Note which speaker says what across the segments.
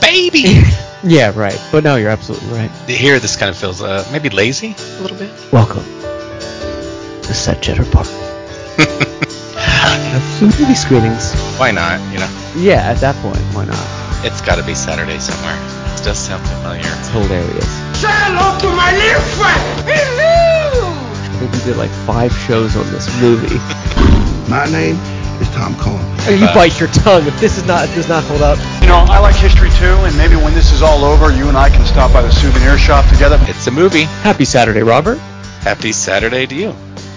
Speaker 1: baby.
Speaker 2: Yeah, right. But no, you're absolutely right.
Speaker 1: Here, this kind of feels uh, maybe lazy a little bit.
Speaker 2: Welcome to Set Jetter Park. That's some movie screenings.
Speaker 1: Why not? You know,
Speaker 2: Yeah, at that point, why not?
Speaker 1: it's got to be Saturday somewhere. It does sound familiar.
Speaker 2: It's hilarious.
Speaker 3: Say hello to my little friend. Hello.
Speaker 2: I think we did like five shows on this movie.
Speaker 4: My name is Tom Cohen.
Speaker 2: And you bite your tongue if this is not does not hold up.
Speaker 5: You know, I like history too, and maybe when this is all over, you and I can stop by the souvenir shop together.
Speaker 1: It's a movie.
Speaker 2: Happy Saturday, Robert.
Speaker 1: Happy Saturday to you.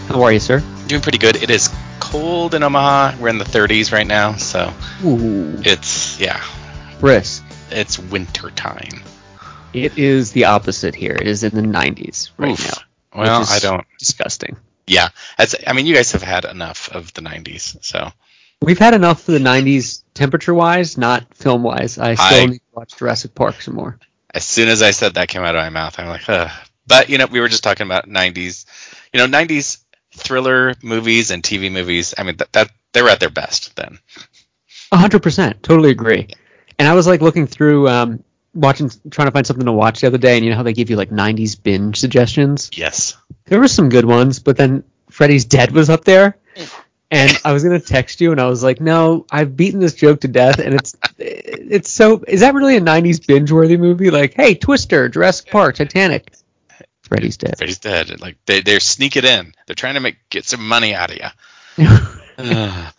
Speaker 2: How are you, sir?
Speaker 1: Doing pretty good. It is cold in Omaha. We're in the 30s right now, so
Speaker 2: Ooh,
Speaker 1: it's yeah,
Speaker 2: Briss.
Speaker 1: it's winter time.
Speaker 2: It is the opposite here. It is in the 90s right
Speaker 1: Oof.
Speaker 2: now.
Speaker 1: Well,
Speaker 2: which is
Speaker 1: I don't.
Speaker 2: Disgusting.
Speaker 1: Yeah, that's. I mean, you guys have had enough of the 90s, so
Speaker 2: We've had enough for the 90s temperature wise, not film wise. I still
Speaker 1: I-
Speaker 2: need to watch Jurassic Park some more.
Speaker 1: as soon as I said that came out of my mouth, I'm like, Ugh. but you know, we were just talking about '90s, you know, '90s thriller movies and TV movies. I mean, that, that they were at their best then.
Speaker 2: 100%. Totally agree. And I was like looking through, um, watching, trying to find something to watch the other day, and you know how they give you like 90s binge suggestions?
Speaker 1: Yes.
Speaker 2: There were some good ones, but then Freddy's Dead was up there. And I was gonna text you, and I was like, "No, I've beaten this joke to death, and it's it's so. Is that really a '90s binge-worthy movie? Like, hey, Twister, Jurassic Park, Titanic, Freddy's Dead.
Speaker 1: Freddy's dead. Like they they sneak it in. They're trying to make get some money out of you. Ugh.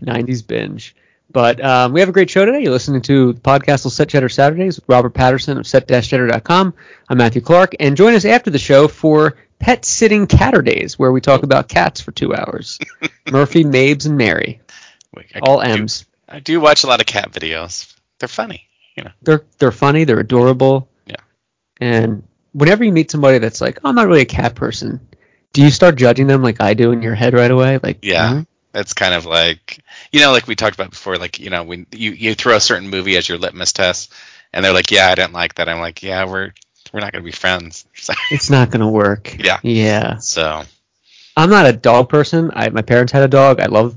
Speaker 2: 90s binge. But um, we have a great show today. You're listening to the podcast on Set Cheddar Saturdays with Robert Patterson of set-cheddar.com. I'm Matthew Clark, and join us after the show for Pet Sitting Catter Days, where we talk about cats for two hours. Murphy, Mabes, and Mary,
Speaker 1: Wait, I
Speaker 2: all
Speaker 1: do-
Speaker 2: M's.
Speaker 1: I do watch a lot of cat videos. They're funny. You know.
Speaker 2: They're they're funny, they're adorable.
Speaker 1: Yeah.
Speaker 2: And whenever you meet somebody that's like, oh, I'm not really a cat person, do you start judging them like I do in your head right away? Like, "Hmm?
Speaker 1: Yeah.
Speaker 2: "Huh?"
Speaker 1: That's kind of like you know, like we talked about before, like, you know, when you, you throw a certain movie as your litmus test and they're like, Yeah, I didn't like that. I'm like, Yeah, we're we're not gonna be friends. So,
Speaker 2: it's not gonna work.
Speaker 1: Yeah.
Speaker 2: Yeah.
Speaker 1: so
Speaker 2: I'm not a dog person. I, my parents had a dog. I love,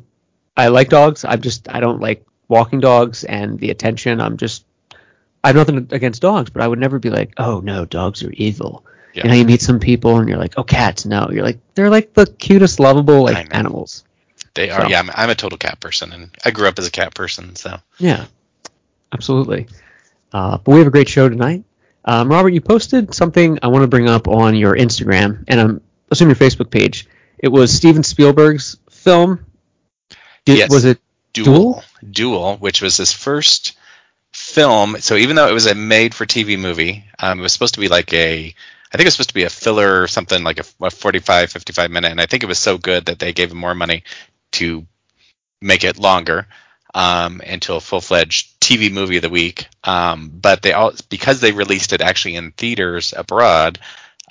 Speaker 2: I like dogs. I'm just, I don't like walking dogs and the attention. I'm just, I have nothing against dogs, but I would never be like, oh no, dogs are evil.
Speaker 1: Yeah.
Speaker 2: You know, you meet some people and you're like, oh, cats, no. You're like, they're like the cutest, lovable
Speaker 1: I
Speaker 2: like
Speaker 1: know.
Speaker 2: animals.
Speaker 1: they are
Speaker 2: So.
Speaker 1: yeah, I'm, I'm a total cat person and I grew up as a cat person, so
Speaker 2: Yeah, absolutely. Uh, but we have a great show tonight. Um, Robert, you posted something I want to bring up on your Instagram and I'm assuming your Facebook page. It was Steven Spielberg's film. Did-
Speaker 1: Yes.
Speaker 2: Was it
Speaker 1: Duel. Duel, which was his first film. So even though it was a made-for-TV movie, um, it was supposed to be like a, I think it was supposed to be a filler or something like a, a 45, 55 minute. And I think it was so good that they gave him more money to make it longer um, into a full-fledged TV movie of the week. Um, but they all because they released it actually in theaters abroad.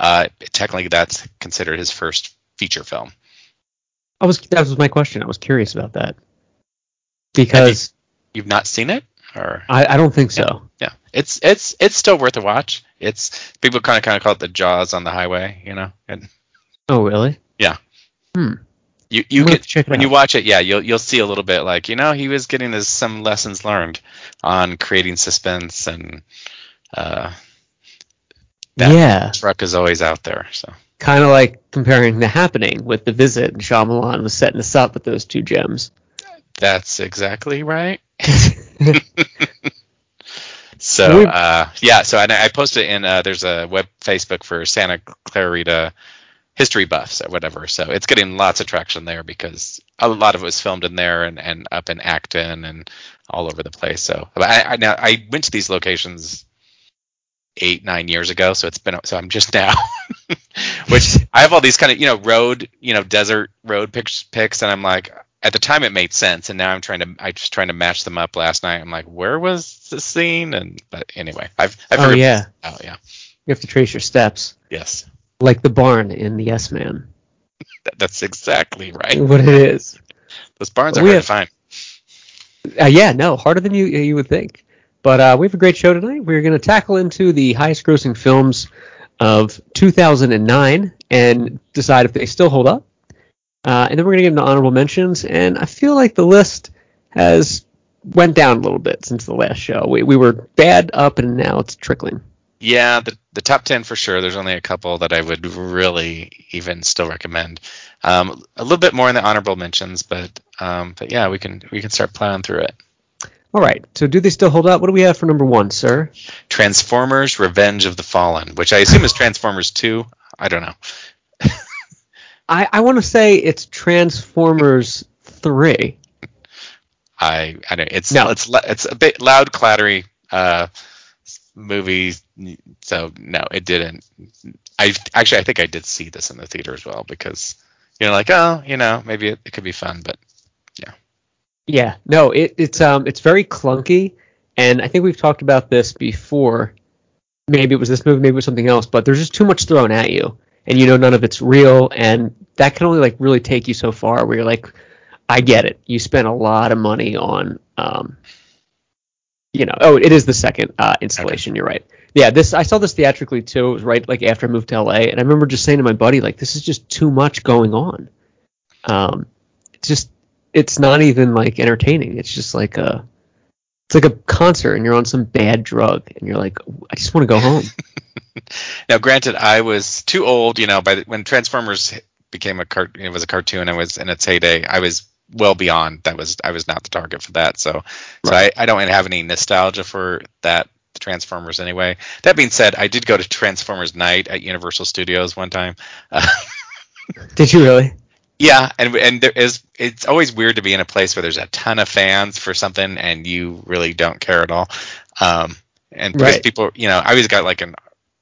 Speaker 1: Uh, technically, that's considered his first feature film.
Speaker 2: I was that was my question. I was curious about that because
Speaker 1: You've not seen it, or
Speaker 2: I, I don't think so.
Speaker 1: yeah it's it's it's still worth a watch it's people kind of kind of call it the jaws on the highway you know and
Speaker 2: Oh really?
Speaker 1: you you
Speaker 2: We'll
Speaker 1: can
Speaker 2: check it
Speaker 1: when you
Speaker 2: out.
Speaker 1: watch it yeah you'll you'll see a little bit like you know he was getting his, some lessons learned on creating suspense and uh That-
Speaker 2: yeah,
Speaker 1: truck is always out there so
Speaker 2: kind of like comparing The Happening with The Visit, and Shyamalan was setting us up with those two gems.
Speaker 1: that's exactly right
Speaker 2: yeah,
Speaker 1: So
Speaker 2: We-
Speaker 1: uh, yeah, so and I, I posted in uh, there's a web Facebook for Santa Clarita history buffs or whatever. So it's getting lots of traction there because a lot of it was filmed in there and, and up in Acton and all over the place. So but I, I now I went to these locations eight nine years ago, so it's been so I'm just now. Which I have all these kind of you know road you know desert road pics pics, and I'm like at the time it made sense, and now I'm trying to I just trying to match them up. Last night I'm like, where was the scene? And but anyway, I've I
Speaker 2: Oh,
Speaker 1: figured
Speaker 2: yeah.
Speaker 1: this out, yeah
Speaker 2: you have to trace your steps,
Speaker 1: yes
Speaker 2: like the barn in The Yes Man.
Speaker 1: That- that's exactly right.
Speaker 2: What it is?
Speaker 1: Those barns are
Speaker 2: We
Speaker 1: hard
Speaker 2: have-
Speaker 1: to find.
Speaker 2: Uh, yeah, no, harder than you you would think. But uh, we have a great show tonight. We're going to tackle into the highest-grossing films of 2009 and decide if they still hold up. Uh, and then we're going to get into honorable mentions. And I feel like the list has went down a little bit since the last show. We, we were bad up, and now it's trickling.
Speaker 1: Yeah, the, the top 10 for sure. There's only a couple that I would really even still recommend. Um, a little bit more in the honorable mentions, but um, but yeah, we can we can start plowing through it.
Speaker 2: All right. So do they still hold up? What do we have for number one, sir?
Speaker 1: Transformers: Revenge of the Fallen, which I assume is Transformers 2. I don't know.
Speaker 2: I, I want to say it's Transformers three.
Speaker 1: I I don't. It's
Speaker 2: No.
Speaker 1: it's la- it's a bit loud, clattery uh, movie. So no, it didn't. I actually I think I did see this in the theater as well because you're like oh you know maybe it, it could be fun, but
Speaker 2: Yeah. No, it, it's um it's very clunky, and I think we've talked about this before. Maybe it was this movie, maybe it was something else, but there's just too much thrown at you, and you know none of it's real, and that can only like really take you so far. Where you're like, I get it. You spent a lot of money on um, you know, oh, it is the second uh, installation. You're right. Yeah, this I saw this theatrically too. It was right like after I moved to LA, and I remember just saying to my buddy like, this is just too much going on. Um, it's just it's not even like entertaining. It's just like a it's like a concert and you're on some bad drug and you're like I just want to go home.
Speaker 1: Now, granted, I was too old, you know, by the, when Transformers h- became a cart, it was a cartoon and was in its heyday. I was well beyond that was I was not the target for that. So, so I, I don't have any nostalgia for that Transformers anyway. That being said, I did go to Transformers Night at Universal Studios one time. Uh,
Speaker 2: Did you really?
Speaker 1: yeah, and and there is it's always weird to be in a place where there's a ton of fans for something and you really don't care at all. Um, and because
Speaker 2: Right.
Speaker 1: people, you know, I always got like an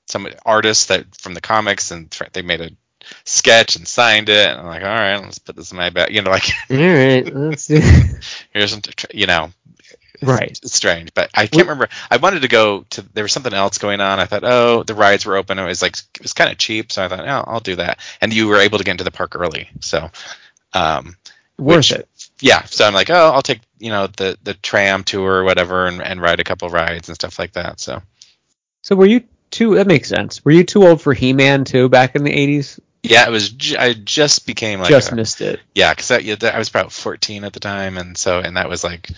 Speaker 1: some artist that from the comics and tr- they made a sketch and signed it and I'm like, all right, let's put this in my bag. You know, like
Speaker 2: All right, let's do.
Speaker 1: here's some, tr- you know,
Speaker 2: right.
Speaker 1: it's strange, but I can't remember. I wanted to go to. There was something else going on. I thought, oh, the rides were open. It was like it was kind of cheap, so I thought, oh, I'll do that. And you were able to get into the park early, so um,
Speaker 2: Worth
Speaker 1: which-
Speaker 2: it.
Speaker 1: Yeah, so I'm like, oh, I'll take you know the the tram tour or whatever, and, and ride a couple rides and stuff like that. So
Speaker 2: So were you too that makes sense. Were you too old for He-Man too back in the 80s?
Speaker 1: yeah, it was. J- I just became like
Speaker 2: Just
Speaker 1: a-
Speaker 2: missed it.
Speaker 1: yeah, because I, yeah, that- I was about 14 at the time, and so and that was like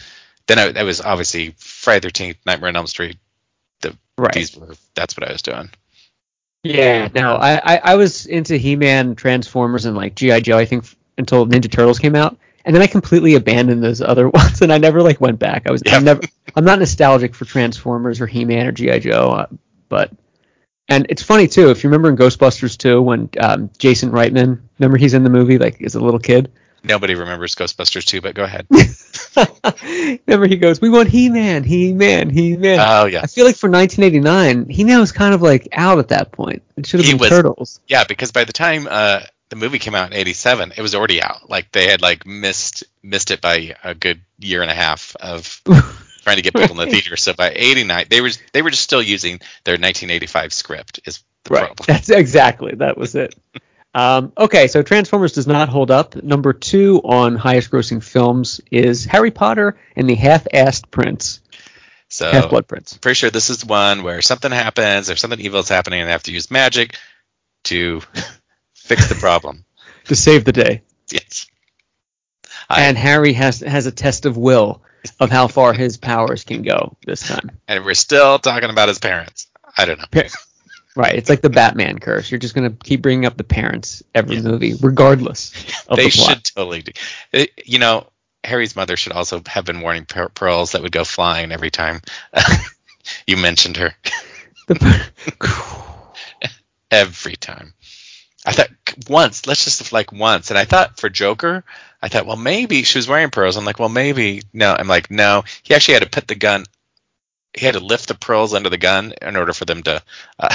Speaker 1: then I, that was obviously Friday 13th, Nightmare on Elm Street.
Speaker 2: Right.
Speaker 1: These were that's what I was doing.
Speaker 2: Yeah, no, I, I, I was into He-Man, Transformers, and like GI Joe. I think f- until Ninja Turtles came out, and then I completely abandoned those other ones, and I never like went back. I was
Speaker 1: Yeah.
Speaker 2: I'm never I'm not nostalgic for Transformers or He-Man or GI Joe, uh, but and it's funny too if you remember in Ghostbusters 2 when um, Jason Reitman, remember he's in the movie like as a little kid.
Speaker 1: Nobody remembers Ghostbusters 2, but go ahead.
Speaker 2: remember he goes, "We want He-Man, He-Man, He-Man."
Speaker 1: oh yeah,
Speaker 2: I feel like for 1989, he now is kind of like out at that point. It should have
Speaker 1: He
Speaker 2: been
Speaker 1: was-
Speaker 2: Turtles.
Speaker 1: yeah. Because by the time uh, the movie came out in '87, it was already out. Like they had like missed missed it by a good year and a half of trying to get people in the theater. So by '89, they were they were just still using their 1985 script. Is the problem?
Speaker 2: That's exactly that was it. Um, okay, so Transformers does not hold up. Number two on highest grossing films is Harry Potter and the Half-assed Prince,
Speaker 1: So
Speaker 2: Half-Blood Prince.
Speaker 1: I'm pretty sure this is the one where something happens or something evil is happening, and they have to use magic to fix the problem.
Speaker 2: To save the day,
Speaker 1: yes. I-
Speaker 2: and Harry has has a test of will of how far his powers can go this time.
Speaker 1: And we're still talking about his parents. I don't know.
Speaker 2: Right, it's like the Batman curse. You're just gonna keep bringing up the parents every
Speaker 1: Yeah.
Speaker 2: movie, regardless of
Speaker 1: they
Speaker 2: the plot.
Speaker 1: should totally do. It, you know, Harry's mother should also have been warning per- pearls that would go flying every time you mentioned her.
Speaker 2: The-
Speaker 1: Every time. I thought once, let's just like once. And I thought for Joker, I thought, well, maybe she was wearing pearls. I'm like, well, maybe. No, I'm like, no. He actually had to put the gun. He had to lift the pearls under the gun in order for them to uh,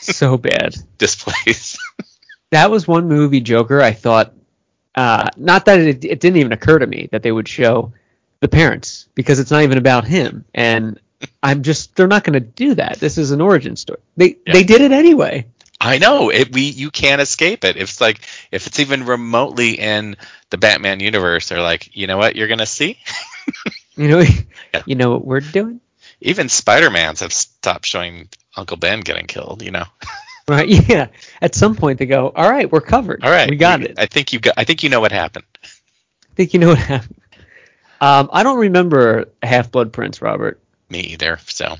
Speaker 2: so bad.
Speaker 1: displace.
Speaker 2: that was one movie Joker I thought uh, not that it, it didn't even occur to me that they would show the parents because it's not even about him and I'm just they're not going to do that. This is an origin story. They
Speaker 1: Yeah.
Speaker 2: they did it anyway.
Speaker 1: I know it. We you can't escape it. If it's like if it's even remotely in the Batman universe, they're like, you know what, you're gonna see.
Speaker 2: You know you know what we're doing?
Speaker 1: Even Spider Mans have stopped showing Uncle Ben getting killed. You know.
Speaker 2: Right? Yeah. At some point they go, "All right, we're covered.
Speaker 1: All right,
Speaker 2: we got it."
Speaker 1: I think you got. I think you know what happened.
Speaker 2: I think you know what happened. Um, I don't remember Half Blood Prince, Robert.
Speaker 1: Me either. So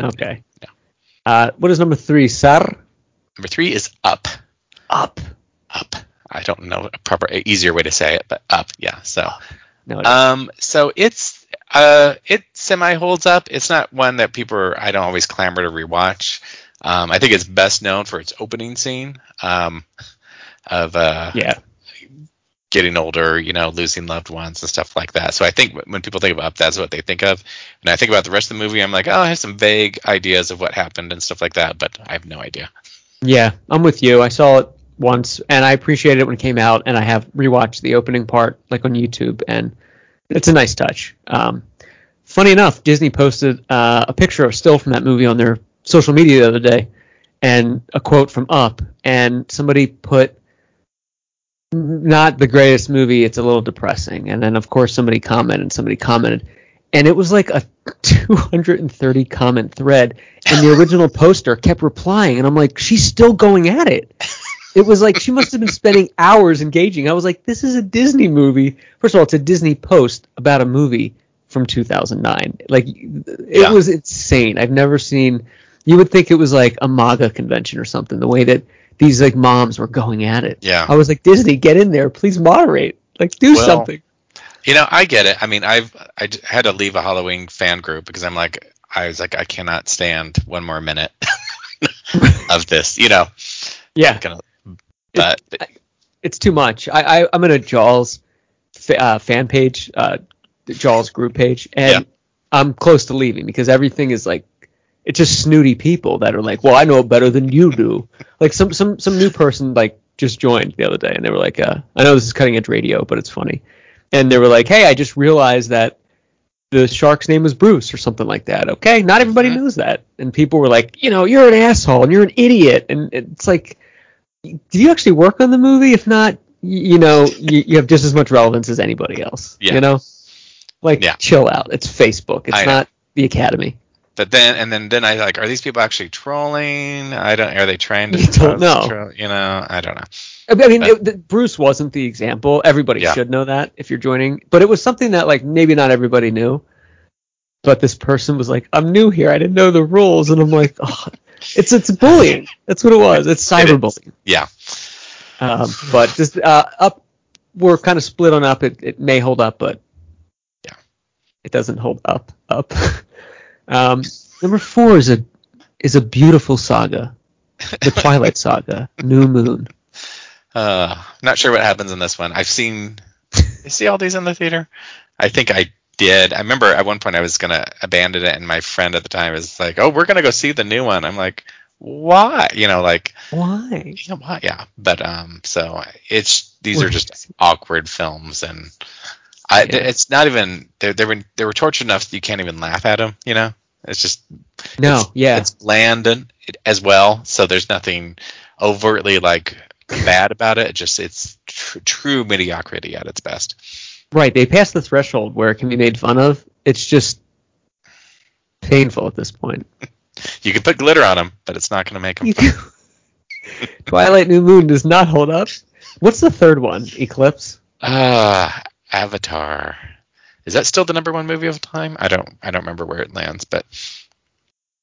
Speaker 2: Okay.
Speaker 1: No.
Speaker 2: Uh, what is number three? Sar
Speaker 1: number three is up.
Speaker 2: up.
Speaker 1: Up. I don't know a proper a easier way to say it, but up. Yeah. So
Speaker 2: No, it-
Speaker 1: um, so it's uh, it semi holds up. It's not one that people are. I don't always clamor to rewatch. Um, I think it's best known for its opening scene um, of uh,
Speaker 2: yeah.
Speaker 1: getting older, you know, losing loved ones and stuff like that. So I think when people think of Up, that's what they think of. And I think about the rest of the movie, I'm like, oh, I have some vague ideas of what happened and stuff like that, but I have no idea.
Speaker 2: Yeah, I'm with you. I saw it once, and I appreciated it when it came out, and I have rewatched the opening part like on YouTube, and it's a nice touch. Um, funny enough, Disney posted uh, a picture of still from that movie on their social media the other day, and a quote from Up, and somebody put. Not the greatest movie. It's a little depressing. And then, of course, somebody commented. Somebody commented, and it was like a 230 comment thread and the original poster kept replying and i'm like she's still going at it it was like she must have been spending hours engaging i was like this is a disney movie first of all it's a disney post about a movie from 2009 like it
Speaker 1: Yeah.
Speaker 2: was insane i've never seen you would think it was like a maga convention or something the way that these like moms were going at it
Speaker 1: Yeah.
Speaker 2: i was like disney get in there please moderate like do
Speaker 1: Well,
Speaker 2: something
Speaker 1: You know, I get it. I mean, I've I j- had to leave a Halloween fan group because I'm like, I was like, I cannot stand one more minute of this. You know,
Speaker 2: yeah
Speaker 1: gonna, but
Speaker 2: it's too much. I, I I'm in a Jaws fa- uh, fan page, uh, the Jaws group page, and
Speaker 1: Yeah.
Speaker 2: I'm close to leaving because everything is like it's just snooty people that are like, well, I know better than you do. like some some some new person like just joined the other day, and they were like, uh, I know this is cutting edge radio, but it's funny, and they were like, hey, I just realized that. The shark's name was Bruce or something like that. Okay, not everybody
Speaker 1: Mm-hmm.
Speaker 2: knows that, and people were like, you know, you're an asshole and you're an idiot, and it's like, did you actually work on the movie? If not, y- you know, you, you have just as much relevance as anybody else.
Speaker 1: Yeah.
Speaker 2: You know, like
Speaker 1: Yeah.
Speaker 2: chill out. It's Facebook. It's
Speaker 1: I know.
Speaker 2: not the Academy.
Speaker 1: but then and then then I like, are these people actually trolling? I don't. Are they trying to?
Speaker 2: You don't
Speaker 1: cause
Speaker 2: know.
Speaker 1: troll- you know, I don't know.
Speaker 2: I mean, I mean,
Speaker 1: Uh,
Speaker 2: it- the- Bruce wasn't the example. Everybody
Speaker 1: Yeah.
Speaker 2: should know that if you're joining. But it was something that like maybe not everybody knew. But this person was like, "I'm new here. I didn't know the rules," and I'm like, oh, "It's it's bullying. That's what it was. It's
Speaker 1: It is.
Speaker 2: cyberbullying."
Speaker 1: Yeah.
Speaker 2: Um, but just uh, up, we're kind of split on up. It, it may hold up, but
Speaker 1: Yeah.
Speaker 2: it doesn't hold up. Up. um, number four is a is a beautiful saga, the Twilight Saga, New Moon.
Speaker 1: Uh, not sure what happens in this one. I've seen. Did I see all these in the theater? I think I did. I remember at one point I was gonna abandon it, and my friend at the time was like, "Oh, we're gonna go see the new one." I'm like, "Why?" You know, like,
Speaker 2: Why?
Speaker 1: you know, why? Yeah. But um, so it's these are just awkward films, and I
Speaker 2: Yeah.
Speaker 1: it's not even they they were they were tortured enough that you can't even laugh at them. You know, it's just
Speaker 2: No,
Speaker 1: it's,
Speaker 2: yeah,
Speaker 1: it's bland and- as well. So there's nothing overtly like bad about it. It Just it's tr- true mediocrity at its best.
Speaker 2: right. They passed the threshold where it can be made fun of. It's just painful at this point.
Speaker 1: You can put glitter on them, but it's not going to make them.
Speaker 2: You can- Twilight New Moon does not hold up. What's the third one? Eclipse.
Speaker 1: Ah, Avatar. Is that still the number one movie of all time? I don't I don't remember where it lands, but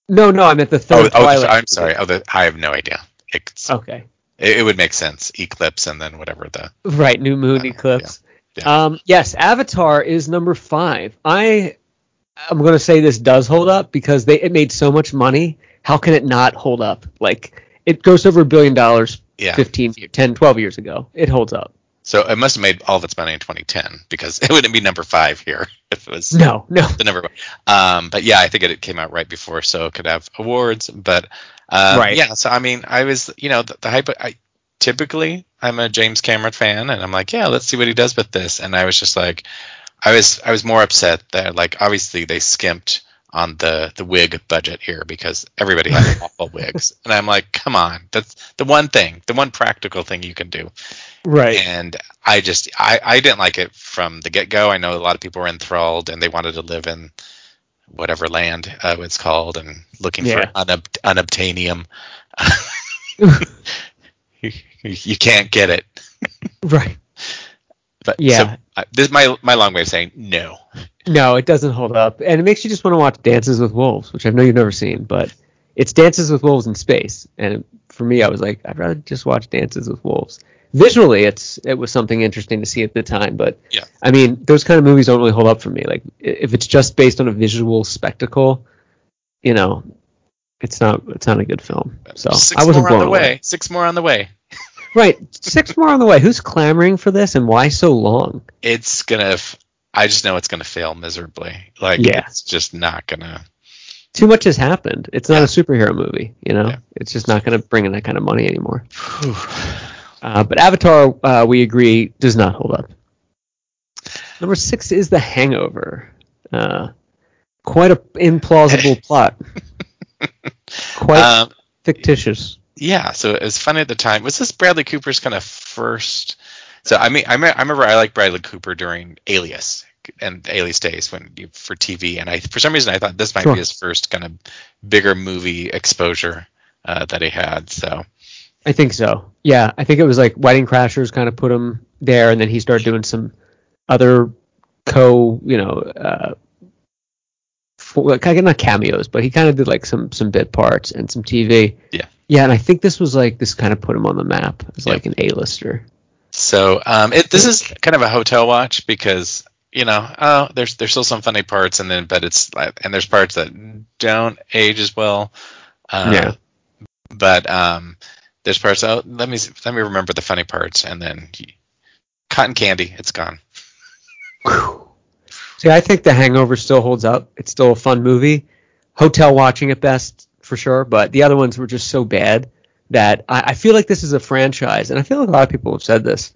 Speaker 2: No, no, I meant the
Speaker 1: oh,
Speaker 2: third
Speaker 1: oh,
Speaker 2: Twilight.
Speaker 1: I'm
Speaker 2: movie. Oh.
Speaker 1: sorry. Oh, the, I have no idea. It's,
Speaker 2: Okay.
Speaker 1: it, it would make sense. Eclipse and then whatever the
Speaker 2: Right, new moon
Speaker 1: Uh,
Speaker 2: eclipse.
Speaker 1: yeah, yeah.
Speaker 2: Um, yes, Avatar is number five. I I'm gonna say this does hold up because they it made so much money. How can it not hold up? Like it grossed over a billion dollars
Speaker 1: yeah.
Speaker 2: 15, 10, 12 years ago. It holds up.
Speaker 1: So it must have made all of its money in 2010 because it wouldn't be number five here if it was
Speaker 2: No, no.
Speaker 1: the number one. Um, but yeah, I think it, it came out right before, so it could have awards. But um,
Speaker 2: Right.
Speaker 1: yeah, so I mean, I was, you know, the, the hype. I typically I'm a James Cameron fan, and I'm like, yeah, let's see what he does with this. And I was just like, I was, I was more upset that like obviously they skimped on the the wig budget here because everybody had awful wigs, and I'm like, come on, that's the one thing, the one practical thing you can do
Speaker 2: Right.
Speaker 1: and I just I, I didn't like it from the get go. I know a lot of people were enthralled and they wanted to live in whatever land uh, it's called and looking
Speaker 2: Yeah.
Speaker 1: for unob- unobtainium. you, you can't get it.
Speaker 2: Right.
Speaker 1: But
Speaker 2: Yeah.
Speaker 1: so I this is my my long way of saying no.
Speaker 2: No, it doesn't hold up, and it makes you just want to watch Dances with Wolves, which I know you've never seen, but it's Dances with Wolves in space. And for me, I was like, I'd rather just watch Dances with Wolves. Visually, it's it was something interesting to see at the time, but
Speaker 1: Yeah.
Speaker 2: I mean, those kind of movies don't really hold up for me. Like i- if it's just based on a visual spectacle, you know, it's not it's not a good film. So
Speaker 1: Six
Speaker 2: I wasn't
Speaker 1: more on
Speaker 2: blown
Speaker 1: the way.
Speaker 2: away.
Speaker 1: Six more on the way.
Speaker 2: Right, six more on the way. Who's clamoring for this, and why so long?
Speaker 1: It's gonna. F- I just know it's gonna fail miserably. Like
Speaker 2: Yeah.
Speaker 1: it's just not gonna.
Speaker 2: too much has happened. It's not a superhero movie, you know.
Speaker 1: Yeah.
Speaker 2: It's just not going to bring in that kind of money anymore.
Speaker 1: Whew.
Speaker 2: Uh, but Avatar, uh, we agree, does not hold up. Number six is The Hangover. Uh, quite a implausible plot. Quite
Speaker 1: Um,
Speaker 2: fictitious.
Speaker 1: yeah, so it was fun at the time. Was this Bradley Cooper's kind of first? So I mean, I, me- I remember I liked Bradley Cooper during Alias and Alias days when you, for TV, and I for some reason I thought this might
Speaker 2: Sure.
Speaker 1: be his first kind of bigger movie exposure uh, that he had. So
Speaker 2: I think so. Yeah, I think it was like Wedding Crashers kind of put him there, and then he started doing some other co, you know, uh, for, like, kind of- not cameos, but he kind of did like some some bit parts and some TV.
Speaker 1: Yeah.
Speaker 2: Yeah, and I think this was like this kind of put him on the map as
Speaker 1: Yeah.
Speaker 2: like an A-lister.
Speaker 1: So um, it, this is kind of a hotel watch because you know oh there's there's still some funny parts and then but it's like- and there's parts that don't age as well. Uh,
Speaker 2: Yeah.
Speaker 1: But um, there's parts. Oh, let me see- let me remember the funny parts and then he- cotton candy. It's gone.
Speaker 2: See, I think The Hangover still holds up. It's still a fun movie. Hotel watching at best, for sure. But the other ones were just so bad that I, I feel like this is a franchise, and I feel like a lot of people have said this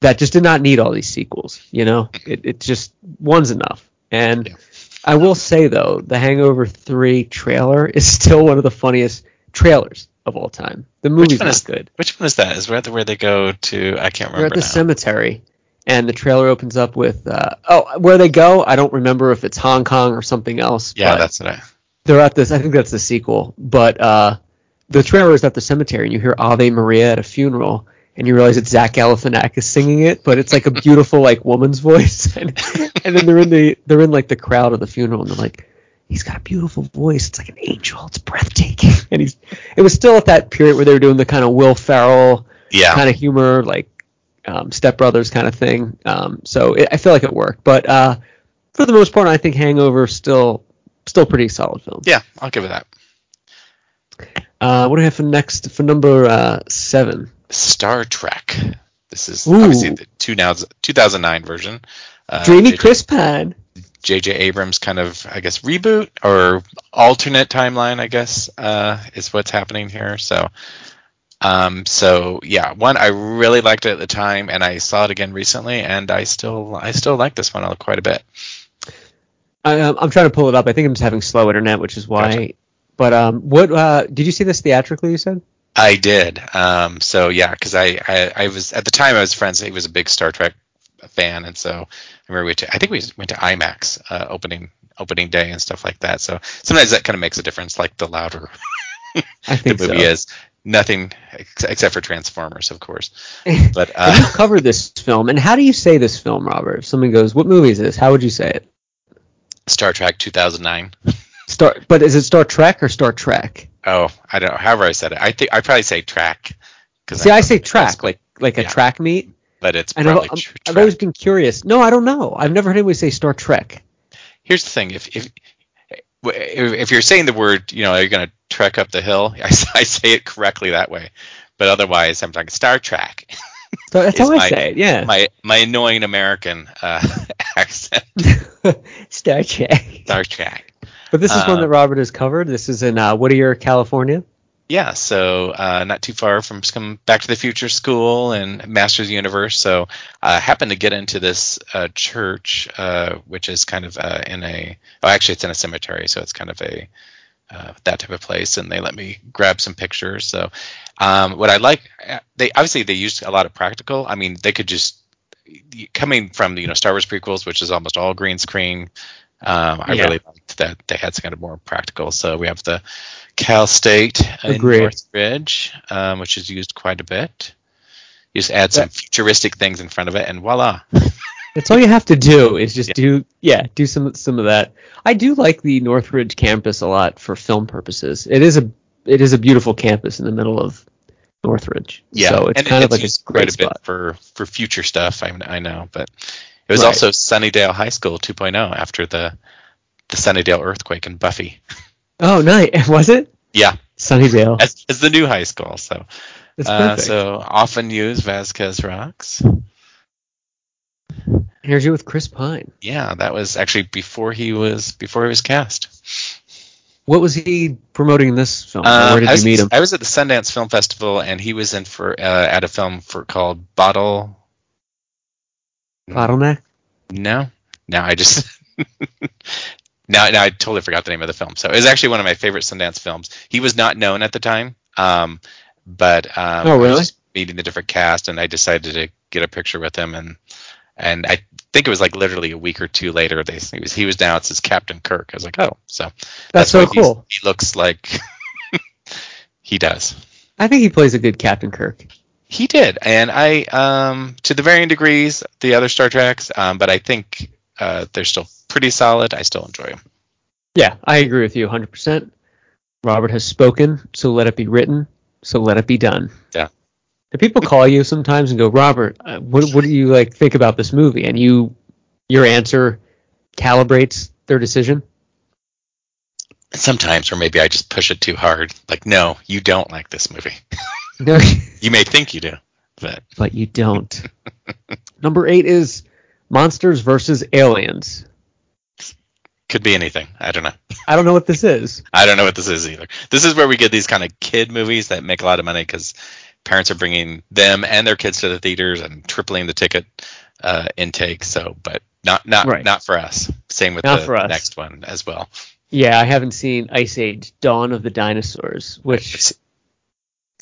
Speaker 2: that just did not need all these sequels. You know, it, it just one's enough. And
Speaker 1: Yeah.
Speaker 2: I will say though, The Hangover Three trailer is still one of the funniest trailers of all time. The movie's
Speaker 1: one
Speaker 2: not
Speaker 1: is-
Speaker 2: good.
Speaker 1: Which one is that? Is that the- where they go to? I can't
Speaker 2: They're at
Speaker 1: remember
Speaker 2: the
Speaker 1: now.
Speaker 2: cemetery, and the trailer opens up with uh, oh, where they go. I don't remember if it's Hong Kong or something else.
Speaker 1: yeah,
Speaker 2: but
Speaker 1: that's what I.
Speaker 2: they're at this. I think that's the sequel, but uh, the trailer is at the cemetery, and you hear Ave Maria at a funeral, and you realize it's Zach Galifianakis singing it, but it's like a beautiful like woman's voice, and, and then they're in the they're in like the crowd of the funeral, and they're like. He's got a beautiful voice. It's like an angel. It's breathtaking. And he's it was still at that period where they were doing the kind of Will Ferrell,
Speaker 1: Yeah.
Speaker 2: kind of humor, like um, Step Brothers kind of thing. Um, so it, I feel like it worked, but uh, for the most part, I think Hangover still still pretty solid film.
Speaker 1: yeah, I'll give it that.
Speaker 2: Uh, what do we have for next for number uh, seven?
Speaker 1: Star Trek. This is
Speaker 2: Ooh.
Speaker 1: obviously the two now 2009 version. Uh,
Speaker 2: Dreamy
Speaker 1: J.J.
Speaker 2: Chris Pine.
Speaker 1: J.J. Abrams kind of, I guess, reboot or alternate timeline, I guess, uh, is what's happening here. So, um, so yeah, one I really liked it at the time, and I saw it again recently, and I still, I still like this one quite a bit.
Speaker 2: I, um, I'm trying to pull it up. I think I'm just having slow internet, which is why.
Speaker 1: Gotcha.
Speaker 2: But um, what uh, did you see this theatrically? You said
Speaker 1: I did. Um, so yeah, because I, I, I was at the time I was friends. He was a big Star Trek fan, and so I remember we went to, I think we went to IMAX uh, opening opening day and stuff like that. So sometimes that kind of makes a difference. Like the louder
Speaker 2: I
Speaker 1: the
Speaker 2: think
Speaker 1: movie
Speaker 2: so.
Speaker 1: is, nothing ex- except for Transformers, of course. But
Speaker 2: And you
Speaker 1: uh,
Speaker 2: covered this film, and how do you say this film, Robert? If someone goes, "What movie is this?" How would you say it?
Speaker 1: Star Trek 2009.
Speaker 2: Star, but is it Star Trek or Star Trek?
Speaker 1: Oh, I don't know. However, I said it. I think I probably say track. 'cause
Speaker 2: See, I
Speaker 1: know
Speaker 2: say
Speaker 1: it does,
Speaker 2: track, like like a
Speaker 1: Yeah.
Speaker 2: track meet.
Speaker 1: but it's
Speaker 2: And I've,
Speaker 1: probably
Speaker 2: I'm-
Speaker 1: tr-
Speaker 2: um, I've
Speaker 1: track.
Speaker 2: always been curious. No, I don't know. I've never heard anybody say Star Trek.
Speaker 1: here's the thing if if if if you're saying the word you know are you going to trek up the hill I, s- I say it correctly that way but otherwise i'm talking star trek
Speaker 2: So that's
Speaker 1: It's
Speaker 2: how I
Speaker 1: my-
Speaker 2: say it. Yeah,
Speaker 1: my my annoying american uh, accent
Speaker 2: Star Trek.
Speaker 1: star trek
Speaker 2: But this is one
Speaker 1: Uh,
Speaker 2: that Robert has covered. This is in uh, Whittier, California.
Speaker 1: yeah so uh, not too far from some back to the future school and masters of the universe so i happened to get into this uh, church uh, which is kind of uh, in a oh actually it's in a cemetery so it's kind of a uh, that type of place and they let me grab some pictures so um, what i like they obviously they used a lot of practical i mean they could just coming from you know star wars prequels which is almost all green screen um, i
Speaker 2: Yeah.
Speaker 1: really liked that they had some kind of more practical so we have the cal state in
Speaker 2: Agreed.
Speaker 1: northridge um, which is used quite a bit you just add some futuristic things in front of it and voila
Speaker 2: That's all you have to do is just do yeah, do some some of that. I do like the Northridge campus a lot for film purposes. It is a it is a beautiful campus in the middle of Northridge.
Speaker 1: Yeah,
Speaker 2: So it's
Speaker 1: and
Speaker 2: kind of like a
Speaker 1: used
Speaker 2: great
Speaker 1: quite a bit
Speaker 2: spot.
Speaker 1: for for future stuff. I, I know, but it was
Speaker 2: Right.
Speaker 1: also Sunnydale High School 2.0 after the the Sunnydale earthquake and Buffy.
Speaker 2: Oh, nice. Was it?
Speaker 1: Yeah,
Speaker 2: Sunnydale.
Speaker 1: as, as the new high school. So
Speaker 2: That's
Speaker 1: uh,
Speaker 2: perfect.
Speaker 1: so often used Vasquez Rocks.
Speaker 2: Interview with Chris Pine.
Speaker 1: Yeah, that was actually before he was before he was cast.
Speaker 2: What was he promoting in this film? Or
Speaker 1: Um,
Speaker 2: Where did
Speaker 1: I was,
Speaker 2: you meet him?
Speaker 1: I was at the Sundance Film Festival, and he was in for uh, at a film for called Bottle.
Speaker 2: Bottleneck.
Speaker 1: No, no, I just now now I totally forgot the name of the film. So it was actually one of my favorite Sundance films. He was not known at the time, um, but um,
Speaker 2: Oh,
Speaker 1: I was
Speaker 2: really?
Speaker 1: just meeting the different cast, and I decided to get a picture with him, and and I think it was like literally a week or two later. They he was he was now it's his Captain Kirk. I was like, oh, so
Speaker 2: That's so
Speaker 1: why he's-
Speaker 2: cool.
Speaker 1: He looks like he does.
Speaker 2: I think he plays a good Captain Kirk.
Speaker 1: He did, and I, um, to the varying degrees, the other Star Treks, um, but I think uh, they're still pretty solid. I still enjoy them.
Speaker 2: Yeah, I agree with you 100%. Robert has spoken, so let it be written, so let it be done.
Speaker 1: Yeah.
Speaker 2: And people call you sometimes and go, Robert, uh, what, what do you like think about this movie? And you, your answer calibrates their decision.
Speaker 1: Sometimes, or maybe I just push it too hard. Like, no, you don't like this movie.
Speaker 2: No,
Speaker 1: You may think you do, but
Speaker 2: but you don't. Number eight is Monsters versus Aliens.
Speaker 1: could be anything. I don't know.
Speaker 2: I don't know what this is.
Speaker 1: I don't know what this is either. This is where we get these kind of kid movies that make a lot of money because parents are bringing them and their kids to the theaters and tripling the ticket uh, intake. So, but not not
Speaker 2: Right.
Speaker 1: not for us. Same with
Speaker 2: Not
Speaker 1: the
Speaker 2: for us.
Speaker 1: next one as well.
Speaker 2: Yeah, I haven't seen Ice Age Dawn of the Dinosaurs, which
Speaker 1: It's-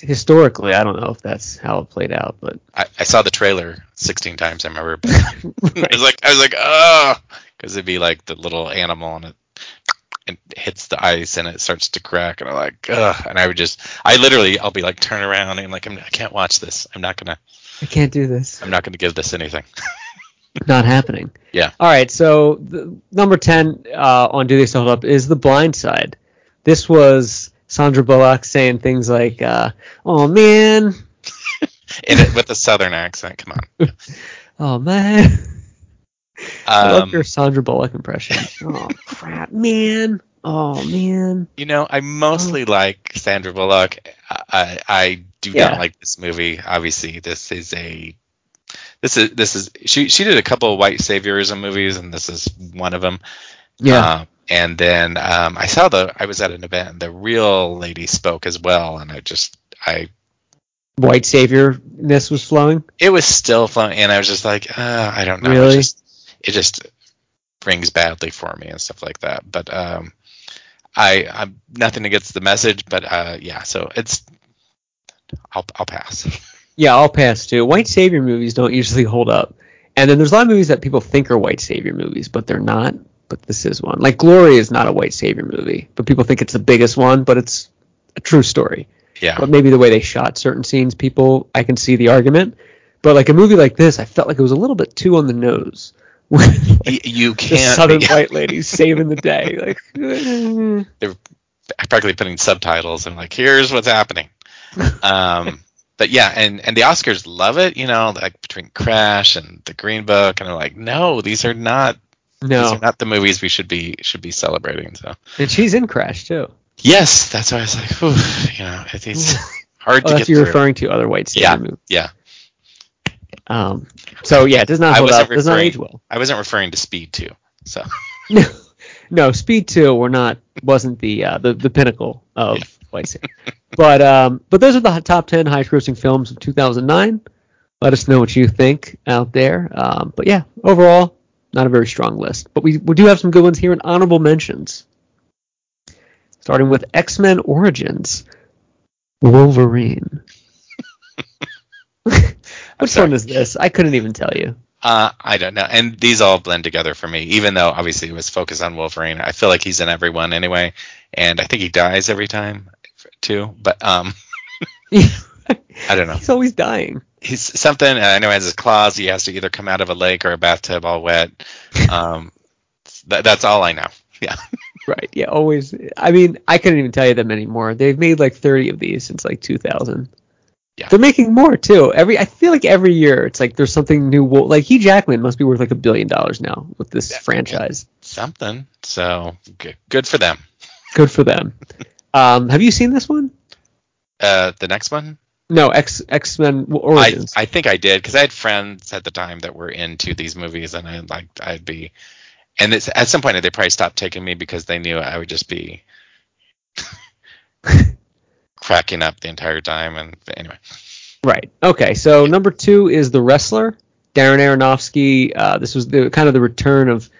Speaker 2: historically, I don't know if that's how it played out, but
Speaker 1: I, I saw the trailer 16 times. I remember. But I was like, I was like, oh, because it'd be like the little animal and it, it hits the ice and it starts to crack and I'm like, ugh. And I would just, I literally, I'll be like, turn around and like, I'm, I can't watch this. I'm not gonna,
Speaker 2: I can't do this.
Speaker 1: I'm not gonna give this anything.
Speaker 2: Not happening.
Speaker 1: Yeah.
Speaker 2: All right, so the, number 10 uh, on Do They Still Hold Up is The Blind Side. This was Sandra Bullock saying things like, uh, oh man,
Speaker 1: In it with a southern accent. Come on.
Speaker 2: oh man. I
Speaker 1: Um,
Speaker 2: love your Sandra Bullock impression. oh crap, man. Oh man.
Speaker 1: You know, I mostly like Sandra Bullock. I, I, I do
Speaker 2: Yeah.
Speaker 1: not like this movie. Obviously, this is a this is this is she she did a couple of white saviorism movies, and this is one of them. Um, and then um, I saw the I was at an event, and the real lady spoke as well, and I just I
Speaker 2: White saviorness was flowing.
Speaker 1: it was still fun, and I was just like, uh, I don't know.
Speaker 2: Really?
Speaker 1: It just, it just rings badly for me and stuff like that. But um, I I'm nothing against the message, but uh, yeah. So it's I'll I'll pass.
Speaker 2: Yeah, I'll pass too. White savior movies don't usually hold up. And then there's a lot of movies that people think are white savior movies, but they're not. But this is one. Like Glory is not a white savior movie, but people think it's the biggest one, but it's a true story.
Speaker 1: Yeah.
Speaker 2: But maybe the way they shot certain scenes, people I can see the argument. But like a movie like this, I felt like it was a little bit too on the nose.
Speaker 1: Y- you
Speaker 2: the
Speaker 1: can't.
Speaker 2: southern white lady saving the day. Like, eh.
Speaker 1: they're practically putting subtitles and like here's what's happening um but yeah and and the oscars love it you know like between crash and the green book and they're like no these are not these
Speaker 2: no.
Speaker 1: are not the movies we should be should be celebrating so
Speaker 2: And she's in Crash too.
Speaker 1: yes that's why i was like Whew, you know it- it's hard
Speaker 2: Oh, that's
Speaker 1: to get
Speaker 2: what you're
Speaker 1: through
Speaker 2: referring to other white savior
Speaker 1: Yeah.
Speaker 2: movies.
Speaker 1: yeah
Speaker 2: Um, so yeah, it does not
Speaker 1: I
Speaker 2: hold
Speaker 1: wasn't
Speaker 2: up. It does not
Speaker 1: referring-
Speaker 2: age well.
Speaker 1: i wasn't referring to speed too so
Speaker 2: No, no, Speed Two were not wasn't the uh, the the pinnacle of white savior. But um, but those are the hot- top ten highest grossing films of 2009. Let us know what you think out there. Um, but yeah, overall, not a very strong list. But we, we do have some good ones here and honorable mentions. Starting with X Men Origins, Wolverine. Which
Speaker 1: sorry.
Speaker 2: one is this? I couldn't even tell you.
Speaker 1: Uh, I don't know. And these all blend together for me, even though obviously it was focused on Wolverine. I feel like he's in every one anyway, and I think he dies every time too. But um, I don't know.
Speaker 2: He's always dying.
Speaker 1: he's something. uh, I know he has his claws. He has to either come out of a lake or a bathtub all wet. Um, th- that's all I know. Yeah.
Speaker 2: Right. Yeah. Always. I mean, I couldn't even tell you them anymore. They've made like 30 of these since like 2000.
Speaker 1: Yeah.
Speaker 2: They're making more too. Every I feel like every year it's like there's something new. wo- Like Hugh Jackman must be worth like a billion dollars now with this franchise.
Speaker 1: Something. So good, good for them.
Speaker 2: Good for them. Um, have you seen this one?
Speaker 1: Uh, the next one,
Speaker 2: No, X X Men
Speaker 1: I,
Speaker 2: Origins.
Speaker 1: I think I did because I had friends at the time that were into these movies, and I like I'd be, and it's, at some point they probably stopped taking me because they knew I would just be cracking up the entire time. And but anyway,
Speaker 2: Right. Okay. So number two is the wrestler, Darren Aronofsky. Uh, this was the kind of the return of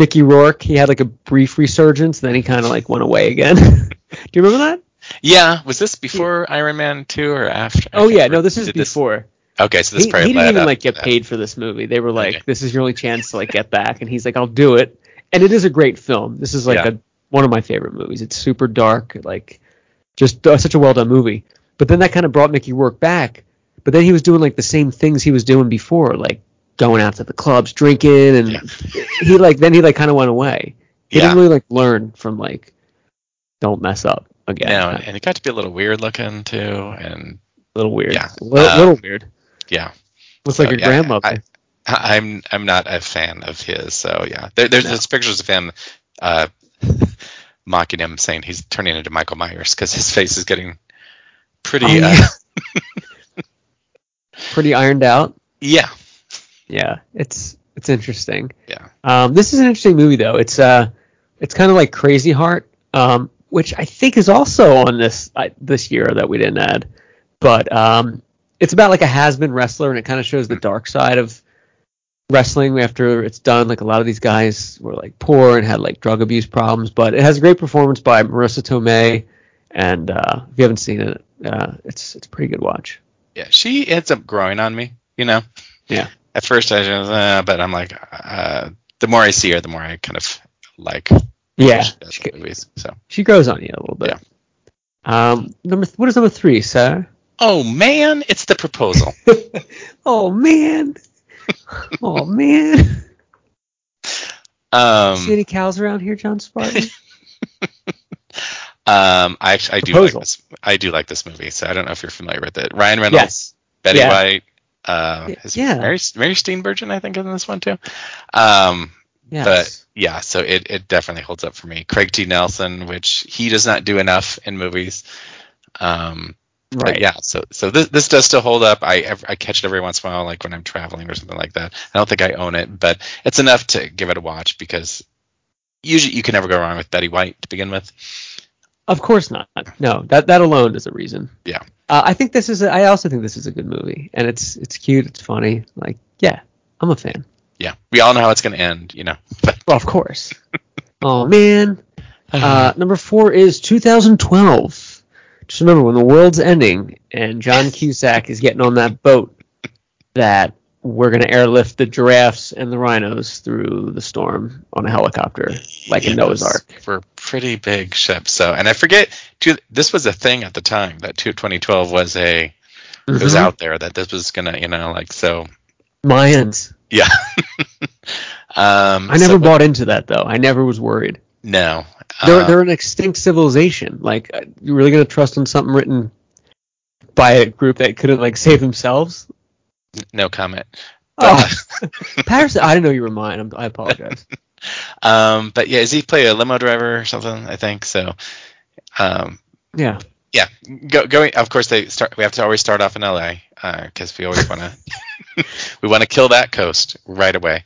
Speaker 2: Mickey Rourke. He had like a brief resurgence, then he kind of like went away again. Do you remember that?
Speaker 1: yeah, was this before Iron Man two or after? I
Speaker 2: Oh
Speaker 1: can't
Speaker 2: yeah. No,
Speaker 1: remember.
Speaker 2: this is
Speaker 1: Did
Speaker 2: before.
Speaker 1: Okay, so this
Speaker 2: he, he
Speaker 1: probably
Speaker 2: didn't
Speaker 1: led
Speaker 2: even
Speaker 1: up
Speaker 2: like
Speaker 1: to
Speaker 2: get
Speaker 1: that.
Speaker 2: paid for this movie. They were like,
Speaker 1: Okay.
Speaker 2: "This is your only chance to like get back," and he's like, "I'll do it." And it is a great film. This is like
Speaker 1: Yeah.
Speaker 2: a one of my favorite movies. It's super dark, like just uh, such a well done movie. But then that kind of brought Mickey Rourke back. But then he was doing like the same things he was doing before, like going out to the clubs, drinking, and he like then he like kind of went away. He
Speaker 1: Yeah.
Speaker 2: didn't really like learn from like don't mess up again.
Speaker 1: No,
Speaker 2: Kind of
Speaker 1: and it got to be a little weird looking too, and
Speaker 2: a little weird.
Speaker 1: yeah.
Speaker 2: A little,
Speaker 1: Uh,
Speaker 2: little weird.
Speaker 1: yeah.
Speaker 2: Looks like
Speaker 1: so,
Speaker 2: your
Speaker 1: yeah,
Speaker 2: grandmother.
Speaker 1: I- I- I'm I'm not a fan of his, so yeah. There, there's
Speaker 2: No.
Speaker 1: just pictures of him uh, mocking him, saying he's turning into Michael Myers because his face is getting pretty.
Speaker 2: Oh,
Speaker 1: uh,
Speaker 2: yeah. Pretty ironed out.
Speaker 1: yeah,
Speaker 2: yeah it's it's interesting
Speaker 1: yeah,
Speaker 2: um this is an interesting movie though it's uh it's kind of like crazy heart um which i think is also on this I, this year that we didn't add but um it's about like a has-been wrestler and it kind of shows the dark side of wrestling after it's done like a lot of these guys were like poor and had like drug abuse problems but it has a great performance by marissa tomei and uh if you haven't seen it uh it's it's a pretty good watch
Speaker 1: yeah. She ends up growing on me, you know.
Speaker 2: yeah
Speaker 1: At first, I just, uh, but I'm like, uh, the more I see her, the more I kind of like
Speaker 2: yeah
Speaker 1: she does in movies. So,
Speaker 2: She grows on you a little bit.
Speaker 1: Yeah.
Speaker 2: Um, number th- what is number three, sir?
Speaker 1: oh man, it's the proposal.
Speaker 2: Oh man. oh man.
Speaker 1: Um,
Speaker 2: See any cows around here, John Spartan?
Speaker 1: Um, I actually I do
Speaker 2: Proposal.
Speaker 1: like this. I do like this movie. So I don't know if you're familiar with it. Ryan Reynolds,
Speaker 2: Yes.
Speaker 1: Betty
Speaker 2: Yeah.
Speaker 1: White, uh,
Speaker 2: Y-
Speaker 1: is
Speaker 2: yeah.
Speaker 1: Mary Mary Steenburgen, I think, is in this one too. Um,
Speaker 2: Yes.
Speaker 1: but yeah, so it it definitely holds up for me. Craig T. Nelson, which he does not do enough in movies. Um, but
Speaker 2: right.
Speaker 1: yeah, so so this this does still hold up. I ev- I catch it every once in a while, like when I'm traveling or something like that. I don't think I own it, but it's enough to give it a watch because usually you can never go wrong with Betty White to begin with.
Speaker 2: Of course not. No, that that alone is a reason.
Speaker 1: Yeah.
Speaker 2: Uh, I think this is. A, I also think this is a good movie, and it's it's cute, it's funny. Like, yeah, I'm a fan.
Speaker 1: yeah, we all know how it's going to end, you know. But
Speaker 2: Well, of course. oh man. Uh, number four is 2012. Just remember when the world's ending and John Cusack is getting on that boat that we're gonna airlift the giraffes and the rhinos through the storm on a helicopter like a Noah's
Speaker 1: yes,
Speaker 2: Ark.
Speaker 1: We're pretty big ships, so and I forget. Too, this was a thing at the time that two- 2012 was a it was
Speaker 2: Mhm.
Speaker 1: out there that this was gonna, you know, like so.
Speaker 2: Mayans.
Speaker 1: Yeah. um,
Speaker 2: I never
Speaker 1: so-
Speaker 2: bought into that though. I never was worried.
Speaker 1: No.
Speaker 2: They're
Speaker 1: Uh,
Speaker 2: they're an extinct civilization. Like uh, you really gonna trust in something written by a group that couldn't like save themselves?
Speaker 1: no comment.
Speaker 2: Oh, Patterson. I didn't know you were mine. I'm, I apologize.
Speaker 1: Um, but yeah, does he play a limo driver or something? I think so. Um,
Speaker 2: Yeah.
Speaker 1: yeah, go, going. Of course, they start. We have to always start off in L.A. because we always want to. we want to kill that coast right away.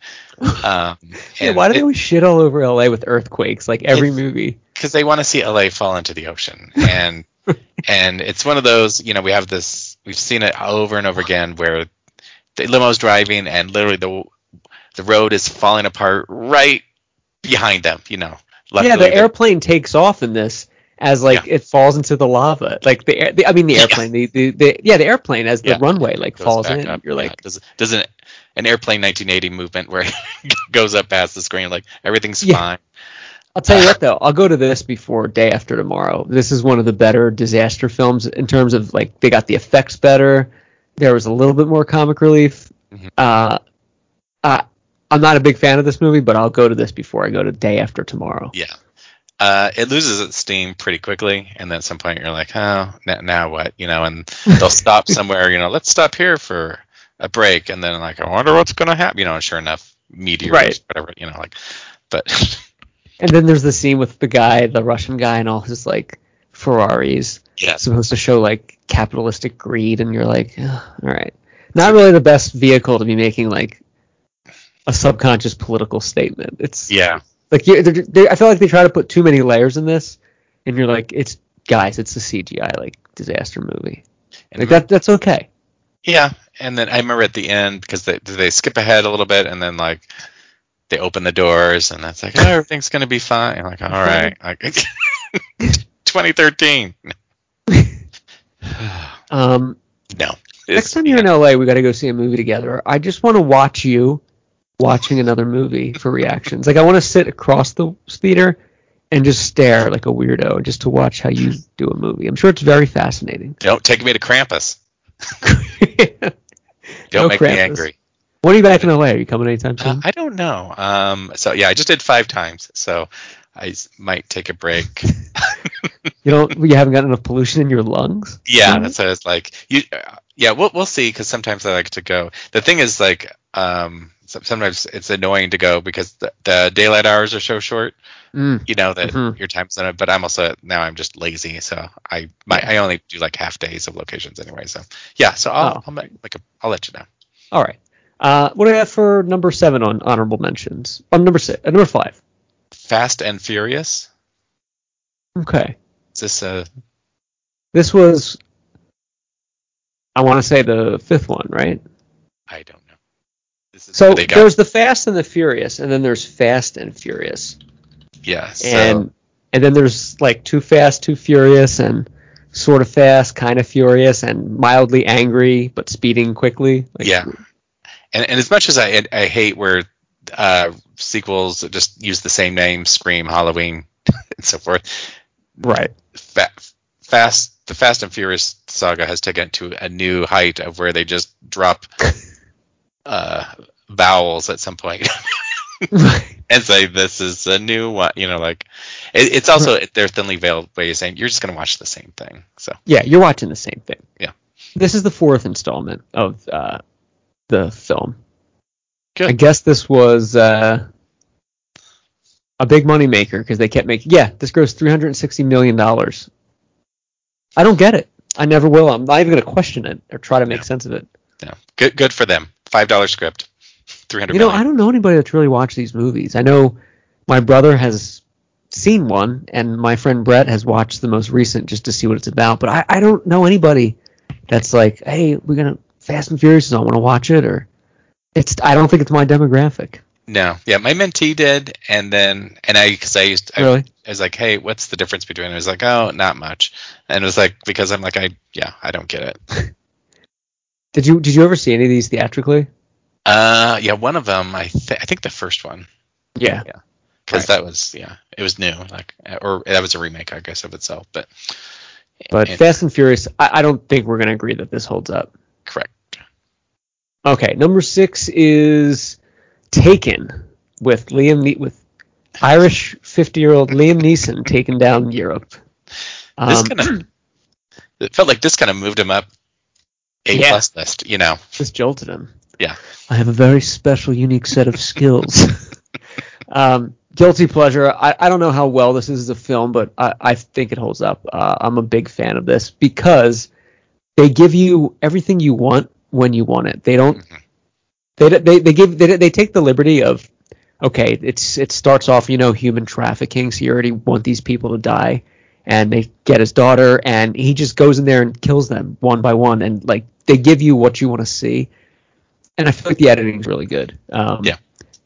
Speaker 1: Um,
Speaker 2: Yeah, why do they always shit all over LA with earthquakes? Like every
Speaker 1: It's-
Speaker 2: movie.
Speaker 1: Because they want to see L.A. fall into the ocean, and and it's one of those. You know, we have this. We've seen it over and over again where the limo's driving, and literally the the road is falling apart right behind them. You know.
Speaker 2: yeah,
Speaker 1: Luckily,
Speaker 2: the
Speaker 1: they-
Speaker 2: airplane takes off in this as like it falls into the lava. Like the, air, the I mean the airplane, the, the, the yeah, the airplane as the
Speaker 1: Yeah.
Speaker 2: runway like
Speaker 1: goes
Speaker 2: falls
Speaker 1: back
Speaker 2: in.
Speaker 1: up,
Speaker 2: You're
Speaker 1: yeah.
Speaker 2: like,
Speaker 1: does, does an, an airplane 1980 movement where it goes up past the screen like everything's
Speaker 2: Yeah.
Speaker 1: fine
Speaker 2: I'll tell you what though, I'll go to this before day after tomorrow. This is one of the better disaster films in terms of like they got the effects better. There was a little bit more comic relief.
Speaker 1: Mm-hmm.
Speaker 2: Uh, uh, I'm not a big fan of this movie, but I'll go to this before I go to Day After Tomorrow.
Speaker 1: Yeah. Uh, it loses its steam pretty quickly, and then at some point you're like, oh, n- now what? You know, and they'll stop somewhere. You know, let's stop here for a break, and then like, I wonder what's gonna happen. You know, and sure enough, meteors,
Speaker 2: Right.
Speaker 1: whatever. You know, like, but
Speaker 2: And then there's the scene with the guy, the Russian guy, and all his like Ferraris.
Speaker 1: Yeah.
Speaker 2: Supposed to show like capitalistic greed, and you're like, "Ugh, all right, not really the best vehicle to be making like a subconscious political statement. It's
Speaker 1: yeah,
Speaker 2: like you they're, they I feel like they try to put too many layers in this, and you're like, it's guys, it's a CGI like disaster movie.
Speaker 1: And
Speaker 2: Like that, that's okay.
Speaker 1: Yeah, and then I remember at the end because they they skip ahead a little bit, and then like they open the doors, and that's like, oh, everything's gonna be fine. I'm like, all right, like 2013.
Speaker 2: Um,
Speaker 1: No,
Speaker 2: next
Speaker 1: It's-
Speaker 2: time you're in LA, we got to go see a movie together. I just want to watch you watching another movie for reactions. Like I want to sit across the theater and just stare like a weirdo, just to watch how you do a movie. I'm sure it's very fascinating.
Speaker 1: don't take me to Krampus. Don't
Speaker 2: No
Speaker 1: make
Speaker 2: Krampus.
Speaker 1: me angry.
Speaker 2: when are you back in LA? Are you coming anytime
Speaker 1: Uh,
Speaker 2: soon?
Speaker 1: I don't know. Um, so yeah, I just did five times, so I s- might take a break.
Speaker 2: you don't. You haven't got enough pollution in your lungs.
Speaker 1: Yeah,
Speaker 2: Mhm.
Speaker 1: that's what it's like. You, uh, yeah, we'll we'll see because sometimes I like to go. The thing is, like, um, so- sometimes it's annoying to go because the, the daylight hours are so short.
Speaker 2: Mm.
Speaker 1: You know that
Speaker 2: Mhm.
Speaker 1: your time's on it, but I'm also now I'm just lazy, so I my I only do like half days of locations anyway. So yeah, so I'll
Speaker 2: Oh.
Speaker 1: I'll make, like a, I'll let you know.
Speaker 2: All right. Uh, what do I have for number seven on honorable mentions? On number six, uh, number five.
Speaker 1: Fast and Furious.
Speaker 2: Okay.
Speaker 1: Is this a
Speaker 2: This was, I want to say the fifth one, right?
Speaker 1: I don't know. This is
Speaker 2: So
Speaker 1: what they got.
Speaker 2: there's the Fast and the Furious, and then there's Fast and Furious,
Speaker 1: yeah, so
Speaker 2: and and then there's like Too Fast, Too Furious, and sort of fast, kind of furious, and mildly angry but speeding quickly. Like,
Speaker 1: yeah, and, and as much as I I hate where uh, sequels just use the same name, Scream, Halloween, and so forth,
Speaker 2: Right.
Speaker 1: fa- Fast the Fast and Furious saga has taken it to a new height of where they just drop uh, vowels at some point and say this is a new one. You know, like it, it's also they're thinly veiled way of saying you're just going to watch the same thing. So
Speaker 2: Yeah, you're watching the same thing.
Speaker 1: Yeah.
Speaker 2: This is the fourth installment of uh, the film.
Speaker 1: Good.
Speaker 2: I guess this was uh, a big moneymaker because they kept making. Yeah, this grossed $360 million. I don't get it. I never will. I'm not even going to question it or try to make
Speaker 1: Yeah.
Speaker 2: sense of it.
Speaker 1: yeah, good good for them. Five dollar script, three hundred.
Speaker 2: You know, I don't know anybody that's really watched these movies. I know my brother has seen one, and my friend Brett has watched the most recent just to see what it's about. But I, I don't know anybody that's like, hey, we're gonna Fast and Furious is on, want to watch it, or it's. I don't think it's my demographic.
Speaker 1: No, yeah, my mentee did, and then and I because I used I,
Speaker 2: Really?
Speaker 1: I was like, hey, what's the difference between? It was like, oh, not much, and it was like because I'm like I yeah I don't get it.
Speaker 2: Did you Did you ever see any of these theatrically?
Speaker 1: uh, yeah, one of them I th- I think the first one
Speaker 2: Yeah. Right.
Speaker 1: because that was yeah it was new like uh, or that was a remake I guess of itself, but
Speaker 2: But
Speaker 1: and-
Speaker 2: Fast and Furious, I, I don't think we're gonna agree that this holds up.
Speaker 1: correct.
Speaker 2: Okay, number six is Taken with Liam ne- with Irish fifty year old Liam Neeson taking down Europe.
Speaker 1: This
Speaker 2: Um,
Speaker 1: kind of it felt like this kind of moved him up a
Speaker 2: Yeah.
Speaker 1: plus list, you know?
Speaker 2: just jolted him.
Speaker 1: Yeah,
Speaker 2: I have a very special, unique set of skills. um, guilty pleasure. I, I don't know how well this is as a film, but I, I think it holds up. Uh, I'm a big fan of this because they give you everything you want when you want it. They don't. They don't- they they give they they take the liberty of. Okay, it's it starts off, you know, human trafficking. So you already want these people to die, and they get his daughter, and he just goes in there and kills them one by one, and like they give you what you want to see and I feel like the editing's really good. Um,
Speaker 1: Yeah.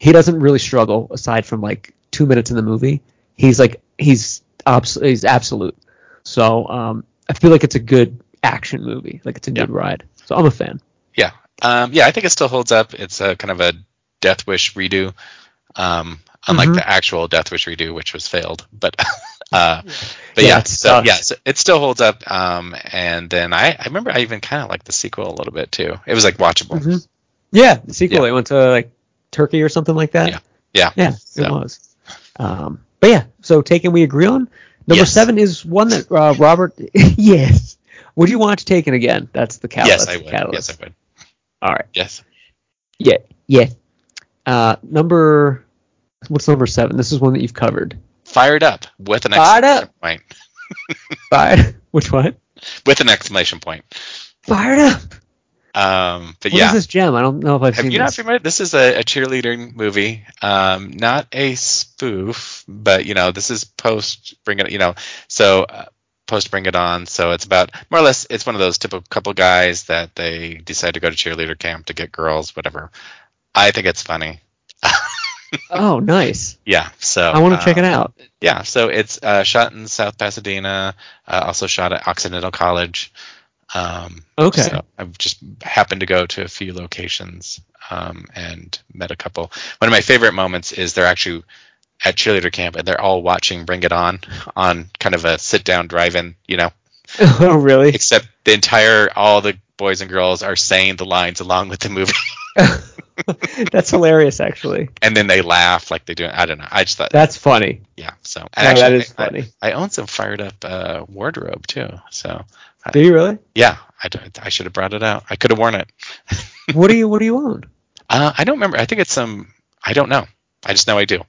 Speaker 2: he doesn't really struggle aside from like two minutes in the movie. He's like he's abs- he's absolute. So um, I feel like it's a good action movie. Like it's a good ride. So I'm a fan.
Speaker 1: Yeah. Um, yeah, I think it still holds up. It's a kind of a
Speaker 2: Mm-hmm.
Speaker 1: Death Wish redo, um, unlike the actual Death Wish redo, which was failed. But Uh, but
Speaker 2: Yeah,
Speaker 1: yeah,
Speaker 2: it's
Speaker 1: so
Speaker 2: tough.
Speaker 1: yeah, so it still holds up. Um, and then I, I remember I even kind of liked the sequel a little bit too. It was like watchable.
Speaker 2: Mhm. Yeah, the sequel.
Speaker 1: Yeah.
Speaker 2: They went to like Turkey or something like that.
Speaker 1: Yeah. Yeah.
Speaker 2: Yeah, it
Speaker 1: So-
Speaker 2: was. Um, but yeah, so Taken we agree on. Number
Speaker 1: Yes.
Speaker 2: seven is one that uh, Robert. yes. Would you watch Taken again? That's the catalyst.
Speaker 1: Yes, I
Speaker 2: the
Speaker 1: would.
Speaker 2: Catalyst.
Speaker 1: Yes, I would.
Speaker 2: All right.
Speaker 1: Yes.
Speaker 2: Yeah. Yeah. Uh, number. What's number seven? This is one that you've covered.
Speaker 1: Fired up with an
Speaker 2: Fired
Speaker 1: exclamation point.
Speaker 2: Fired. Which one?
Speaker 1: With an exclamation point.
Speaker 2: Fired up.
Speaker 1: Um, but
Speaker 2: What is
Speaker 1: yeah.
Speaker 2: this gem? I don't know if I've
Speaker 1: Have
Speaker 2: seen
Speaker 1: you not
Speaker 2: this.
Speaker 1: familiar? This is a, a cheerleading movie, um, not a spoof, but you know this is post Bring It, you know, so uh, post Bring It On. So it's about more or less it's one of those typical couple guys that they decide to go to cheerleader camp to get girls, whatever. I think it's funny.
Speaker 2: oh, nice.
Speaker 1: Yeah, so uh,
Speaker 2: I want to check it out.
Speaker 1: Yeah, so it's uh, shot in South Pasadena, uh, also shot at Occidental College. Um,
Speaker 2: Okay.
Speaker 1: so I've just happened to go to a few locations um, and met a couple. One of my favorite moments is they're actually at cheerleader camp and they're all watching Bring It On on kind of a sit down drive in, you know,
Speaker 2: oh, really?
Speaker 1: except the entire, all the boys and girls are saying the lines along with the movie
Speaker 2: That's hilarious, actually.
Speaker 1: and then they laugh like they do. I don't know. I just thought,
Speaker 2: That's funny.
Speaker 1: yeah. So, and
Speaker 2: No, that is
Speaker 1: I- I-
Speaker 2: funny.
Speaker 1: I own some fired up uh, wardrobe too. So
Speaker 2: Do you really?
Speaker 1: yeah, I, d- I should have brought it out. I could have worn it.
Speaker 2: What do you What do you own?
Speaker 1: Uh, I don't remember. I think it's some. I don't know. I just know I do.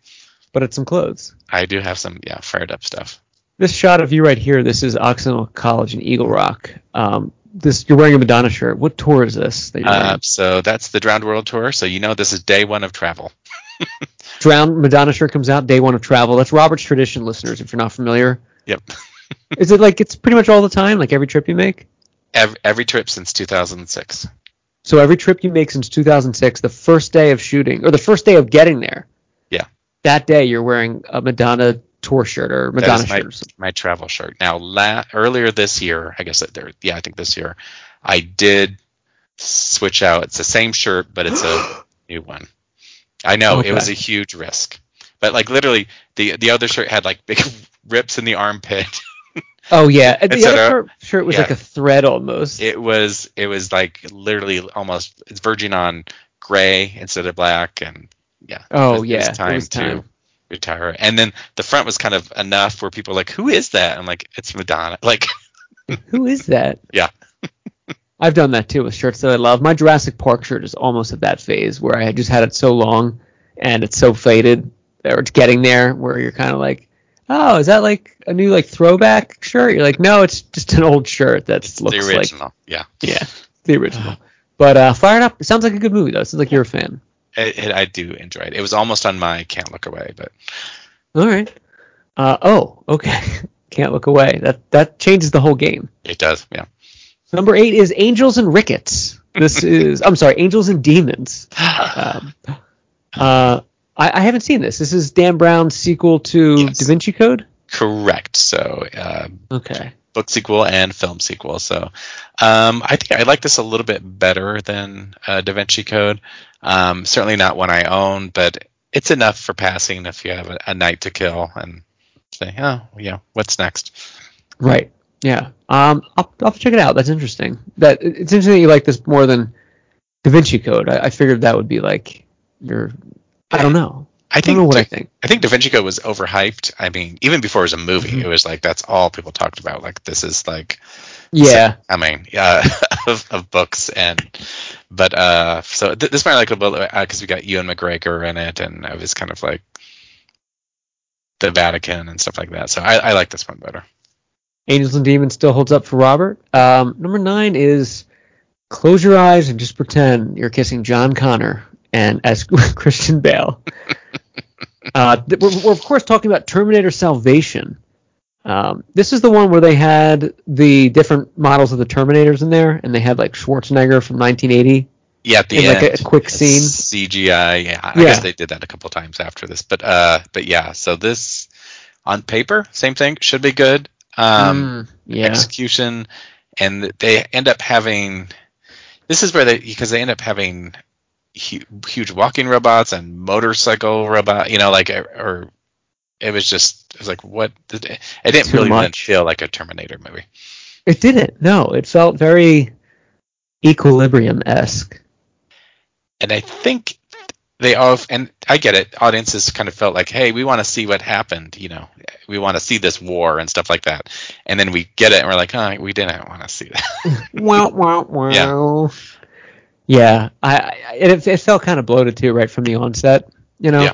Speaker 2: But it's some clothes.
Speaker 1: I do have some yeah fired up stuff.
Speaker 2: This shot of you right here. This is Occidental College in Eagle Rock. Um, this you're wearing a Madonna shirt. What tour is this? That you're
Speaker 1: Uh,
Speaker 2: wearing?
Speaker 1: so that's the Drowned World tour. So you know this is day one of travel.
Speaker 2: Drown Madonna shirt comes out day one of travel. That's Robert's tradition, listeners. If you're not familiar,
Speaker 1: Yep.
Speaker 2: is it like it's pretty much all the time, like every trip you make?
Speaker 1: Every, every trip since 2006.
Speaker 2: So every trip you make since 2006, the first day of shooting or the first day of getting there,
Speaker 1: Yeah.
Speaker 2: that day you're wearing a Madonna tour shirt or
Speaker 1: That
Speaker 2: Madonna
Speaker 1: is my,
Speaker 2: shirt. Or something.
Speaker 1: my travel shirt. Now, la- earlier this year, I guess that there, yeah, I think this year, I did switch out. It's the same shirt, but it's a new one. I know
Speaker 2: Okay.
Speaker 1: it was a huge risk, but like literally, the the other shirt had like big rips in the armpit.
Speaker 2: Oh yeah, the
Speaker 1: It's
Speaker 2: other
Speaker 1: a-
Speaker 2: shirt- shirt was
Speaker 1: yeah.
Speaker 2: like a thread almost.
Speaker 1: It was it was like literally almost it's verging on gray instead of black, and yeah.
Speaker 2: Oh,
Speaker 1: it was-
Speaker 2: yeah,
Speaker 1: it
Speaker 2: it
Speaker 1: was time,
Speaker 2: was time.
Speaker 1: to retire. And then the front was kind of enough where people were like, who is that? And like, it's Madonna. Like.
Speaker 2: Who is that?
Speaker 1: Yeah.
Speaker 2: I've done that too with shirts that I love. My Jurassic Park shirt is almost at that phase where I had just had it so long and it's so faded or it's getting there where you're kind of like, oh, is that like a new like throwback shirt? You're like, no, it's just an old shirt that looks
Speaker 1: the
Speaker 2: like
Speaker 1: original. yeah,
Speaker 2: yeah, the original. But uh, fired up. It sounds like a good movie though. It sounds like you're a fan.
Speaker 1: it, it, I do enjoy it. It was almost on my can't look away, but
Speaker 2: All right. Uh, oh, okay. Can't look away. That that changes the whole game.
Speaker 1: it does. Yeah.
Speaker 2: Number eight is Angels and Rickets. This is I'm sorry, Angels and Demons. Um, uh, I, I haven't seen this. This is Dan Brown's sequel to
Speaker 1: Yes.
Speaker 2: Da Vinci Code.
Speaker 1: Correct. So, uh,
Speaker 2: Okay.
Speaker 1: book sequel and film sequel. So, um, I think I like this a little bit better than uh, Da Vinci Code. Um, certainly not one I own, but it's enough for passing if you have a, a night to kill and say, oh, yeah, what's next?
Speaker 2: Right. Yeah. Um, I'll, I'll check it out. That's interesting. That it's interesting that you like this more than Da Vinci Code. I, I figured that would be like your. I don't know.
Speaker 1: I
Speaker 2: don't
Speaker 1: think
Speaker 2: know what
Speaker 1: Da-
Speaker 2: I think.
Speaker 1: I think Da Vinci Code was overhyped. I mean, even before it was a movie,
Speaker 2: Mm-hmm.
Speaker 1: it was like that's all people talked about. Like this is like
Speaker 2: Yeah.
Speaker 1: I mean, uh, of, of books and, but uh, so th- this might like a little because we got Ewan McGregor in it, and it was kind of like the Vatican and stuff like that. So I, I like this one better.
Speaker 2: Angels and Demons still holds up for Robert. Um, number nine is close your eyes and just pretend you're kissing John Connor and as Christian Bale. uh, th- we're, we're of course talking about Terminator Salvation. Um, this is the one where they had the different models of the Terminators in there, and they had like Schwarzenegger from 1980.
Speaker 1: Yeah, at the
Speaker 2: In, like,
Speaker 1: end,
Speaker 2: a quick scene?
Speaker 1: CGI. Yeah, I
Speaker 2: Yeah.
Speaker 1: guess they did that a couple times after this, but uh, but yeah. So this on paper, same thing, should be good. Um,
Speaker 2: Mm, yeah,
Speaker 1: execution, and they end up having. This is where they because they end up having hu- huge walking robots and motorcycle robot, you know, like er, or it was just it was like what did it, it didn't
Speaker 2: Too
Speaker 1: really
Speaker 2: much.
Speaker 1: didn't feel like a Terminator movie.
Speaker 2: It didn't. No, it felt very equilibrium esque.
Speaker 1: and I think they all and I get it. Audiences kind of felt like, hey, we want to see what happened. You know, we want to see this war and stuff like that. And then we get it, and we're like, oh, we didn't want to see that.
Speaker 2: wow, wow, wow.
Speaker 1: Yeah.
Speaker 2: Yeah, I, I it, it felt kind of bloated too, right from the onset. You know,
Speaker 1: Yeah.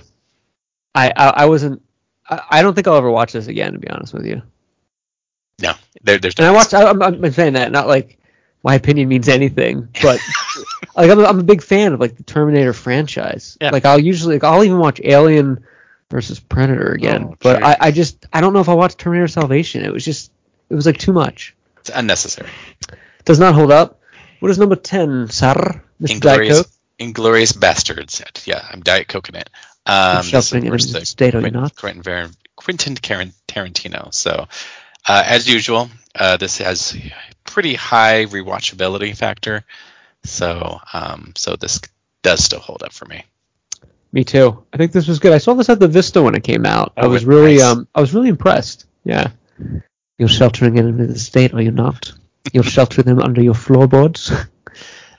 Speaker 2: I, I, I wasn't. I, I don't think I'll ever watch this again, to be honest with you.
Speaker 1: no, there, there's
Speaker 2: And I
Speaker 1: no
Speaker 2: watched. I, I'm, I'm saying that not like my opinion means anything, but like I'm, a- I'm a big fan of like the Terminator franchise.
Speaker 1: Yeah.
Speaker 2: Like I'll usually, like I'll even watch Alien versus Predator again.
Speaker 1: Oh,
Speaker 2: but I,
Speaker 1: geez.
Speaker 2: I just, I don't know if I watched Terminator Salvation. It was just, it was like too much.
Speaker 1: it's unnecessary.
Speaker 2: Does not hold up. What is number ten, sir? Mr. Diet
Speaker 1: Inglorious,
Speaker 2: Coke.
Speaker 1: inglorious bastards. Yeah, I'm diet coking it.
Speaker 2: You're
Speaker 1: Um, this is,
Speaker 2: shoving
Speaker 1: of
Speaker 2: it
Speaker 1: course,
Speaker 2: into
Speaker 1: the
Speaker 2: the state, are you
Speaker 1: Quentin,
Speaker 2: not?
Speaker 1: Quentin, Var- Quentin Taran- Tarantino. So, uh, as usual, uh, this has pretty high rewatchability factor. So, um, so this does still hold up for me.
Speaker 2: Me too. I think this was good. I saw this at the Vista when it came out. I
Speaker 1: Oh,
Speaker 2: was
Speaker 1: it-
Speaker 2: really,
Speaker 1: nice.
Speaker 2: um, I was really impressed. Yeah. You're sheltering it into the state, are you not? You'll shelter them under your floorboards.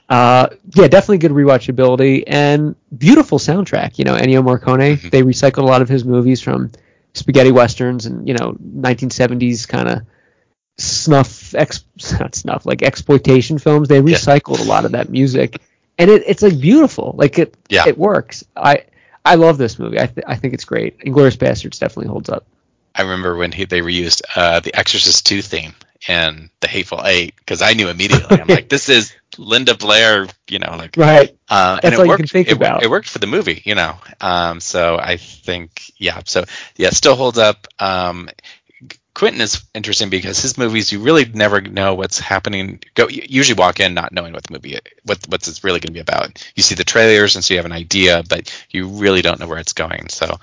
Speaker 2: Uh, yeah, definitely good rewatchability and beautiful soundtrack. You know, Ennio Morricone. They recycled a lot of his movies from spaghetti westerns and you know 1970s kind of snuff, ex- not snuff, like exploitation films. They recycled a lot of that music, and it, it's like beautiful. Like it,
Speaker 1: Yeah.
Speaker 2: it works. I I love this movie. I th- I think it's great. Inglorious Bastards definitely holds up.
Speaker 1: I remember when he, they reused uh, the Exorcist 2 theme and the Hateful Eight because I knew immediately. I'm like, this is Linda Blair, you know, like.
Speaker 2: Right.
Speaker 1: Uh,
Speaker 2: That's
Speaker 1: and it
Speaker 2: all you
Speaker 1: worked.
Speaker 2: can think
Speaker 1: it, wor-
Speaker 2: about.
Speaker 1: It worked for the movie, you know. Um, so I think, yeah. So yeah, it still holds up. Um, Quentin is interesting because his movies, you really never know what's happening. Go you usually walk in not knowing what the movie, what what's it's really going to be about. You see the trailers and so you have an idea, but you really don't know where it's going. So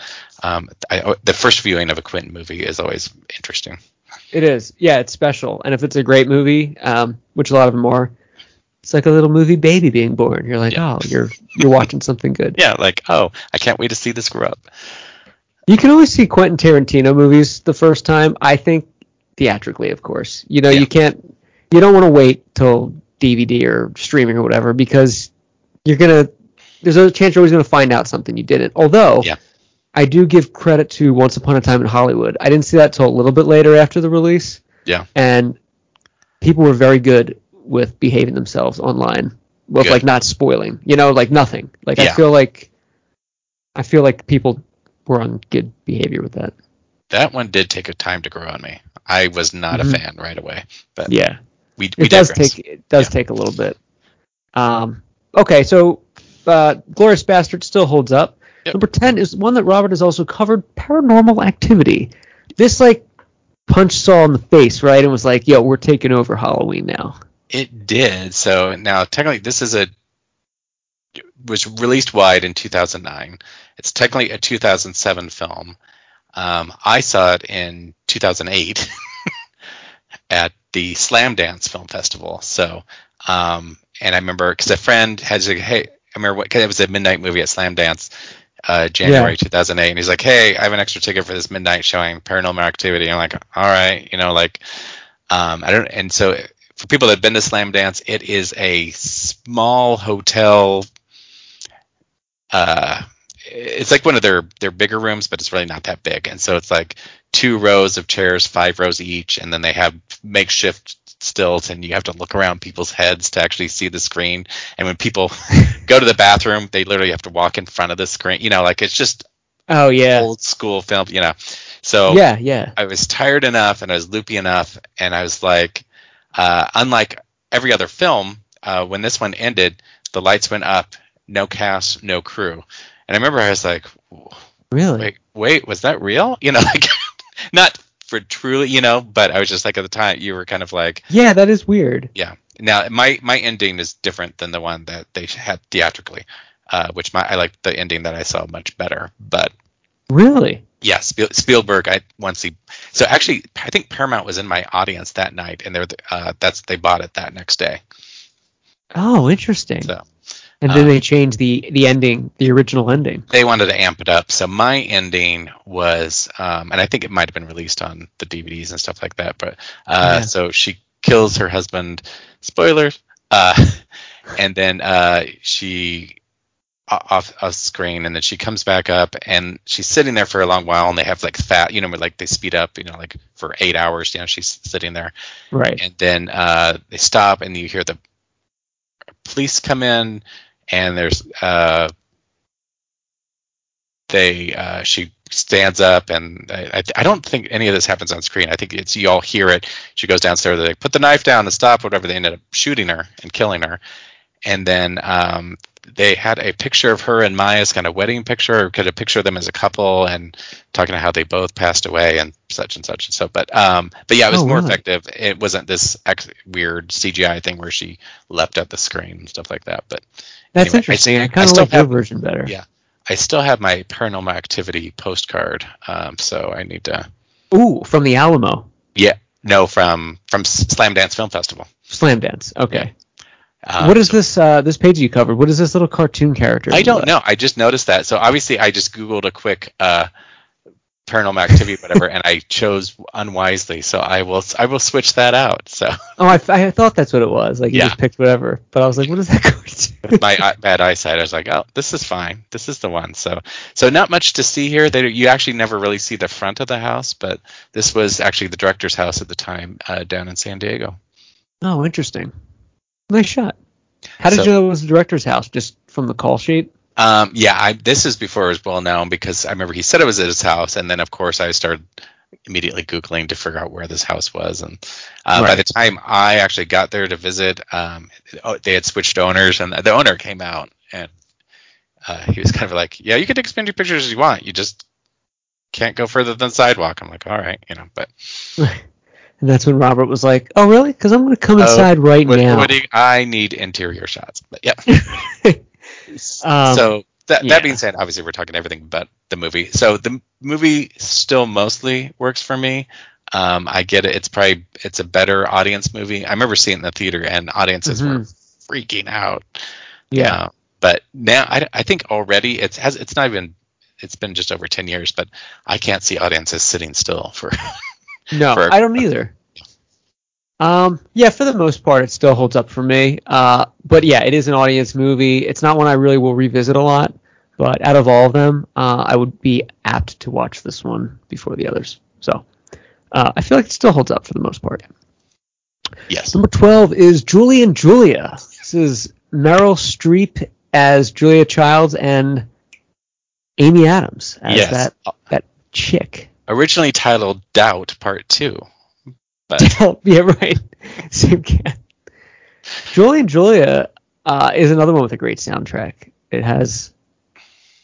Speaker 1: um, I, the first viewing of a Quentin movie is always interesting.
Speaker 2: It is. Yeah, it's special. And if it's a great movie, um, which a lot of them are, it's like a little movie baby being born. You're like,
Speaker 1: Yeah.
Speaker 2: oh, you're you're watching something good.
Speaker 1: Yeah, like oh, I can't wait to see this grow up.
Speaker 2: You can always see Quentin Tarantino movies the first time, I think theatrically, of course. You know,
Speaker 1: Yeah.
Speaker 2: you can't you don't want to wait till DVD or streaming or whatever because you're going to there's a chance you're always going to find out something you didn't. Although
Speaker 1: Yeah.
Speaker 2: I do give credit to Once Upon a Time in Hollywood. I didn't see that till a little bit later after the release
Speaker 1: Yeah,
Speaker 2: and people were very good with behaving themselves online with
Speaker 1: Good.
Speaker 2: like not spoiling you know like nothing like i
Speaker 1: Yeah.
Speaker 2: feel like i feel like people were on good behavior with that
Speaker 1: that one did take a time to grow on me. I was not
Speaker 2: Mm-hmm.
Speaker 1: a fan right away, but
Speaker 2: yeah
Speaker 1: we, we
Speaker 2: it does
Speaker 1: digress.
Speaker 2: take it does
Speaker 1: Yeah.
Speaker 2: take a little bit um okay so uh glorious bastard still holds up
Speaker 1: Yep.
Speaker 2: number 10 is one that robert has also covered paranormal activity this like punch saw in the face right and was like yo we're taking over halloween now
Speaker 1: It did. So now technically this is a was released wide in 2009. It's technically a 2007 film. Um, I saw it in 2008 at the Slam Dance Film Festival. So, um, and I remember because a friend had said, "Hey, I remember what because it was a midnight movie at Slam Dance, uh, January
Speaker 2: Yeah.
Speaker 1: 2008." And he's like, "Hey, I have an extra ticket for this midnight showing, Paranormal Activity." I'm like, "All right, you know, like." Um, I don't, and so for people that've been to Slam Dance, it is a small hotel. Uh, it's like one of their their bigger rooms, but it's really not that big. And so it's like two rows of chairs, five rows each, and then they have makeshift stills, and you have to look around people's heads to actually see the screen. And when people go to the bathroom, they literally have to walk in front of the screen. You know, like it's just
Speaker 2: oh yeah
Speaker 1: old school film. You know, so
Speaker 2: yeah yeah
Speaker 1: I was tired enough and I was loopy enough, and I was like, uh, unlike every other film, uh, when this one ended, the lights went up, no cast, no crew, and I remember I was like,
Speaker 2: really
Speaker 1: wait, wait, was that real? You know, like not for truly, you know, but I was just like at the time you were kind of like,
Speaker 2: Yeah, that is weird.
Speaker 1: yeah. Now my my ending is different than the one that they had theatrically, uh, which my I like the ending that I saw much better, but
Speaker 2: Really?
Speaker 1: yeah, Spiel, Spielberg. I once he so actually I think Paramount was in my audience that night, and they're the- uh, that's they bought it that next day.
Speaker 2: Oh, interesting.
Speaker 1: So um,
Speaker 2: And then they changed the the ending, the original ending.
Speaker 1: they wanted to amp it up. So my ending was, um, and I think it might have been released on the DVDs and stuff like that. But uh,
Speaker 2: Yeah.
Speaker 1: so she kills her husband. Spoilers. Uh, and then uh, she o- off off screen, and then she comes back up, and she's sitting there for a long while, and they have like fat, you know, where, like they speed up, you know, like for eight hours. You know, she's sitting there,
Speaker 2: Right.
Speaker 1: and then uh, they stop, and you hear the police come in, and there's uh, they uh, she stands up, and I, I, I don't think any of this happens on screen. I think it's you all hear it. She goes downstairs. They put the knife down and stop. Whatever. They ended up shooting her and killing her, and then um, they had a picture of her and Maya's kind of wedding picture, or could a picture of them as a couple and talking about how they both passed away and such and such and so. But um, but yeah, it was
Speaker 2: Oh,
Speaker 1: more
Speaker 2: really?
Speaker 1: effective. It wasn't this ex- weird CGI thing where she leapt at the screen and stuff like that. But
Speaker 2: That's
Speaker 1: anyway, I
Speaker 2: interesting.
Speaker 1: s-
Speaker 2: I
Speaker 1: I
Speaker 2: kind of
Speaker 1: still
Speaker 2: like your
Speaker 1: have-
Speaker 2: version better.
Speaker 1: yeah, I still have my Paranormal Activity postcard, um, so I need to.
Speaker 2: Ooh, from the Alamo
Speaker 1: Yeah, no, from from S- Slam Dance Film Festival.
Speaker 2: Slam Dance. Okay.
Speaker 1: Um,
Speaker 2: what is this uh, this page you covered? What is this little cartoon character? Uh,
Speaker 1: I don't know. I just noticed that. So obviously, I just googled a quick uh, paranormal activity, whatever, and I chose unwisely. So I will I will switch that out. So
Speaker 2: Oh, I, f- I thought that's what it was. Like you
Speaker 1: Yeah.
Speaker 2: just picked whatever, but I was like, what is that cartoon?
Speaker 1: my eye- bad eyesight, I was like, oh, this is fine. This is the one. So so not much to see here. They, you actually never really see the front of the house, but this was actually the director's house at the time uh, down in San Diego.
Speaker 2: oh, interesting. Nice shot. How did
Speaker 1: So-
Speaker 2: you know it was the director's house? Just from the call sheet?
Speaker 1: Um, yeah, I, this is before it was well known because I remember he said it was at his house, and then of course I started immediately googling to figure out where this house was. And uh, by
Speaker 2: Right.
Speaker 1: the time I actually got there to visit, um, oh, they had switched owners, and the owner came out, and uh, he was kind of like, "Yeah, you can take as many pictures as you want. You just can't go further than the sidewalk." I'm like, "All right, you know." But
Speaker 2: And that's when Robert was like, oh, really? Because I'm going to come
Speaker 1: Oh,
Speaker 2: inside right
Speaker 1: what,
Speaker 2: now.
Speaker 1: what do you- I need interior shots. But yeah.
Speaker 2: Um,
Speaker 1: so that,
Speaker 2: yeah.
Speaker 1: that being said, obviously we're talking everything but the movie. So the m- movie still mostly works for me. Um, I get it. It's probably it's a better audience movie. I remember seeing it in the theater and audiences were freaking out.
Speaker 2: Mm-hmm. yeah.
Speaker 1: Uh, but now I, I think already it's has it's not even it's been just over ten years, but I can't see audiences sitting still for
Speaker 2: No,
Speaker 1: for-
Speaker 2: I don't either. Um, yeah, for the most part, it still holds up for me. Uh, but yeah, it is an audience movie. It's not one I really will revisit a lot. But out of all of them, uh, I would be apt to watch this one before the others. So uh, I feel like it still holds up for the most part.
Speaker 1: yes.
Speaker 2: Number 12 is Julie and Julia. This is Meryl Streep as Julia Childs and Amy Adams as
Speaker 1: Yes.
Speaker 2: that, that chick.
Speaker 1: Originally titled Doubt Part Two.
Speaker 2: Oh, yeah, right. Same cat. Julie and Julia uh, is another one with a great soundtrack. It has.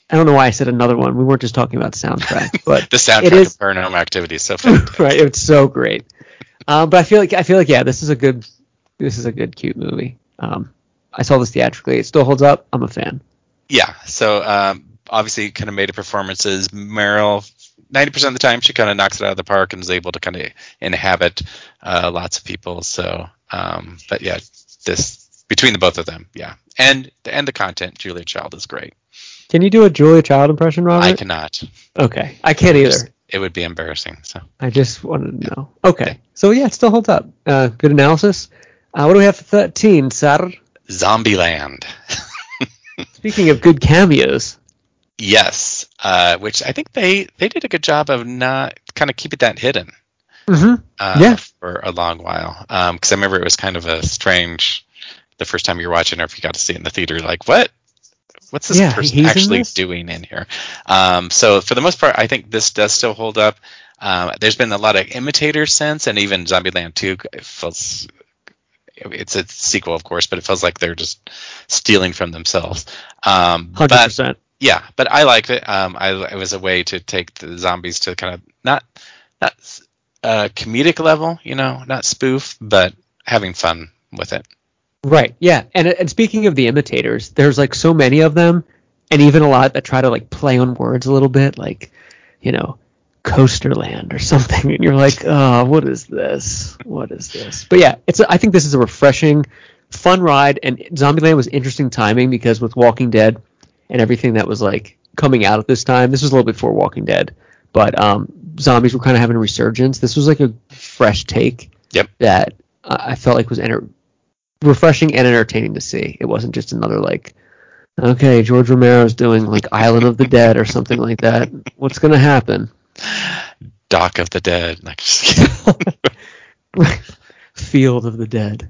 Speaker 2: I don't know why I said another one. We weren't just talking about soundtrack, but
Speaker 1: The soundtrack
Speaker 2: It is-
Speaker 1: of Paranormal Activity is so fun.
Speaker 2: right, it's so great. Um, but I feel like I feel like yeah, this is a good, this is a good cute movie. Um, I saw this theatrically. It still holds up. I'm a fan.
Speaker 1: Yeah. So um, obviously, kind of made a performances. Meryl, ninety percent of the time, she kind of knocks it out of the park and is able to kind of inhabit uh, lots of people. So, um, but yeah, this between the both of them, yeah, and and the content, Julia Child is great.
Speaker 2: Can you do a Julia Child impression, Robert?
Speaker 1: I cannot.
Speaker 2: Okay, I can't either.
Speaker 1: It would be embarrassing. So
Speaker 2: I just wanted to know. Okay, so yeah, it still holds up. Uh, good analysis. Uh, what do we have for 13, sir?
Speaker 1: Zombieland.
Speaker 2: Speaking of good cameos,
Speaker 1: Yes, uh, which I think they they did a good job of not kind of keeping that hidden.
Speaker 2: Mhm.
Speaker 1: Uh,
Speaker 2: Yeah.
Speaker 1: for a long while, because I remember it was kind of a strange the first time you're watching, or if you got to see it in the theater, like what? What's this
Speaker 2: Yeah,
Speaker 1: person
Speaker 2: he's in
Speaker 1: actually
Speaker 2: this?
Speaker 1: doing in here? Um, so for the most part, I think this does still hold up. Um, there's been a lot of imitators since, and even Zombieland 2 feels it's a sequel, of course, but it feels like they're just stealing from themselves. Um,
Speaker 2: hundred
Speaker 1: but
Speaker 2: percent.
Speaker 1: yeah, but I liked it. Um, I it was a way to take the zombies to kind of not not uh, comedic level, you know, not spoof, but having fun with it.
Speaker 2: Right. Yeah. And and speaking of the imitators, there's like so many of them, and even a lot that try to like play on words a little bit, like you know, Coasterland or something, and you're like, oh, what is this? What is this? But yeah, it's. A, I think this is a refreshing fun ride, and Zombieland was interesting timing because with Walking Dead and everything that was like coming out at this time, this was a little bit before Walking Dead, but um, zombies were kind of having a resurgence. This was like a fresh take
Speaker 1: Yep.
Speaker 2: that I I felt like was enter- refreshing and entertaining to see. It wasn't just another like, okay, George Romero's doing like Island of the Dead or something like that. What's gonna happen?
Speaker 1: Doc of the Dead. No, just kidding.
Speaker 2: Field of the Dead.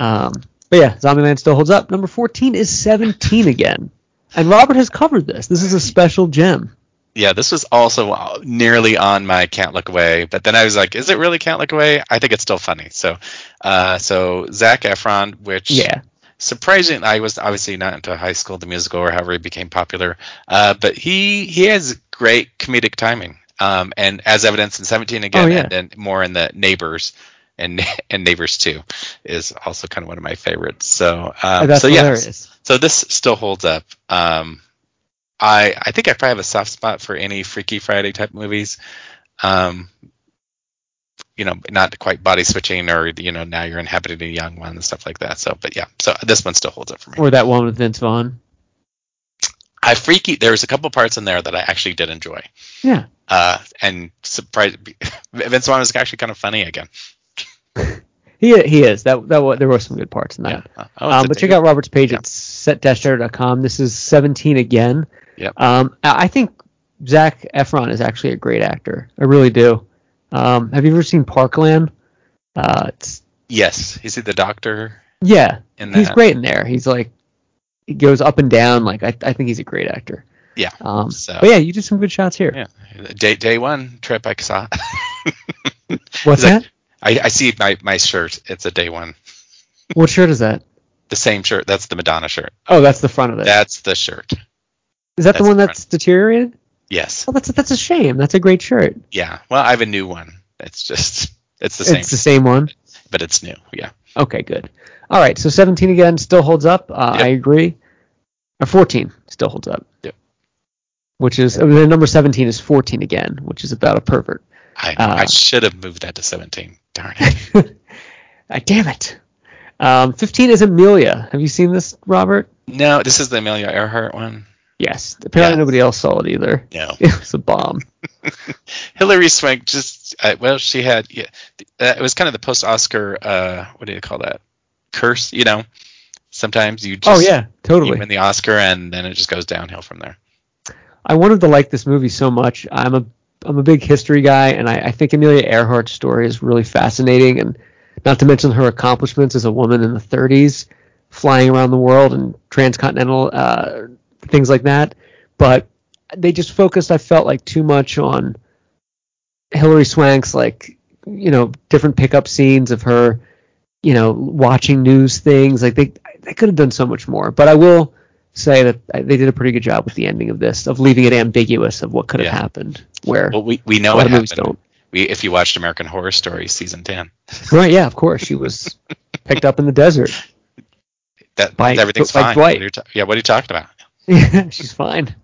Speaker 2: Um, but yeah, Zombieland still holds up. Number 14 is 17 again. And Robert has covered this. This is a special gem.
Speaker 1: yeah, this was also nearly on my can't look away, but then I was like, is it really can't look away? I think it's still funny. So, uh, so Zach Efron, which
Speaker 2: Yeah.
Speaker 1: surprising. I was obviously not into High School the Musical or however he became popular, uh, but he he has great comedic timing, um, and as evidenced in Seventeen again,
Speaker 2: Oh, yeah.
Speaker 1: and then more in the Neighbors and and Neighbors Two is also kind of one of my favorites. So um,
Speaker 2: Oh, That's
Speaker 1: so yeah,
Speaker 2: hilarious.
Speaker 1: so this still holds up. Um, I I think I probably have a soft spot for any Freaky Friday type movies. Um, you know, not quite body switching or you know now you're inhabiting a young one and stuff like that. So, but yeah, so this one still holds up for me.
Speaker 2: Or that one with Vince Vaughn.
Speaker 1: I freaky. There was a couple parts in there that I actually did enjoy.
Speaker 2: Yeah.
Speaker 1: Uh, and surprise, Vince Vaughn was actually kind of funny again.
Speaker 2: He, he is. That, that wa- There were some good parts in that.
Speaker 1: Uh, oh, it's
Speaker 2: Um,
Speaker 1: a
Speaker 2: but
Speaker 1: David-
Speaker 2: check out Robert's page
Speaker 1: Yeah.
Speaker 2: at set-editor.com. This is 17 again.
Speaker 1: Yep.
Speaker 2: Um, I I think Zach Efron is actually a great actor. I really do. Um, have you ever seen Parkland? Uh, it's,
Speaker 1: Yes, he's the doctor.
Speaker 2: yeah,
Speaker 1: In
Speaker 2: he's
Speaker 1: that.
Speaker 2: great in there. He's like, he goes up and down. Like I, I think he's a great actor.
Speaker 1: Yeah.
Speaker 2: Um,
Speaker 1: So-
Speaker 2: but yeah, you did some good shots here.
Speaker 1: Yeah, day day one trip I saw.
Speaker 2: What's
Speaker 1: He's like-
Speaker 2: that?
Speaker 1: I, I see my, my shirt. It's a day one.
Speaker 2: What shirt is that?
Speaker 1: The same shirt. That's the Madonna shirt.
Speaker 2: Oh, that's the front of it. Is
Speaker 1: That's the shirt.
Speaker 2: that
Speaker 1: that's
Speaker 2: the one
Speaker 1: the
Speaker 2: that's deteriorated?
Speaker 1: Yes.
Speaker 2: Oh, that's that's a shame. That's a great shirt.
Speaker 1: Yeah. Well, I have a new one. It's just it's the same,
Speaker 2: It's the same one.
Speaker 1: but it's new. Yeah.
Speaker 2: Okay, good. All right, so 17 again still holds up. Uh,
Speaker 1: Yep.
Speaker 2: I agree. Or 14 still holds up.
Speaker 1: Yep.
Speaker 2: Which is uh, the number 17 is 14 again, which is about a pervert.
Speaker 1: I
Speaker 2: Uh,
Speaker 1: I should have moved that to 17. Darn it.
Speaker 2: Ah, damn it. Um, 15 is Amelia. Have you seen this, Robert?
Speaker 1: no, this is the Amelia Earhart one.
Speaker 2: Yes. Apparently
Speaker 1: Yes.
Speaker 2: nobody else saw it either.
Speaker 1: No.
Speaker 2: It was a bomb.
Speaker 1: Hillary Swank just uh, well, she had yeah, uh, it was kind of the post Oscar uh what do you call that? Curse, you know. Sometimes you just
Speaker 2: oh yeah,
Speaker 1: you
Speaker 2: totally.
Speaker 1: win the Oscar and then it just goes downhill from there.
Speaker 2: I wanted to like this movie so much. I'm a I'm a big history guy, and I, I think Amelia Earhart's story is really fascinating, and not to mention her accomplishments as a woman in the 30s, flying around the world and transcontinental uh, things like that. But they just focused, I felt like, too much on Hillary Swank's like you know different pickup scenes of her, you know, watching news things. Like they they could have done so much more. But I will say that I- they did a pretty good job with the ending of this, of leaving it ambiguous of what could have
Speaker 1: Yeah.
Speaker 2: happened. Where
Speaker 1: Well, we, we know
Speaker 2: a lot
Speaker 1: what
Speaker 2: of movies
Speaker 1: happened.
Speaker 2: don't.
Speaker 1: We if you watched American Horror Story season 10.
Speaker 2: Right? Yeah, of course she was picked up in the desert.
Speaker 1: That
Speaker 2: By-
Speaker 1: everything's
Speaker 2: by
Speaker 1: fine.
Speaker 2: Dwight.
Speaker 1: What are you ta- yeah, what are you talking about?
Speaker 2: Yeah, she's fine.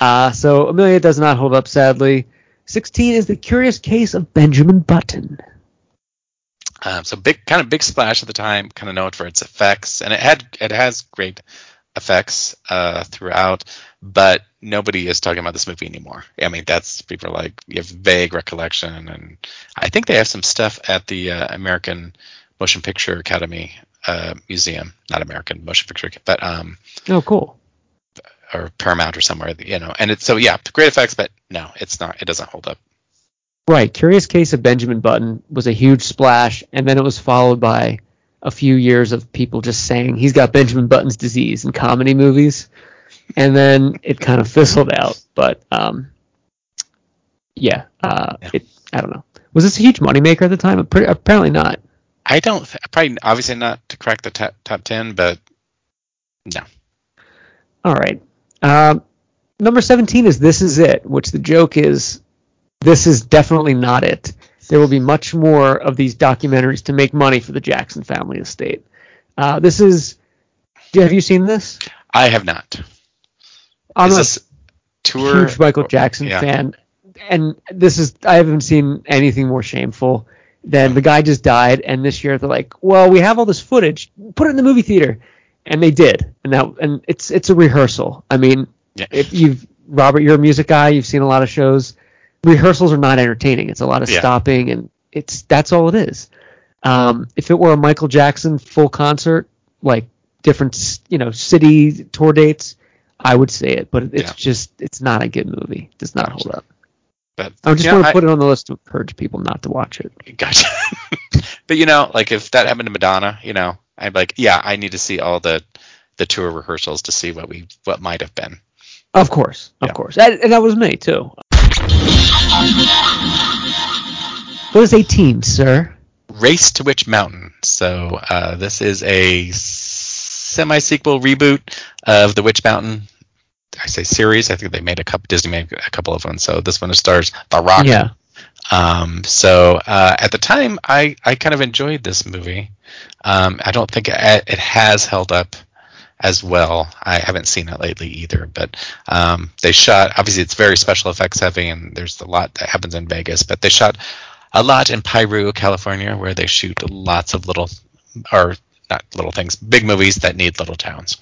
Speaker 2: Uh, so Amelia does not hold up, sadly. 16 is the curious case of Benjamin Button.
Speaker 1: Um, so big, kind of big splash at the time. Kind of known for its effects, and it had it has great effects uh, throughout. But nobody is talking about this movie anymore. I mean, that's people are like you have vague recollection, and I think they have some stuff at the uh, American Motion Picture Academy uh, Museum, not American Motion Picture, but um,
Speaker 2: Oh, cool.
Speaker 1: or Paramount or somewhere, you know. And it's so yeah, great effects, but no, it's not. It doesn't hold up.
Speaker 2: Right, Curious Case of Benjamin Button was a huge splash, and then it was followed by a few years of people just saying he's got Benjamin Button's disease in comedy movies, and then it kind of fizzled out. But um, yeah, uh,
Speaker 1: Yeah.
Speaker 2: It, I don't know. Was this a huge moneymaker at the time? Appar- Apparently not.
Speaker 1: I don't th- probably obviously not to crack the top, top ten, but no.
Speaker 2: All right. Um, number 17 is This Is It, which the joke is this is definitely not it. There will be much more of these documentaries to make money for the Jackson family estate. Uh, this is. do- Have you seen this?
Speaker 1: I have not.
Speaker 2: I'm
Speaker 1: is
Speaker 2: a
Speaker 1: this tour?
Speaker 2: huge Michael Jackson
Speaker 1: yeah.
Speaker 2: fan, and this is. I haven't seen anything more shameful Then the guy just died, and this year they're like, "Well, we have all this footage. Put it in the movie theater," and they did. And that and it's it's a rehearsal. I mean,
Speaker 1: Yeah.
Speaker 2: if you've Robert, you're a music guy. You've seen a lot of shows. Rehearsals are not entertaining. It's a lot of
Speaker 1: Yeah.
Speaker 2: stopping, and it's that's all it is. Um, if it were a Michael Jackson full concert, like different you know city tour dates, I would say it. But it's
Speaker 1: Yeah.
Speaker 2: just it's not a good movie. It does not hold up.
Speaker 1: But
Speaker 2: I just
Speaker 1: you know,
Speaker 2: want to
Speaker 1: I-
Speaker 2: put it on the list to encourage people not to watch it.
Speaker 1: Gotcha. but you know, like if that happened to Madonna, you know, I'd be like, yeah, I need to see all the the tour rehearsals to see what we what might have been.
Speaker 2: Of course, of
Speaker 1: Yeah.
Speaker 2: course, that, and that was me too. What is eighteen, sir?
Speaker 1: Race to Witch Mountain. So uh, this is a semi sequel reboot of the Witch Mountain. I say series. I think they made a couple. Disney made a couple of them. So this one stars The Rock.
Speaker 2: Yeah,
Speaker 1: Um, so uh, at the time, I, I kind of enjoyed this movie. Um, I don't think it, it has held up as well. I haven't seen it lately either. But um, they shot obviously it's very special effects heavy, and there's a lot that happens in Vegas. But they shot a lot in Piru, California, where they shoot lots of little or not little things, big movies that need little towns.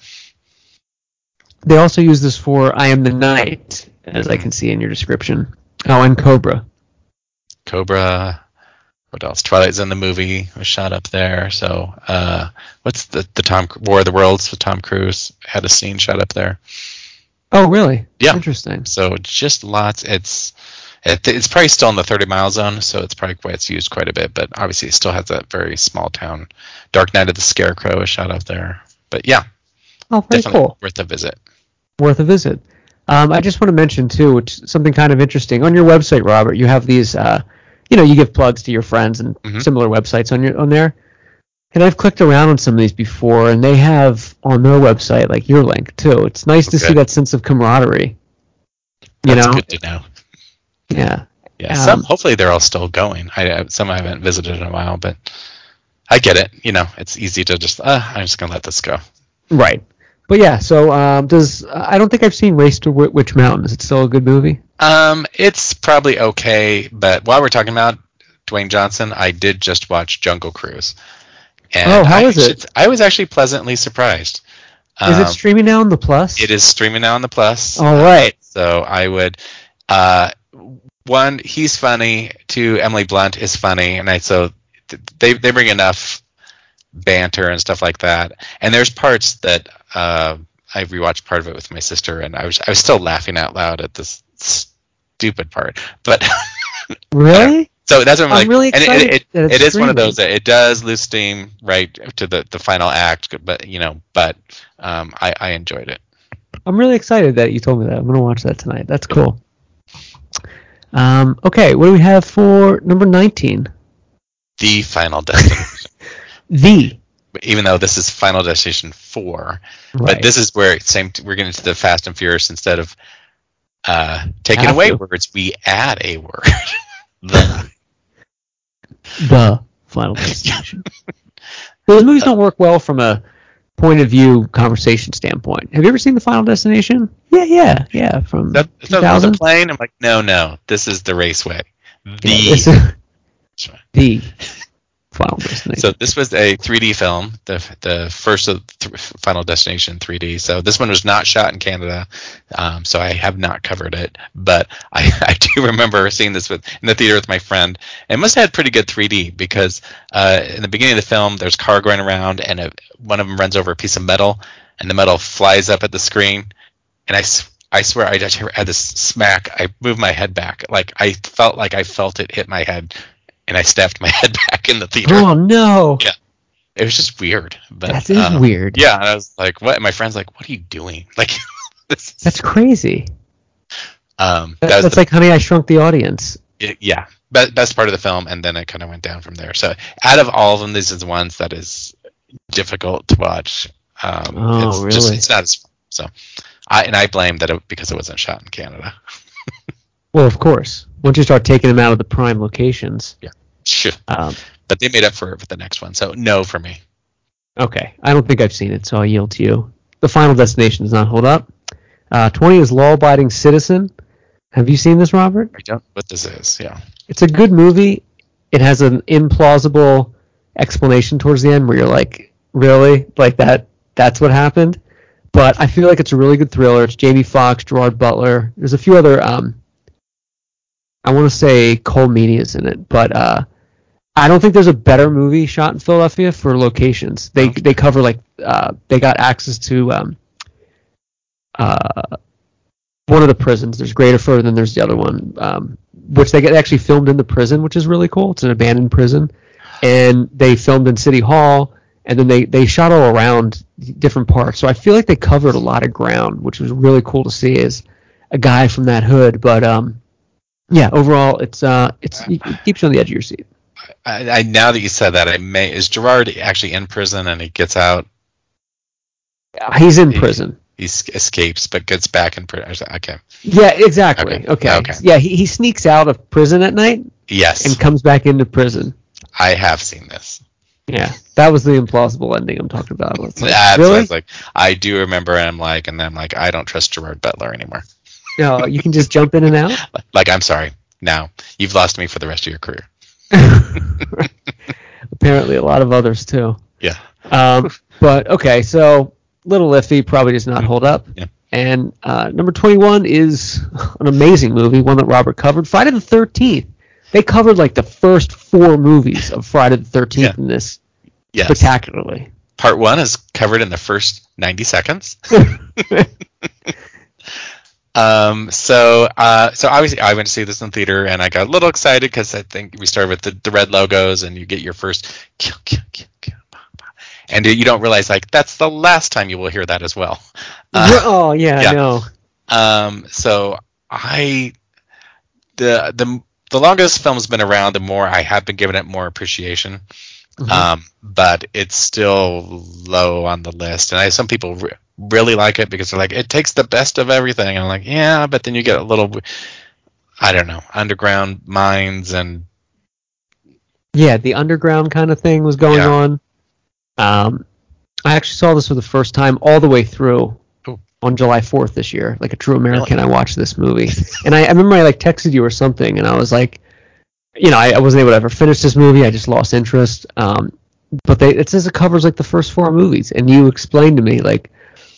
Speaker 2: they also use this for "I Am the Night," as I can see in your description. Oh, and Cobra.
Speaker 1: Cobra. What else? Twilight Zone the movie was shot up there. So uh, what's the the Tom War of the Worlds with Tom Cruise had a scene shot up there.
Speaker 2: Oh, really?
Speaker 1: Yeah.
Speaker 2: Interesting.
Speaker 1: So just lots. It's it, it's probably still in the 30 mile zone, so it's probably why it's used quite a bit. But obviously, it still has that very small town. Dark Knight of the Scarecrow is shot up there. But yeah,
Speaker 2: Oh, very
Speaker 1: definitely
Speaker 2: cool.
Speaker 1: worth a visit.
Speaker 2: worth a visit. Um, I just want to mention too, which something kind of interesting on your website, Robert. You have these, uh, you know, you give plugs to your friends and
Speaker 1: Mhm.
Speaker 2: similar websites on your on there. And I've clicked around on some of these before, and they have on their website like your link too. It's nice to see
Speaker 1: Okay.
Speaker 2: that sense of camaraderie. You
Speaker 1: That's
Speaker 2: know,
Speaker 1: good to know.
Speaker 2: yeah,
Speaker 1: Yeah, some
Speaker 2: Um,
Speaker 1: hopefully they're all still going. I I- some I haven't visited in a while, but I get it. You know, it's easy to just uh, I'm just gonna let this go.
Speaker 2: right. But yeah, so um, does I don't think I've seen Race to Wh- Witch Mountain. Is it still a good movie?
Speaker 1: Um, it's probably okay, but while we're talking about Dwayne Johnson, I did just watch Jungle Cruise. And
Speaker 2: Oh, how
Speaker 1: I
Speaker 2: is it?
Speaker 1: should- I was actually pleasantly surprised.
Speaker 2: is it
Speaker 1: Um,
Speaker 2: streaming now on the Plus?
Speaker 1: It is streaming now on the Plus.
Speaker 2: All right.
Speaker 1: So I would, uh, one, he's funny. Two, Emily Blunt is funny, and I so th- they they bring enough banter and stuff like that. And there's parts that uh, I rewatched part of it with my sister, and I was I was still laughing out loud at this stupid part. But
Speaker 2: Really?
Speaker 1: so that's what I'm,
Speaker 2: I'm
Speaker 1: like.
Speaker 2: really
Speaker 1: and it-
Speaker 2: excited
Speaker 1: it,
Speaker 2: that it's
Speaker 1: it is one of
Speaker 2: streaming.
Speaker 1: those that it does lose steam right to the the final act, but you know, but um, I I enjoyed it.
Speaker 2: I'm really excited that you told me that. I'm gonna watch that tonight. That's cool. Um, okay, what do we have for number 19?
Speaker 1: The final destination.
Speaker 2: The
Speaker 1: even though this is Final Destination four, but
Speaker 2: Right.
Speaker 1: this is where it's same we're getting to the Fast and Furious instead of uh, taking
Speaker 2: Have
Speaker 1: away
Speaker 2: to.
Speaker 1: words, we add a word. the,
Speaker 2: the final destination. Those movies don't work well from a point of view conversation standpoint. Have you ever seen the Final Destination? Yeah, yeah, yeah. From
Speaker 1: that, so the
Speaker 2: 2000.
Speaker 1: plane. I'm like, no, no, this is the raceway. The
Speaker 2: Yeah, this is the Final Destination.
Speaker 1: So this was a 3D film, the the first of th- Final Destination 3D. So this one was not shot in Canada, um, so I have not covered it. But I, I do remember seeing this with in the theater with my friend. It must have had pretty good 3D because uh, in the beginning of the film, there's a car going around, and a, one of them runs over a piece of metal, and the metal flies up at the screen, and I. s- I swear, I just hear- had this smack. I moved my head back, like I felt like I felt it hit my head, and I snapped my head back in the theater
Speaker 2: oh no,
Speaker 1: Yeah. it was just weird. But
Speaker 2: that is
Speaker 1: um,
Speaker 2: weird.
Speaker 1: Yeah, and I was like, "What?" And my friend's like, "What are you doing?" Like, this is-
Speaker 2: That's crazy.
Speaker 1: um,
Speaker 2: That-
Speaker 1: that was
Speaker 2: that's
Speaker 1: the,
Speaker 2: like Honey, I Shrunk the Audience.
Speaker 1: yeah, be- best part of the film, and then it kind of went down from there. So, out of all of them, this is the ones that is difficult to watch. Um,
Speaker 2: Oh,
Speaker 1: it's Just,
Speaker 2: really?
Speaker 1: it's not as fun. So, I and I blame that it, because it wasn't shot in Canada.
Speaker 2: Well, of course. Once you start taking them out of the prime locations.
Speaker 1: Shoo.
Speaker 2: Um,
Speaker 1: But they made up for it with the next one. So, no for me.
Speaker 2: okay. I don't think I've seen it, so I'll yield to you. The Final Destination does not hold up. Uh, 20 is Law Abiding Citizen. Have you seen this, Robert?
Speaker 1: I don't know what this is. Yeah.
Speaker 2: It's a good movie. it has an implausible explanation towards the end where you're like, really, like that? That's what happened. But I feel like it's a really good thriller. It's Jamie Foxx, Gerard Butler. There's a few other. Um, I want to say Cole Media's in it, but uh, I don't think there's a better movie shot in Philadelphia for locations. They they cover like uh, they got access to um, uh, one of the prisons. There's Greater Fur, then there's the other one, um, which they get actually filmed in the prison, which is really cool. It's an abandoned prison, and they filmed in City Hall, and then they they shot all around different parts. So I feel like they covered a lot of ground, which was really cool to see as a guy from that hood. But um, yeah, overall, it's uh, it's it keeps you on the edge of your seat.
Speaker 1: I, I now that you said that, I may is Gerard actually in prison and he gets out,
Speaker 2: He's in prison.
Speaker 1: he s- escapes, but gets back in prison. Okay,
Speaker 2: Yeah, exactly.
Speaker 1: Okay,
Speaker 2: Okay.
Speaker 1: okay.
Speaker 2: Yeah, he, he sneaks out of prison at night
Speaker 1: yes,
Speaker 2: and comes back into prison.
Speaker 1: I have seen this.
Speaker 2: Yeah, that was the implausible ending I'm talking about. It's like,
Speaker 1: That's what I
Speaker 2: really?
Speaker 1: was like, I do remember, and I'm like, and then I'm like, I don't trust Gerard Butler anymore.
Speaker 2: No, you can just jump in and out.
Speaker 1: Like, I'm sorry, now you've lost me for the rest of your career.
Speaker 2: Apparently, a lot of others too.
Speaker 1: Yeah,
Speaker 2: Um, but okay, so Little Iffy probably does not hold up.
Speaker 1: Yeah.
Speaker 2: And uh, number 21 is an amazing movie, one that Robert covered, Friday the 13th. They covered like the first four movies of Friday the 13th
Speaker 1: Yeah.
Speaker 2: in this
Speaker 1: yes.
Speaker 2: spectacularly.
Speaker 1: Part one is covered in the first 90 seconds. um, so, uh, so obviously, I went to see this in theater, and I got a little excited because I think we started with the, the red logos, and you get your first kill, kill, kill, kill, bah, bah. and you don't realize like that's the last time you will hear that as well. Uh,
Speaker 2: oh, yeah,
Speaker 1: yeah.
Speaker 2: I know.
Speaker 1: Um, so I the the the longer this film's been around, the more I have been giving it more appreciation.
Speaker 2: Mm-hmm.
Speaker 1: Um, but it's still low on the list, and I some people re- really like it because they're like it takes the best of everything. And I'm like, yeah, but then you get a little, I don't know, underground mines and
Speaker 2: Yeah, the underground kind of thing was going
Speaker 1: Yeah.
Speaker 2: on. Um, I actually saw this for the first time all the way through
Speaker 1: Cool.
Speaker 2: on July 4th this year. Like a true American, I watched this movie. and I, I remember I like texted you or something, and I was like, you know, I, I wasn't able to ever finish this movie. I just lost interest. Um, but they, it says it covers like the first four movies, and you explained to me like,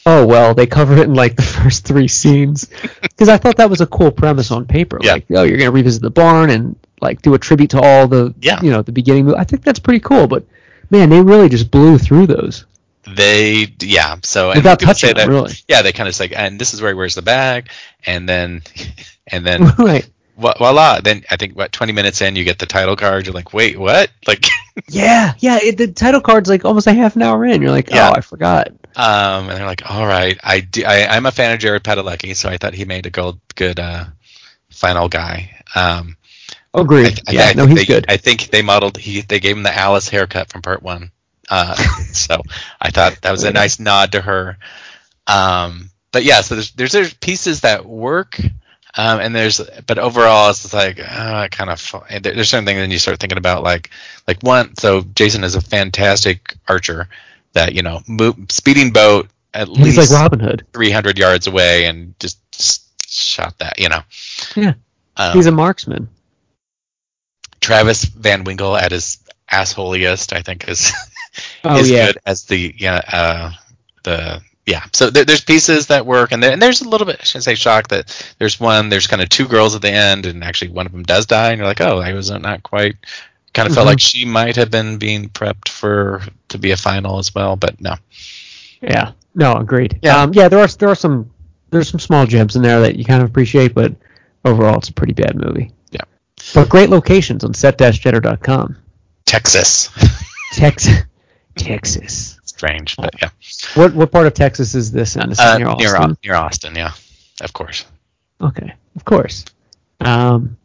Speaker 2: oh well, they cover it in like the first three scenes, because I thought that was a cool premise on paper.
Speaker 1: Yeah.
Speaker 2: Like, oh, you're gonna revisit the barn and like do a tribute to all the
Speaker 1: Yeah.
Speaker 2: you know the beginning. mo- I think that's pretty cool, but man, they really just blew through those.
Speaker 1: they yeah. So and
Speaker 2: Without
Speaker 1: people
Speaker 2: touching
Speaker 1: say
Speaker 2: it,
Speaker 1: that-
Speaker 2: really.
Speaker 1: yeah, they kind of say, and this is where he wears the bag, and then and then
Speaker 2: right.
Speaker 1: Vo- voila then i think what 20 minutes in you get the title card you're like wait what like
Speaker 2: Yeah, yeah. It, the title card's like almost a half an hour in. You're like,
Speaker 1: Yeah.
Speaker 2: oh, I forgot.
Speaker 1: um and they're like all right i do I, i'm a fan of jared padalecki so i thought he made a gold good uh final guy um
Speaker 2: Agreed. Oh,
Speaker 1: I, I,
Speaker 2: yeah,
Speaker 1: I
Speaker 2: no,
Speaker 1: think
Speaker 2: he's
Speaker 1: they,
Speaker 2: good.
Speaker 1: i think they modeled he they gave him the alice haircut from part one uh so i thought that was a nice nod to her um but yeah so there's there's, there's pieces that work um, and there's, but overall, it's just like uh, kind of. fu- and there- There's certain things that you start thinking about, like, like one. So Jason is a fantastic archer, that you know, mo- speeding boat at
Speaker 2: he's like
Speaker 1: least
Speaker 2: Robin Hood.
Speaker 1: 300 yards away and just, just shot that, you know.
Speaker 2: Yeah.
Speaker 1: Um,
Speaker 2: He's a marksman.
Speaker 1: Travis Van Winkle at his assholiest, I think, is
Speaker 2: Oh
Speaker 1: is
Speaker 2: yeah.
Speaker 1: good as the yeah uh, the yeah. So there, there's pieces that work, and, there, and there's a little bit I shouldn't say shock that there's one there's kind of two girls at the end, and actually one of them does die, and you're like, oh, I was not quite. Kind of felt
Speaker 2: Mhm.
Speaker 1: like she might have been being prepped for to be a final as well, but no.
Speaker 2: Yeah. No, agreed.
Speaker 1: Yeah.
Speaker 2: Yeah. Um, yeah, there are there are some there's some small gems in there that you kind of appreciate, but overall it's a pretty bad movie.
Speaker 1: Yeah.
Speaker 2: But great locations on set-jetter.com.
Speaker 1: Texas,
Speaker 2: Texas. Texas.
Speaker 1: strange, but yeah,
Speaker 2: What what part of Texas is this on? Is it
Speaker 1: uh,
Speaker 2: near Austin?
Speaker 1: near Au- near Austin, yeah, of course.
Speaker 2: Okay. Of course. Um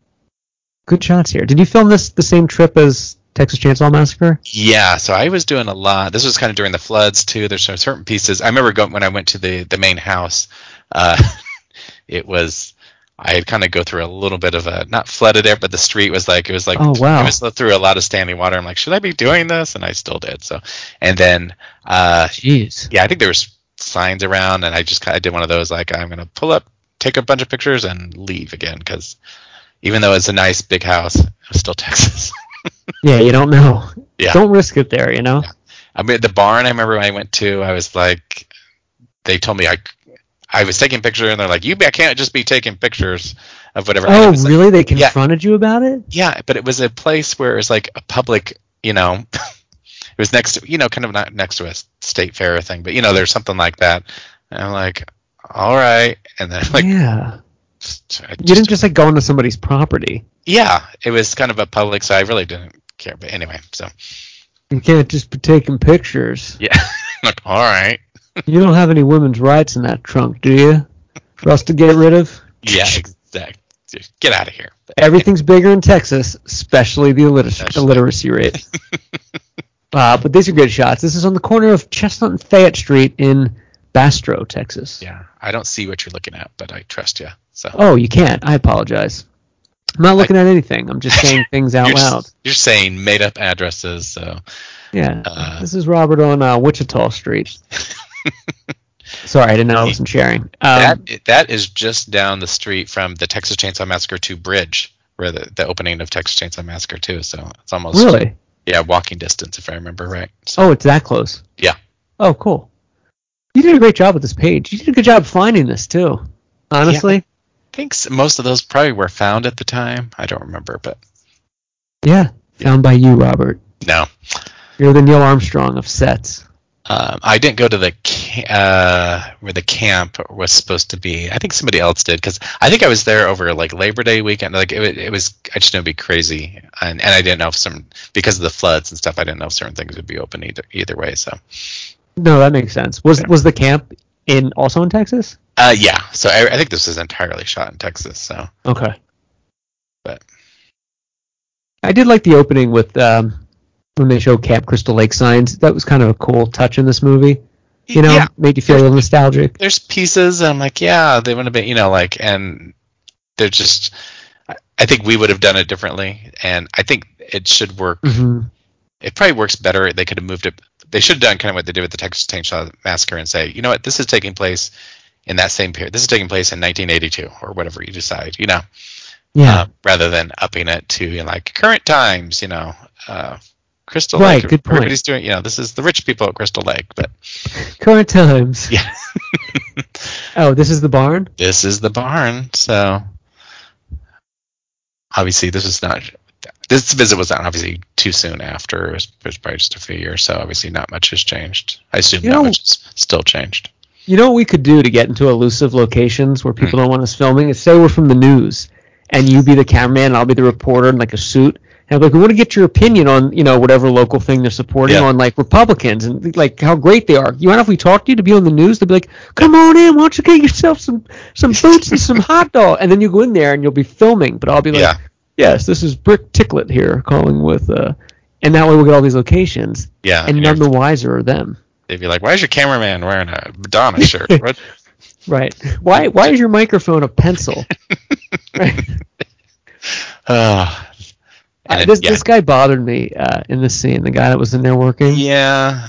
Speaker 2: good shots here. Did you film this the same trip as Texas Chainsaw Massacre?
Speaker 1: Yeah, so I was doing a lot. This was kind of during the floods too. There's some certain pieces. I remember going, when I went to the the main house. Uh, it was I had kind of go through a little bit of a not flooded area, but the street was like it was like
Speaker 2: Oh, wow.
Speaker 1: I was through a lot of standing water. I'm like, should I be doing this? And I still did. So, and then uh,
Speaker 2: Jeez.
Speaker 1: yeah, I think there was signs around, and I just kind of did one of those like I'm gonna pull up, take a bunch of pictures, and leave again because even though it's a nice big house, it was still Texas.
Speaker 2: yeah, you don't know.
Speaker 1: Yeah.
Speaker 2: Don't risk it there, you know?
Speaker 1: I mean, the barn I remember I went to, I was like, they told me I, I was taking pictures, and they're like, you I can't just be taking pictures of whatever. And I
Speaker 2: Oh,
Speaker 1: was like,
Speaker 2: really? They
Speaker 1: Yeah.
Speaker 2: confronted you about it?
Speaker 1: yeah, but it was a place where it was like a public, you know, it was next to, you know, kind of not next to a state fair thing, but you know, there's something like that. And I'm like, all right, and then like,
Speaker 2: yeah.
Speaker 1: just- I
Speaker 2: You didn't just like go onto somebody's property.
Speaker 1: yeah, it was kind of a public, so I really didn't care. But anyway, so
Speaker 2: You can't just be taking pictures.
Speaker 1: yeah, like all right,
Speaker 2: You don't have any women's rights in that trunk, do you? For us to get rid of?
Speaker 1: yeah, exactly, get out of here.
Speaker 2: Everything's bigger in Texas, especially the illiteracy,
Speaker 1: Especially.
Speaker 2: illiteracy rate. uh, but these are good shots. This is on the corner of Chestnut and Fayette Street in Bastrop, Texas.
Speaker 1: Yeah, I don't see what you're looking at, but I trust you. So
Speaker 2: Oh, you can't. I apologize. I'm not looking at anything. I'm just saying things out
Speaker 1: you're, s-
Speaker 2: loud.
Speaker 1: you're saying made up addresses, so
Speaker 2: Yeah.
Speaker 1: Uh,
Speaker 2: this is Robert on uh, Wichita Street. Sorry, I didn't know I wasn't sharing. Um,
Speaker 1: that that is just down the street from the Texas Chainsaw Massacre 2 bridge, where the, the opening of Texas Chainsaw Massacre 2. So it's almost
Speaker 2: really?
Speaker 1: yeah walking distance if I remember right. So
Speaker 2: Oh, it's that close.
Speaker 1: yeah,
Speaker 2: Oh, cool. You did a great job with this page. You did a good job finding this too. Honestly,
Speaker 1: I think s- most of those probably were found at the time. I don't remember, but
Speaker 2: yeah. Found by you, Robert.
Speaker 1: no,
Speaker 2: You're the Neil Armstrong of sets.
Speaker 1: um, I didn't go to the ca- uh, where the camp was supposed to be. I think somebody else did because I think I was there over like Labor Day weekend. Like it, wa- it was, I just knew it'd be crazy, and and I didn't know if some because of the floods and stuff. I didn't know if certain things would be open either either way. So
Speaker 2: No, that makes sense. Was was the camp in also in Texas?
Speaker 1: uh, yeah, so I, I think this was entirely shot in Texas. So
Speaker 2: Okay.
Speaker 1: But-
Speaker 2: I did like the opening with um, when they show Camp Crystal Lake signs. That was kind of a cool touch in this movie. You know,
Speaker 1: Yeah.
Speaker 2: made you feel a little nostalgic.
Speaker 1: there's pieces and I'm like, yeah, they would have been, you know, like, and they're just. I- I think we would have done it differently, and I think it should work.
Speaker 2: hmm
Speaker 1: it probably works better. They could have moved it. They should have done kind of what they did with the Texas Chainsaw Massacre and say, you know what, this is taking place in that same period. This is taking place in 1982 or whatever you decide, you know,
Speaker 2: Yeah,
Speaker 1: uh, rather than upping it to you know, like current times, you know, uh, Crystal
Speaker 2: Right,
Speaker 1: Lake.
Speaker 2: good point.
Speaker 1: Everybody's doing, you know, this is the rich people at Crystal Lake, but
Speaker 2: current times.
Speaker 1: yeah,
Speaker 2: Oh, this is the barn.
Speaker 1: this is the barn. So obviously, this is not. This visit was not obviously too soon after. It was, it was probably just a few years, so obviously not much has changed. I assume
Speaker 2: You
Speaker 1: not
Speaker 2: know-
Speaker 1: much has still changed.
Speaker 2: You know what we could do to get into elusive locations where people
Speaker 1: Hmm.
Speaker 2: don't want us filming is say we're from the news and you be the cameraman and I'll be the reporter in like a suit. And I'm like, we want to get your opinion on, you know, whatever local thing they're supporting
Speaker 1: Yeah.
Speaker 2: on like Republicans and like how great they are. You mind if we talk to you to be on the news? They'll be like, Come on in, why don't you get yourself some some boots and some hot dog and then you go in there and you'll be filming, but I'll be like
Speaker 1: Yeah.
Speaker 2: Yes, this is Brick Ticklet here calling with uh and that way we'll get all these locations.
Speaker 1: Yeah,
Speaker 2: And
Speaker 1: and
Speaker 2: none the wiser are them.
Speaker 1: They'd be like, "Why is your cameraman wearing a Madonna shirt?" What?
Speaker 2: Right. Why why is your microphone a pencil? right.
Speaker 1: Ah. And
Speaker 2: Uh,
Speaker 1: it-
Speaker 2: this
Speaker 1: yeah.
Speaker 2: this guy bothered me uh, in this scene. The guy that was in there working.
Speaker 1: yeah,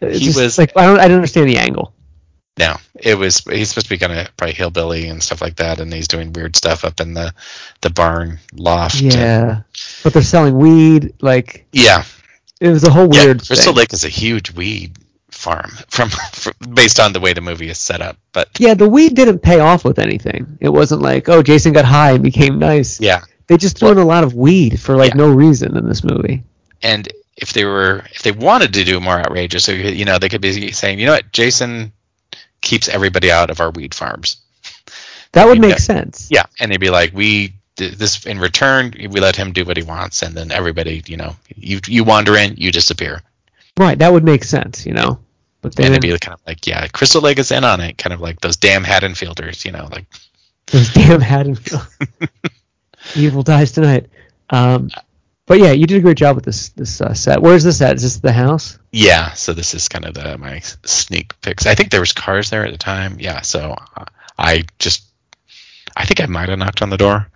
Speaker 2: It's
Speaker 1: he
Speaker 2: just
Speaker 1: was-
Speaker 2: like I don't I didn't understand the angle.
Speaker 1: no, it was. He's supposed to be kind of probably hillbilly and stuff like that, and he's doing weird stuff up in the the barn loft.
Speaker 2: Yeah. But they're selling weed. Like
Speaker 1: yeah.
Speaker 2: it was a whole
Speaker 1: Yeah,
Speaker 2: weird
Speaker 1: Crystal
Speaker 2: thing.
Speaker 1: Lake is a huge weed farm from, from based on the way the movie is set up. But
Speaker 2: yeah, the weed didn't pay off with anything. It wasn't like oh Jason got high and became nice.
Speaker 1: yeah,
Speaker 2: They just threw in a lot of weed for like
Speaker 1: Yeah.
Speaker 2: no reason in this movie.
Speaker 1: and if they were if they wanted to do more outrageous, they could- you know, they could be saying, you know what, Jason keeps everybody out of our weed farms.
Speaker 2: That would
Speaker 1: Yeah.
Speaker 2: make sense.
Speaker 1: Yeah, and they'd be like, we th- this in return we let him do what he wants, and then everybody, you know, you you wander in, you disappear,
Speaker 2: Right. That would make sense. You know. But
Speaker 1: and
Speaker 2: then
Speaker 1: it'd be kind of like, yeah, Crystal Lake is in on it, kind of like those damn Haddonfielders, you know, like
Speaker 2: Those damn Haddonfield. Evil dies tonight. Um, but yeah, you did a great job with this this uh, set. Where's this at? Is this the house?
Speaker 1: Yeah, so this is kind of the my sneak picks. I think there was cars there at the time. Yeah, so uh, I just I think I might have knocked on the door.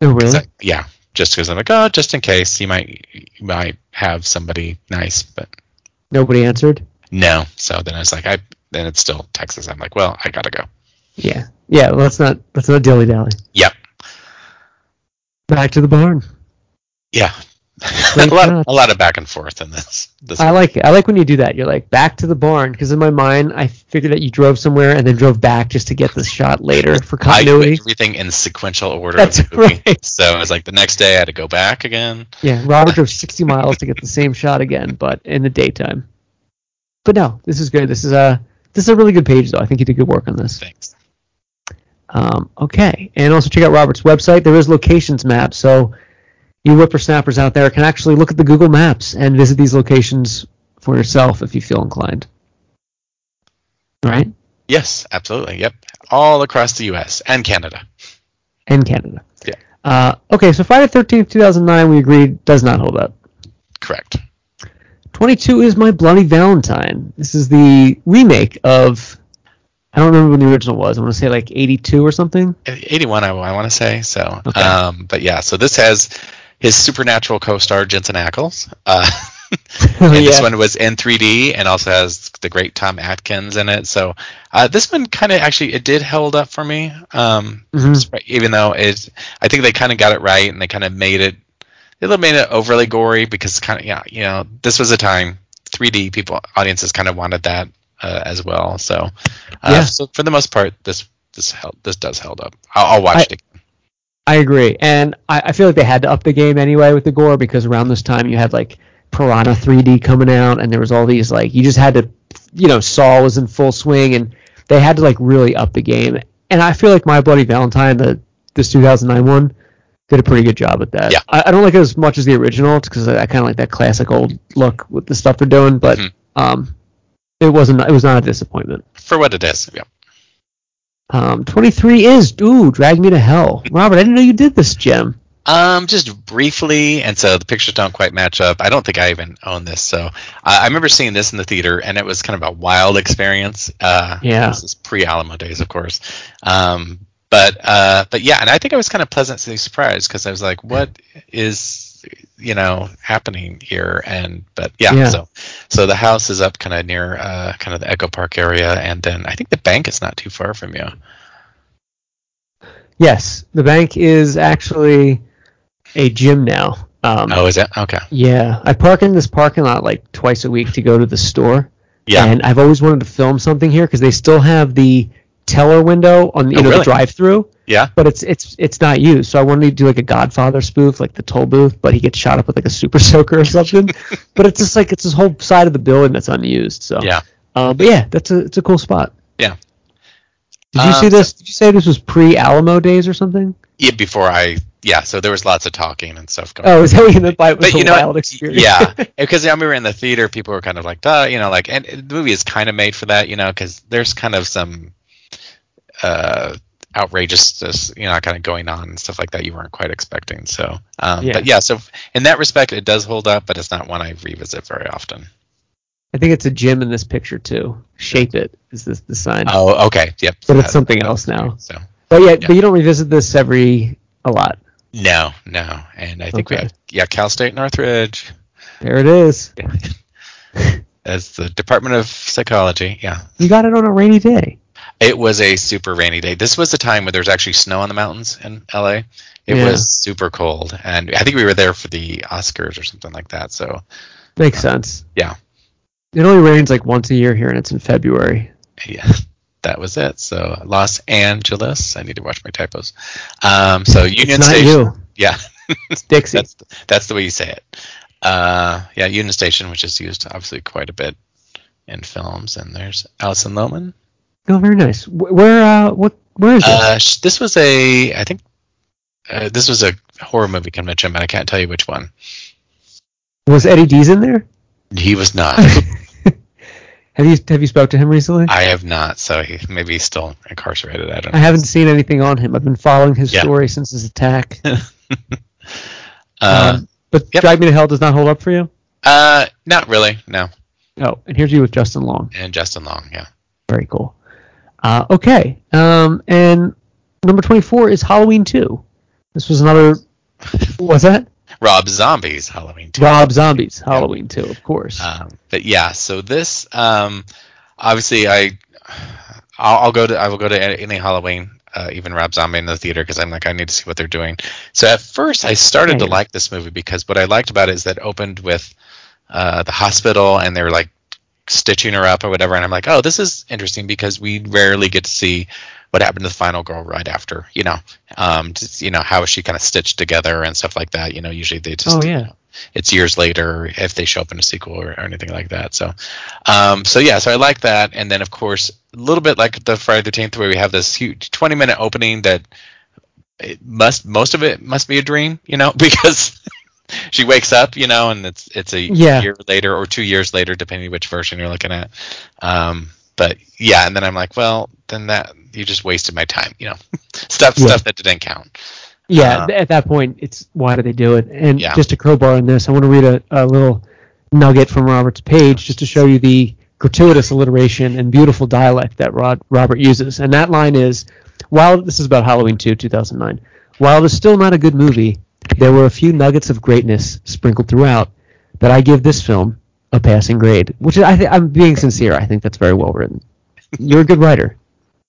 Speaker 2: Oh, really?
Speaker 1: 'Cause I- yeah, just because I'm like, oh, just in case you might you might have somebody nice, but
Speaker 2: Nobody answered.
Speaker 1: no. So then I was like, I then it's still Texas. I'm like, well, I gotta go.
Speaker 2: Yeah. Yeah. well, Let's not let's not dilly dally.
Speaker 1: Yep.
Speaker 2: Back to the barn.
Speaker 1: Yeah. a
Speaker 2: Great
Speaker 1: lot,
Speaker 2: job.
Speaker 1: a lot of back and forth in this. this
Speaker 2: I like it. I like when you do that. You're like back to the barn because in my mind I figured that you drove somewhere and then drove back just to get this shot later for
Speaker 1: I do
Speaker 2: continuity.
Speaker 1: everything in sequential order.
Speaker 2: That's
Speaker 1: of the movie.
Speaker 2: right.
Speaker 1: So it was like the next day I had to go back again.
Speaker 2: Yeah, Robert drove 60 miles to get the same shot again, but in the daytime. But no, this is good. This is a this is a really good page though. I think you did good work on this.
Speaker 1: Thanks.
Speaker 2: Um, okay, and also check out Robert's website. There is locations map, so you whippersnappers out there can actually look at the Google Maps and visit these locations for yourself if you feel inclined. All Right?
Speaker 1: Yes, absolutely. Yep. All across the U.S. and Canada.
Speaker 2: And Canada.
Speaker 1: Yeah.
Speaker 2: Uh, okay, so Friday thirteenth, two thousand nine, we agreed does not hold up.
Speaker 1: Correct.
Speaker 2: Twenty-two is my bloody Valentine. This is the remake of. I don't remember when the original was. I want to say like eighty-two or something.
Speaker 1: 81, I, want to say. So,
Speaker 2: Okay.
Speaker 1: um, but yeah, so this has his supernatural co-star Jensen Ackles. Uh, and
Speaker 2: Yeah.
Speaker 1: This one was in 3D and also has the great Tom Atkins in it. So uh, this one kind of actually it did held up for me. Um,
Speaker 2: Mhm.
Speaker 1: despite- Even though it, I think they kind of got it right and they kind of made it. They made it overly gory because kind of yeah, you know, this was a time 3D people audiences kind of wanted that uh, as well. So, uh,
Speaker 2: Yeah.
Speaker 1: so for the most part, this this held this does held up. I'll, I'll watch
Speaker 2: I-
Speaker 1: it. Again.
Speaker 2: I agree, and I, I feel like they had to up the game anyway with the gore because around this time you had like Piranha 3D coming out, and there was all these like you just had to, you know, Saw was in full swing, and they had to like really up the game. And I feel like My Bloody Valentine, the this 2009 one, did a pretty good job at that.
Speaker 1: Yeah.
Speaker 2: I, I don't like it as much as the original because I, I kind of like that classic old look with the stuff they're doing, but
Speaker 1: Mhm.
Speaker 2: um, it wasn't it was not a disappointment.
Speaker 1: for what it is. Yeah.
Speaker 2: Um, 23 is ooh, Drag Me to Hell, Robert. I didn't know you did this, Jim.
Speaker 1: Um, just briefly, and so the pictures don't quite match up. I don't think I even own this, so I, I remember seeing this in the theater, and it was kind of a wild experience. Uh,
Speaker 2: Yeah.
Speaker 1: this is pre Alamo days, of course. Um, but uh, but yeah, and I think I was kind of pleasantly surprised because I was like, what is you know happening here? And but yeah,
Speaker 2: Yeah.
Speaker 1: so so the house is up kind of near uh, kind of the Echo Park area, and then I think the bank is not too far from you.
Speaker 2: Um, Yes, the bank is actually a gym now. Um,
Speaker 1: Oh, is it okay?
Speaker 2: Yeah, I park in this parking lot like twice a week to go to the store.
Speaker 1: Yeah.
Speaker 2: And I've always wanted to film something here because they still have the teller window on you
Speaker 1: Oh,
Speaker 2: know the
Speaker 1: really?
Speaker 2: drive-through,
Speaker 1: yeah.
Speaker 2: but it's it's it's not used. So I wanted to do like a Godfather spoof, like the toll booth, but he gets shot up with like a super soaker or something. but it's just like it's this whole side of the building that's unused. So
Speaker 1: Yeah.
Speaker 2: Uh, but yeah, that's a it's a cool spot.
Speaker 1: Yeah.
Speaker 2: Did you
Speaker 1: Um,
Speaker 2: see this? Did you say this was pre Alamo days or something?
Speaker 1: Yeah, before I yeah, so there was lots of talking and stuff going. on.
Speaker 2: Oh, is that what you meant by it was
Speaker 1: But you
Speaker 2: a
Speaker 1: know,
Speaker 2: wild experience?
Speaker 1: yeah, because I remember in the theater, people were kind of like, "Duh," you know, like, and the movie is kind of made for that, you know, because there's kind of some uh, outrageousness, you know, kind of going on and stuff like that you weren't quite expecting. So, um,
Speaker 2: Yeah.
Speaker 1: but yeah, so in that respect, it does hold up, but it's not one I revisit very often.
Speaker 2: I think it's a gym in this picture too. Shape it is this the sign.
Speaker 1: Oh, okay, yep.
Speaker 2: But it's
Speaker 1: That-
Speaker 2: something
Speaker 1: that-
Speaker 2: else now.
Speaker 1: So
Speaker 2: but yeah,
Speaker 1: yeah.
Speaker 2: but you don't revisit this every a lot.
Speaker 1: no, no, and I think we
Speaker 2: Okay.
Speaker 1: have yeah, Cal State Northridge
Speaker 2: There it is.
Speaker 1: as the Department of Psychology. Yeah.
Speaker 2: You got it on a rainy day.
Speaker 1: It was a super rainy day. This was the time where there was actually snow on the mountains in LA. It
Speaker 2: Yeah.
Speaker 1: was super cold, and I think we were there for the Oscars or something like that. So
Speaker 2: Makes sense.
Speaker 1: yeah,
Speaker 2: It only rains like once a year here, and it's in February.
Speaker 1: yeah, that was it. So Los Angeles. I need to watch my typos. Um, so Union
Speaker 2: not
Speaker 1: Station.
Speaker 2: you.
Speaker 1: Yeah,
Speaker 2: It's Dixie.
Speaker 1: that's that's the way you say it. Uh, yeah, Union Station, which is used obviously quite a bit in films. And there's Alison Lohman.
Speaker 2: oh, very nice. Wh- Where? Uh, what? Where is it?
Speaker 1: Uh, sh- this was a, I think, uh, this was a horror movie convention, but I can't tell you which one.
Speaker 2: Was Eddie D's in there?
Speaker 1: He was not.
Speaker 2: Have you have you spoke to him recently?
Speaker 1: I have not. So he maybe he's still incarcerated. I don't
Speaker 2: I
Speaker 1: know.
Speaker 2: haven't seen anything on him. I've been following his
Speaker 1: Yeah.
Speaker 2: story since his attack.
Speaker 1: Uh,
Speaker 2: Um, but
Speaker 1: yep.
Speaker 2: Drag Me to Hell does not hold up for you.
Speaker 1: uh, not really. No.
Speaker 2: Oh, and here's you with Justin Long.
Speaker 1: And Justin Long. Yeah.
Speaker 2: Very cool. Uh, okay. Um, and number 24 is Halloween 2. This was another. Was that?
Speaker 1: Rob Zombies Halloween too.
Speaker 2: Rob Zombie's Halloween 2, of course.
Speaker 1: Um, but yeah, so this um, obviously I I'll, I'll go to I will go to any Halloween uh, even Rob Zombie in the theater because I'm like, I need to see what they're doing. So at first, I started to
Speaker 2: Right.
Speaker 1: like this movie because what I liked about it is that it opened with uh, the hospital and they were like stitching her up or whatever, and I'm like, oh, this is interesting because we rarely get to see what happened to the final girl right after, you know, um, just, you know how she kind of stitched together and stuff like that. You know, usually they just
Speaker 2: Oh, yeah.
Speaker 1: it's years later if they show up in a sequel or, or anything like that. So, um, so yeah, so I like that. And then of course, a little bit like the Friday the Tenth, where we have this huge twenty minute opening that it must most of it must be a dream, you know, because she wakes up, you know, and it's it's a
Speaker 2: Yeah.
Speaker 1: year later or two years later, depending which version you're looking at. Um, but yeah, and then I'm like, well, then that you just wasted my time, you know, stuff
Speaker 2: Yeah.
Speaker 1: stuff that didn't count.
Speaker 2: Yeah,
Speaker 1: Uh,
Speaker 2: th- at that point, it's why do they do it? And
Speaker 1: Yeah.
Speaker 2: just to crowbar on this, I want to read a, a little nugget from Robert's page just to show you the gratuitous alliteration and beautiful dialect that Rod, Robert uses. And that line is, "While this is about Halloween 2, 2009. While it is still not a good movie, there were a few nuggets of greatness sprinkled throughout that I give this film a passing grade." Which is, I th- I'm being sincere. I think that's very well written. You're a good writer.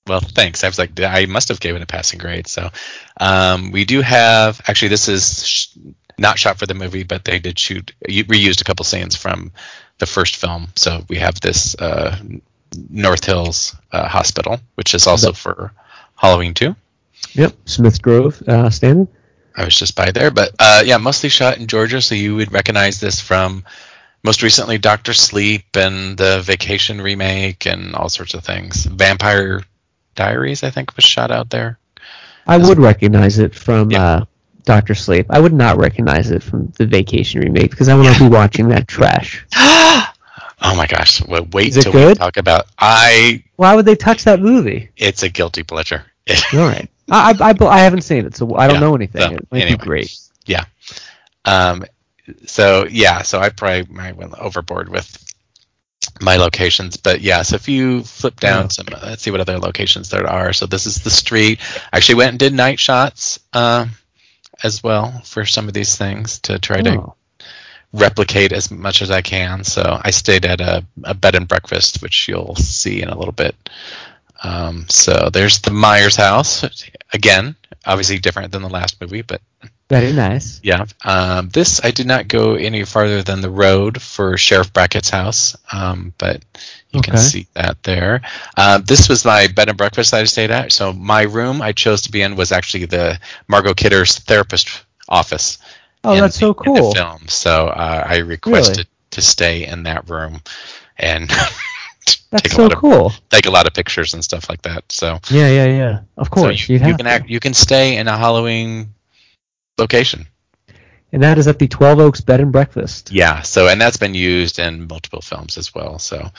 Speaker 1: Well, thanks. I was like, I must have given a passing grade. So, um, we do have actually this is sh- not shot for the movie, but they did shoot you reused a couple scenes from the first film. So we have this uh, North Hills uh, Hospital, which is also for Halloween too.
Speaker 2: Yep, Smith Grove uh, standard.
Speaker 1: I was just by there, but uh, yeah, mostly shot in Georgia, so you would recognize this from most recently Doctor Sleep and the Vacation remake and all sorts of things. Vampire Diaries, I think, was shot out there.
Speaker 2: I would recognize it from
Speaker 1: Yeah.
Speaker 2: uh, Doctor Sleep. I would not recognize it from the Vacation remake because I will not be watching that trash.
Speaker 1: Oh my gosh! Well, wait
Speaker 2: Is it
Speaker 1: till we
Speaker 2: good?
Speaker 1: talk about. I.
Speaker 2: Why would they touch that movie?
Speaker 1: It's a guilty pleasure.
Speaker 2: All right, I I, I, I haven't seen it, so I don't
Speaker 1: Yeah,
Speaker 2: know anything.
Speaker 1: so,
Speaker 2: it might
Speaker 1: anyway.
Speaker 2: be great.
Speaker 1: yeah. Um. So yeah. So I probably I went overboard with my locations, but yeah. So if you flip down some, let's see what other locations there are. So this is the street. I actually went and did night shots. Um. as well for some of these things to try to
Speaker 2: Oh.
Speaker 1: replicate as much as I can. So I stayed at a, a bed and breakfast, which you'll see in a little bit. Um, so there's the Myers house. Again, obviously different than the last movie, but
Speaker 2: Very nice.
Speaker 1: yeah. Um, this, I did not go any farther than the road for Sheriff Brackett's house, um, but you can
Speaker 2: Okay.
Speaker 1: see that there. Um, this was my bed and breakfast that I stayed at. So my room I chose to be in was actually the Margot Kidder's therapist office
Speaker 2: Oh,
Speaker 1: in
Speaker 2: that's so
Speaker 1: the- in the
Speaker 2: cool.
Speaker 1: film. So uh, I requested to stay in that room and take
Speaker 2: That's
Speaker 1: a
Speaker 2: so
Speaker 1: lot of
Speaker 2: cool.
Speaker 1: take a lot of pictures and stuff like that. So,
Speaker 2: Yeah, yeah, yeah. Of
Speaker 1: so
Speaker 2: course,
Speaker 1: you,
Speaker 2: you'd
Speaker 1: you
Speaker 2: have
Speaker 1: can
Speaker 2: to.
Speaker 1: act, you can stay in a Halloween location.
Speaker 2: and that is at the Twelve Oaks Bed and Breakfast.
Speaker 1: Yeah. So and that's been used in multiple films as well. So.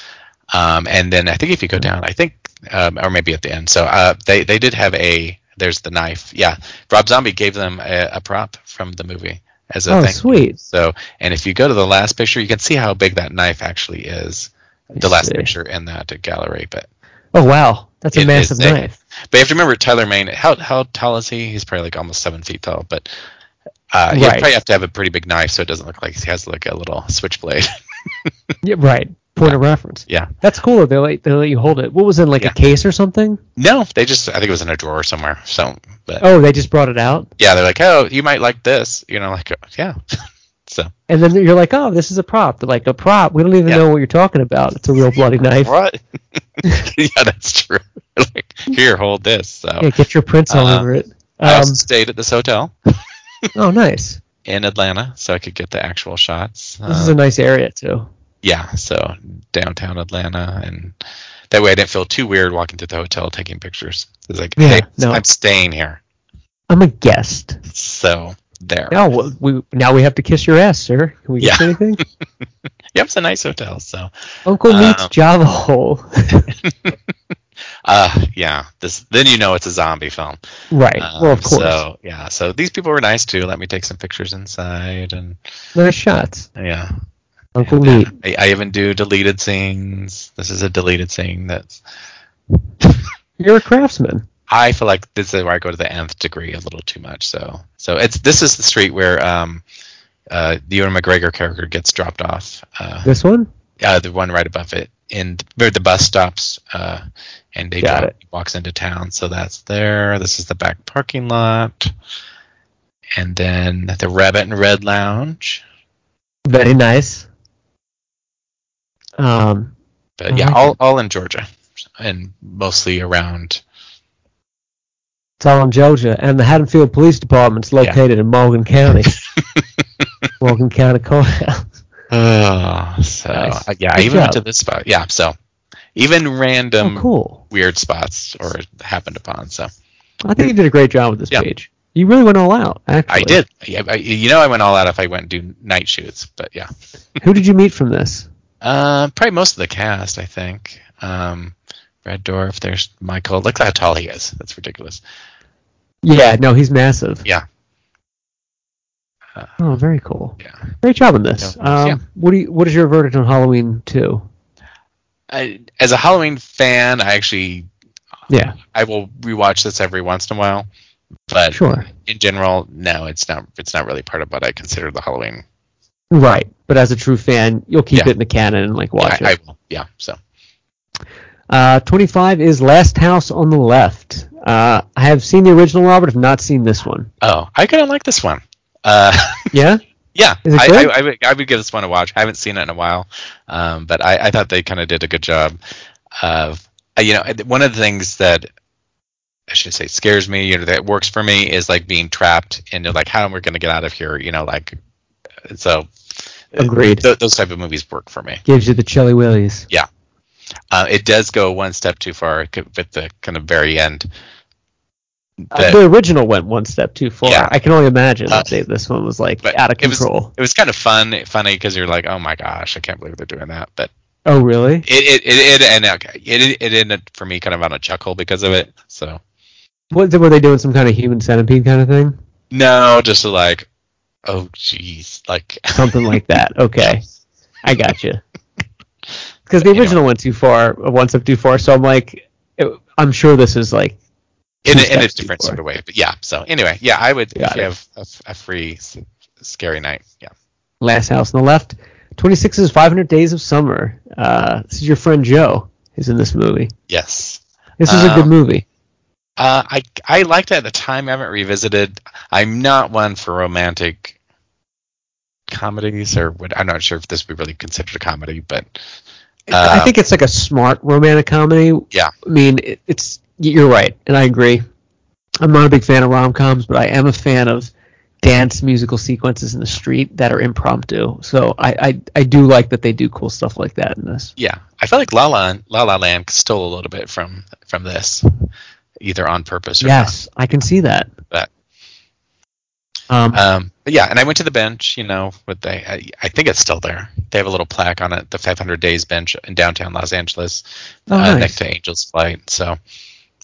Speaker 1: Um, and then I think if you go down, I think, um, or maybe at the end. So uh, they they did have a there's the knife. Yeah, Rob Zombie gave them a, a prop from the movie as a
Speaker 2: oh,
Speaker 1: thank you.
Speaker 2: sweet.
Speaker 1: So, and if you go to the last picture, you can see how big that knife actually is. The last
Speaker 2: see.
Speaker 1: picture in that gallery, but
Speaker 2: Oh, wow, that's
Speaker 1: It
Speaker 2: a
Speaker 1: is
Speaker 2: massive
Speaker 1: thick.
Speaker 2: knife.
Speaker 1: but you have to remember Tyler Maine. How how tall is he? He's probably like almost seven feet tall, but uh, you
Speaker 2: Right.
Speaker 1: probably have to have a pretty big knife so it doesn't look like he has like a little switchblade.
Speaker 2: Yeah, right. Point of reference.
Speaker 1: yeah.
Speaker 2: That's cooler. They let they let you hold it. What was in like
Speaker 1: Yeah.
Speaker 2: a case or something?
Speaker 1: No, they just I think it was in a drawer somewhere. So, but
Speaker 2: Oh, they just brought it out.
Speaker 1: yeah, they're like, oh, you might like this. You know, like "Oh, yeah. so
Speaker 2: And then you're like, oh, this is a prop. They're like, a prop? We don't even
Speaker 1: Yeah.
Speaker 2: know what you're talking about. It's a real bloody knife.
Speaker 1: what? yeah, that's true. like here, hold this. So
Speaker 2: Yeah, get your prints all
Speaker 1: Uh,
Speaker 2: over it.
Speaker 1: I
Speaker 2: Um,
Speaker 1: also stayed at this hotel.
Speaker 2: oh, nice.
Speaker 1: in Atlanta, so I could get the actual shots.
Speaker 2: This
Speaker 1: Uh,
Speaker 2: is a nice area, too.
Speaker 1: yeah, so downtown Atlanta, and that way I didn't feel too weird walking through the hotel taking pictures. It's like,
Speaker 2: Yeah,
Speaker 1: hey,
Speaker 2: no.
Speaker 1: I'm staying here,
Speaker 2: I'm a guest.
Speaker 1: so there.
Speaker 2: Now w- we now we have to kiss your ass, sir. Can we get
Speaker 1: Yeah.
Speaker 2: you anything?
Speaker 1: Yep, it's a nice hotel. So,
Speaker 2: Uncle meets
Speaker 1: Um,
Speaker 2: Java Hole.
Speaker 1: uh, yeah, this then you know it's a zombie film.
Speaker 2: right. well,
Speaker 1: Um,
Speaker 2: of course.
Speaker 1: So yeah, so these people were nice too. Let me take some pictures inside, and
Speaker 2: nice shots.
Speaker 1: yeah,
Speaker 2: Uncle Meat.
Speaker 1: I, I even do deleted scenes. This is a deleted scene that's
Speaker 2: You're a craftsman.
Speaker 1: I feel like this is where I go to the nth degree a little too much. So, so it's this is the street where um, uh, the Ewan McGregor character gets dropped off. Uh,
Speaker 2: This one?
Speaker 1: uh, the one right above it. in where the bus stops, uh, and they
Speaker 2: Got
Speaker 1: drop-
Speaker 2: it.
Speaker 1: walks into town. So that's there. This is the back parking lot, and then the Rabbit and Red Lounge.
Speaker 2: Very nice. Um,
Speaker 1: But
Speaker 2: I
Speaker 1: yeah,
Speaker 2: like
Speaker 1: all all in Georgia, and mostly around.
Speaker 2: it's all in Georgia, and the Haddonfield Police Department's located in Morgan County. Morgan County Courthouse.
Speaker 1: Oh, so
Speaker 2: Ah, Nice.
Speaker 1: uh, yeah, I
Speaker 2: Good
Speaker 1: even went to
Speaker 2: job.
Speaker 1: this spot. Yeah, so even random
Speaker 2: Oh, cool.
Speaker 1: weird spots or happened upon. So
Speaker 2: I think you did a great job with this
Speaker 1: Yeah.
Speaker 2: page. You really went all out. Actually,
Speaker 1: I did. Yeah, I, you know, I went all out if I went and do night shoots, but yeah,
Speaker 2: Who did you meet from this?
Speaker 1: uh, probably most of the cast, I think. Um, Red Dwarf, there's Michael. Look how tall he is. That's ridiculous.
Speaker 2: Yeah, no, he's massive.
Speaker 1: Yeah.
Speaker 2: Oh, very cool.
Speaker 1: Yeah.
Speaker 2: Great job on this.
Speaker 1: Yeah.
Speaker 2: Um,
Speaker 1: Yeah.
Speaker 2: What do you, What is your verdict on Halloween two?
Speaker 1: I, as a Halloween fan, I actually
Speaker 2: Yeah,
Speaker 1: I will rewatch this every once in a while, but
Speaker 2: sure.
Speaker 1: in general, no, it's not. It's not really part of what I consider the Halloween.
Speaker 2: Right, but as a true fan, you'll keep
Speaker 1: Yeah.
Speaker 2: it in the canon and like watch
Speaker 1: I, I
Speaker 2: it.
Speaker 1: will. Yeah. So
Speaker 2: Uh, Twenty five is Last House on the Left. Uh, I have seen the original Robert, have not seen this one.
Speaker 1: oh, I kind of like this one. Uh,
Speaker 2: Yeah,
Speaker 1: Yeah,
Speaker 2: Is it
Speaker 1: I,
Speaker 2: good?
Speaker 1: I, I, would, I would give this one a watch. I haven't seen it in a while, um, but I, I thought they kind of did a good job of uh, you know one of the things that I should say scares me, you know, that works for me is like being trapped into like how am we going to get out of here, you know, like uh, so.
Speaker 2: Agreed.
Speaker 1: Th- those type of movies work for me.
Speaker 2: gives you the chilly willies.
Speaker 1: Uh, it does go one step too far c- at the kind of very end.
Speaker 2: Uh,
Speaker 1: That-
Speaker 2: the original went one step too far.
Speaker 1: Yeah.
Speaker 2: I can only imagine
Speaker 1: Uh,
Speaker 2: that they, this one was like
Speaker 1: but
Speaker 2: out of
Speaker 1: it was-
Speaker 2: control.
Speaker 1: It was kind of fun, funny because you're like, oh my gosh, I can't believe they're doing that, but.
Speaker 2: oh, really?
Speaker 1: it it it, it and okay, it it ended for me kind of on a chuckle because of it. So
Speaker 2: What were they doing? Some kind of human centipede kind of thing?
Speaker 1: no, just like oh jeez, like
Speaker 2: Something like that. Okay, I got you. Because the
Speaker 1: Anyway.
Speaker 2: original went too far, uh, one step too far. So I'm like, it, I'm sure this is like
Speaker 1: in,
Speaker 2: two
Speaker 1: a, in a
Speaker 2: steps
Speaker 1: different
Speaker 2: before.
Speaker 1: sort of way. But yeah. So anyway, yeah, I would
Speaker 2: Got
Speaker 1: if you
Speaker 2: it.
Speaker 1: have a, f- a free s- scary night. Yeah.
Speaker 2: last house on the left. 26 is 500 Days of Summer. Uh, this is your friend Joe who's in this movie.
Speaker 1: Yes.
Speaker 2: This is a good
Speaker 1: Um,
Speaker 2: movie.
Speaker 1: Uh, I I liked it at the time. I haven't revisited. I'm not one for romantic comedies or what. I'm not sure if this would be really considered a comedy, but
Speaker 2: I
Speaker 1: uh,
Speaker 2: think it's like a smart romantic comedy.
Speaker 1: Yeah.
Speaker 2: I mean, it, it's you're right, and I agree. I'm not a big fan of rom coms, but I am a fan of dance musical sequences in the street that are impromptu. So I, I I do like that they do cool stuff like that in this.
Speaker 1: Yeah, I feel like La La, La La Land stole a little bit from from this, either on purpose or
Speaker 2: Yes, I can see that.
Speaker 1: But-
Speaker 2: Um,
Speaker 1: not. Um, but yeah, and I went to the bench, you know, with they I, I think it's still there. They have a little plaque on it, the 500 Days bench in downtown Los Angeles,
Speaker 2: Oh,
Speaker 1: uh,
Speaker 2: nice.
Speaker 1: next to Angel's Flight. So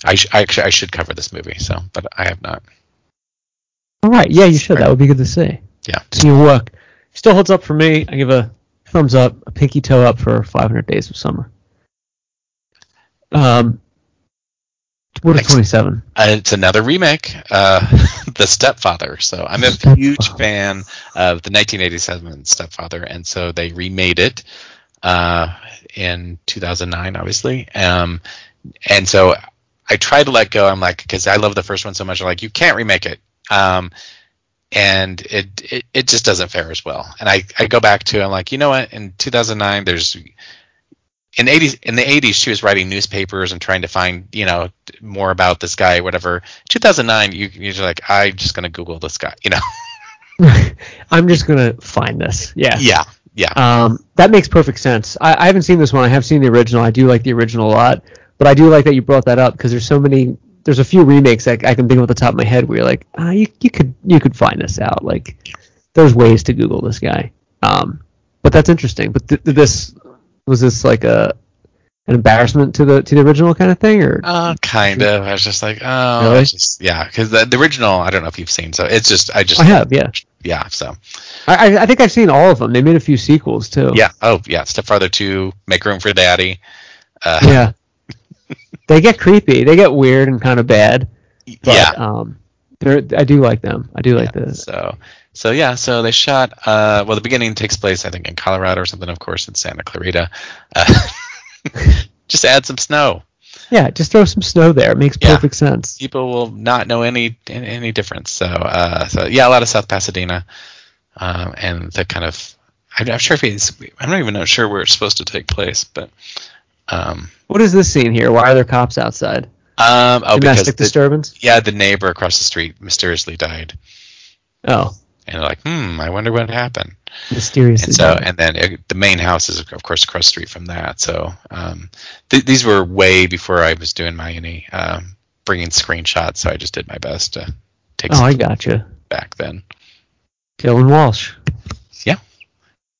Speaker 1: I, sh- I actually I should cover this movie, so but I have not.
Speaker 2: all right, yeah, you should. That would be good to see.
Speaker 1: Yeah.
Speaker 2: see your work. Still holds up for me. I give a thumbs up, a pinky toe up for 500 Days of Summer. Um, what is
Speaker 1: Next.
Speaker 2: 27?
Speaker 1: Uh, it's another remake, uh, The Stepfather. So I'm a
Speaker 2: Stepfather.
Speaker 1: huge fan of the 1987 Stepfather, and so they remade it uh, in 2009, obviously. Um, and so I tried to let go. I'm like, because I love the first one so much, I'm like, you can't remake it. Um, and it, it it just doesn't fare as well. And I, I go back to I'm like, you know what? In 2009, there's in 80s in the 80s she was writing newspapers and trying to find you know more about this guy whatever 2009 you, you're just like i'm just going to google this guy you know
Speaker 2: I'm just gonna find this. Yeah.
Speaker 1: yeah yeah
Speaker 2: Um, that makes perfect sense. I, I haven't seen this one. I have seen the original. I do like the original a lot, but I do like that you brought that up because there's so many. There's a few remakes that I can think of at the top of my head where you're like, ah, you you could you could find this out. Like, there's ways to Google this guy. Um, but that's interesting. But th- th- this was this like a an embarrassment to the to the original kind of thing, or
Speaker 1: uh, kind of i was just like oh
Speaker 2: Really?
Speaker 1: it's just, yeah because the, the original i don't know if you've seen so it's just i just
Speaker 2: I have, Oh, yeah.
Speaker 1: yeah so
Speaker 2: I I- I think I've seen all of them. They made a few sequels too.
Speaker 1: yeah oh yeah stepfather 2 make room for daddy uh,
Speaker 2: yeah. they get creepy. They get weird and kind of bad. But,
Speaker 1: yeah
Speaker 2: Um, they're, I do like them. I do like this.
Speaker 1: So, so yeah, so they shot. Uh, well, the beginning takes place, I think, in Colorado or something. Of course, in Santa Clarita. Uh, Just add some snow.
Speaker 2: Yeah, just throw some snow there. It makes
Speaker 1: Yeah.
Speaker 2: perfect sense.
Speaker 1: People will not know any any difference. So, uh, so yeah, a lot of South Pasadena, um, and the kind of I'm, I'm sure if he's I'm not even not sure where it's supposed to take place, but um,
Speaker 2: What is this scene here? Why are there cops outside?
Speaker 1: um, oh, because
Speaker 2: Domestic
Speaker 1: the-
Speaker 2: disturbance?
Speaker 1: yeah, the neighbor across the street mysteriously died,
Speaker 2: Oh,
Speaker 1: and they're like, hmm, I wonder what happened.
Speaker 2: mysterious.
Speaker 1: and so and then it, the main house is of course across the street from that so um, th- these were way before i was doing my uni um, bringing screenshots so i just did my best to take
Speaker 2: oh,
Speaker 1: some
Speaker 2: I gotcha.
Speaker 1: back then
Speaker 2: Dylan Walsh.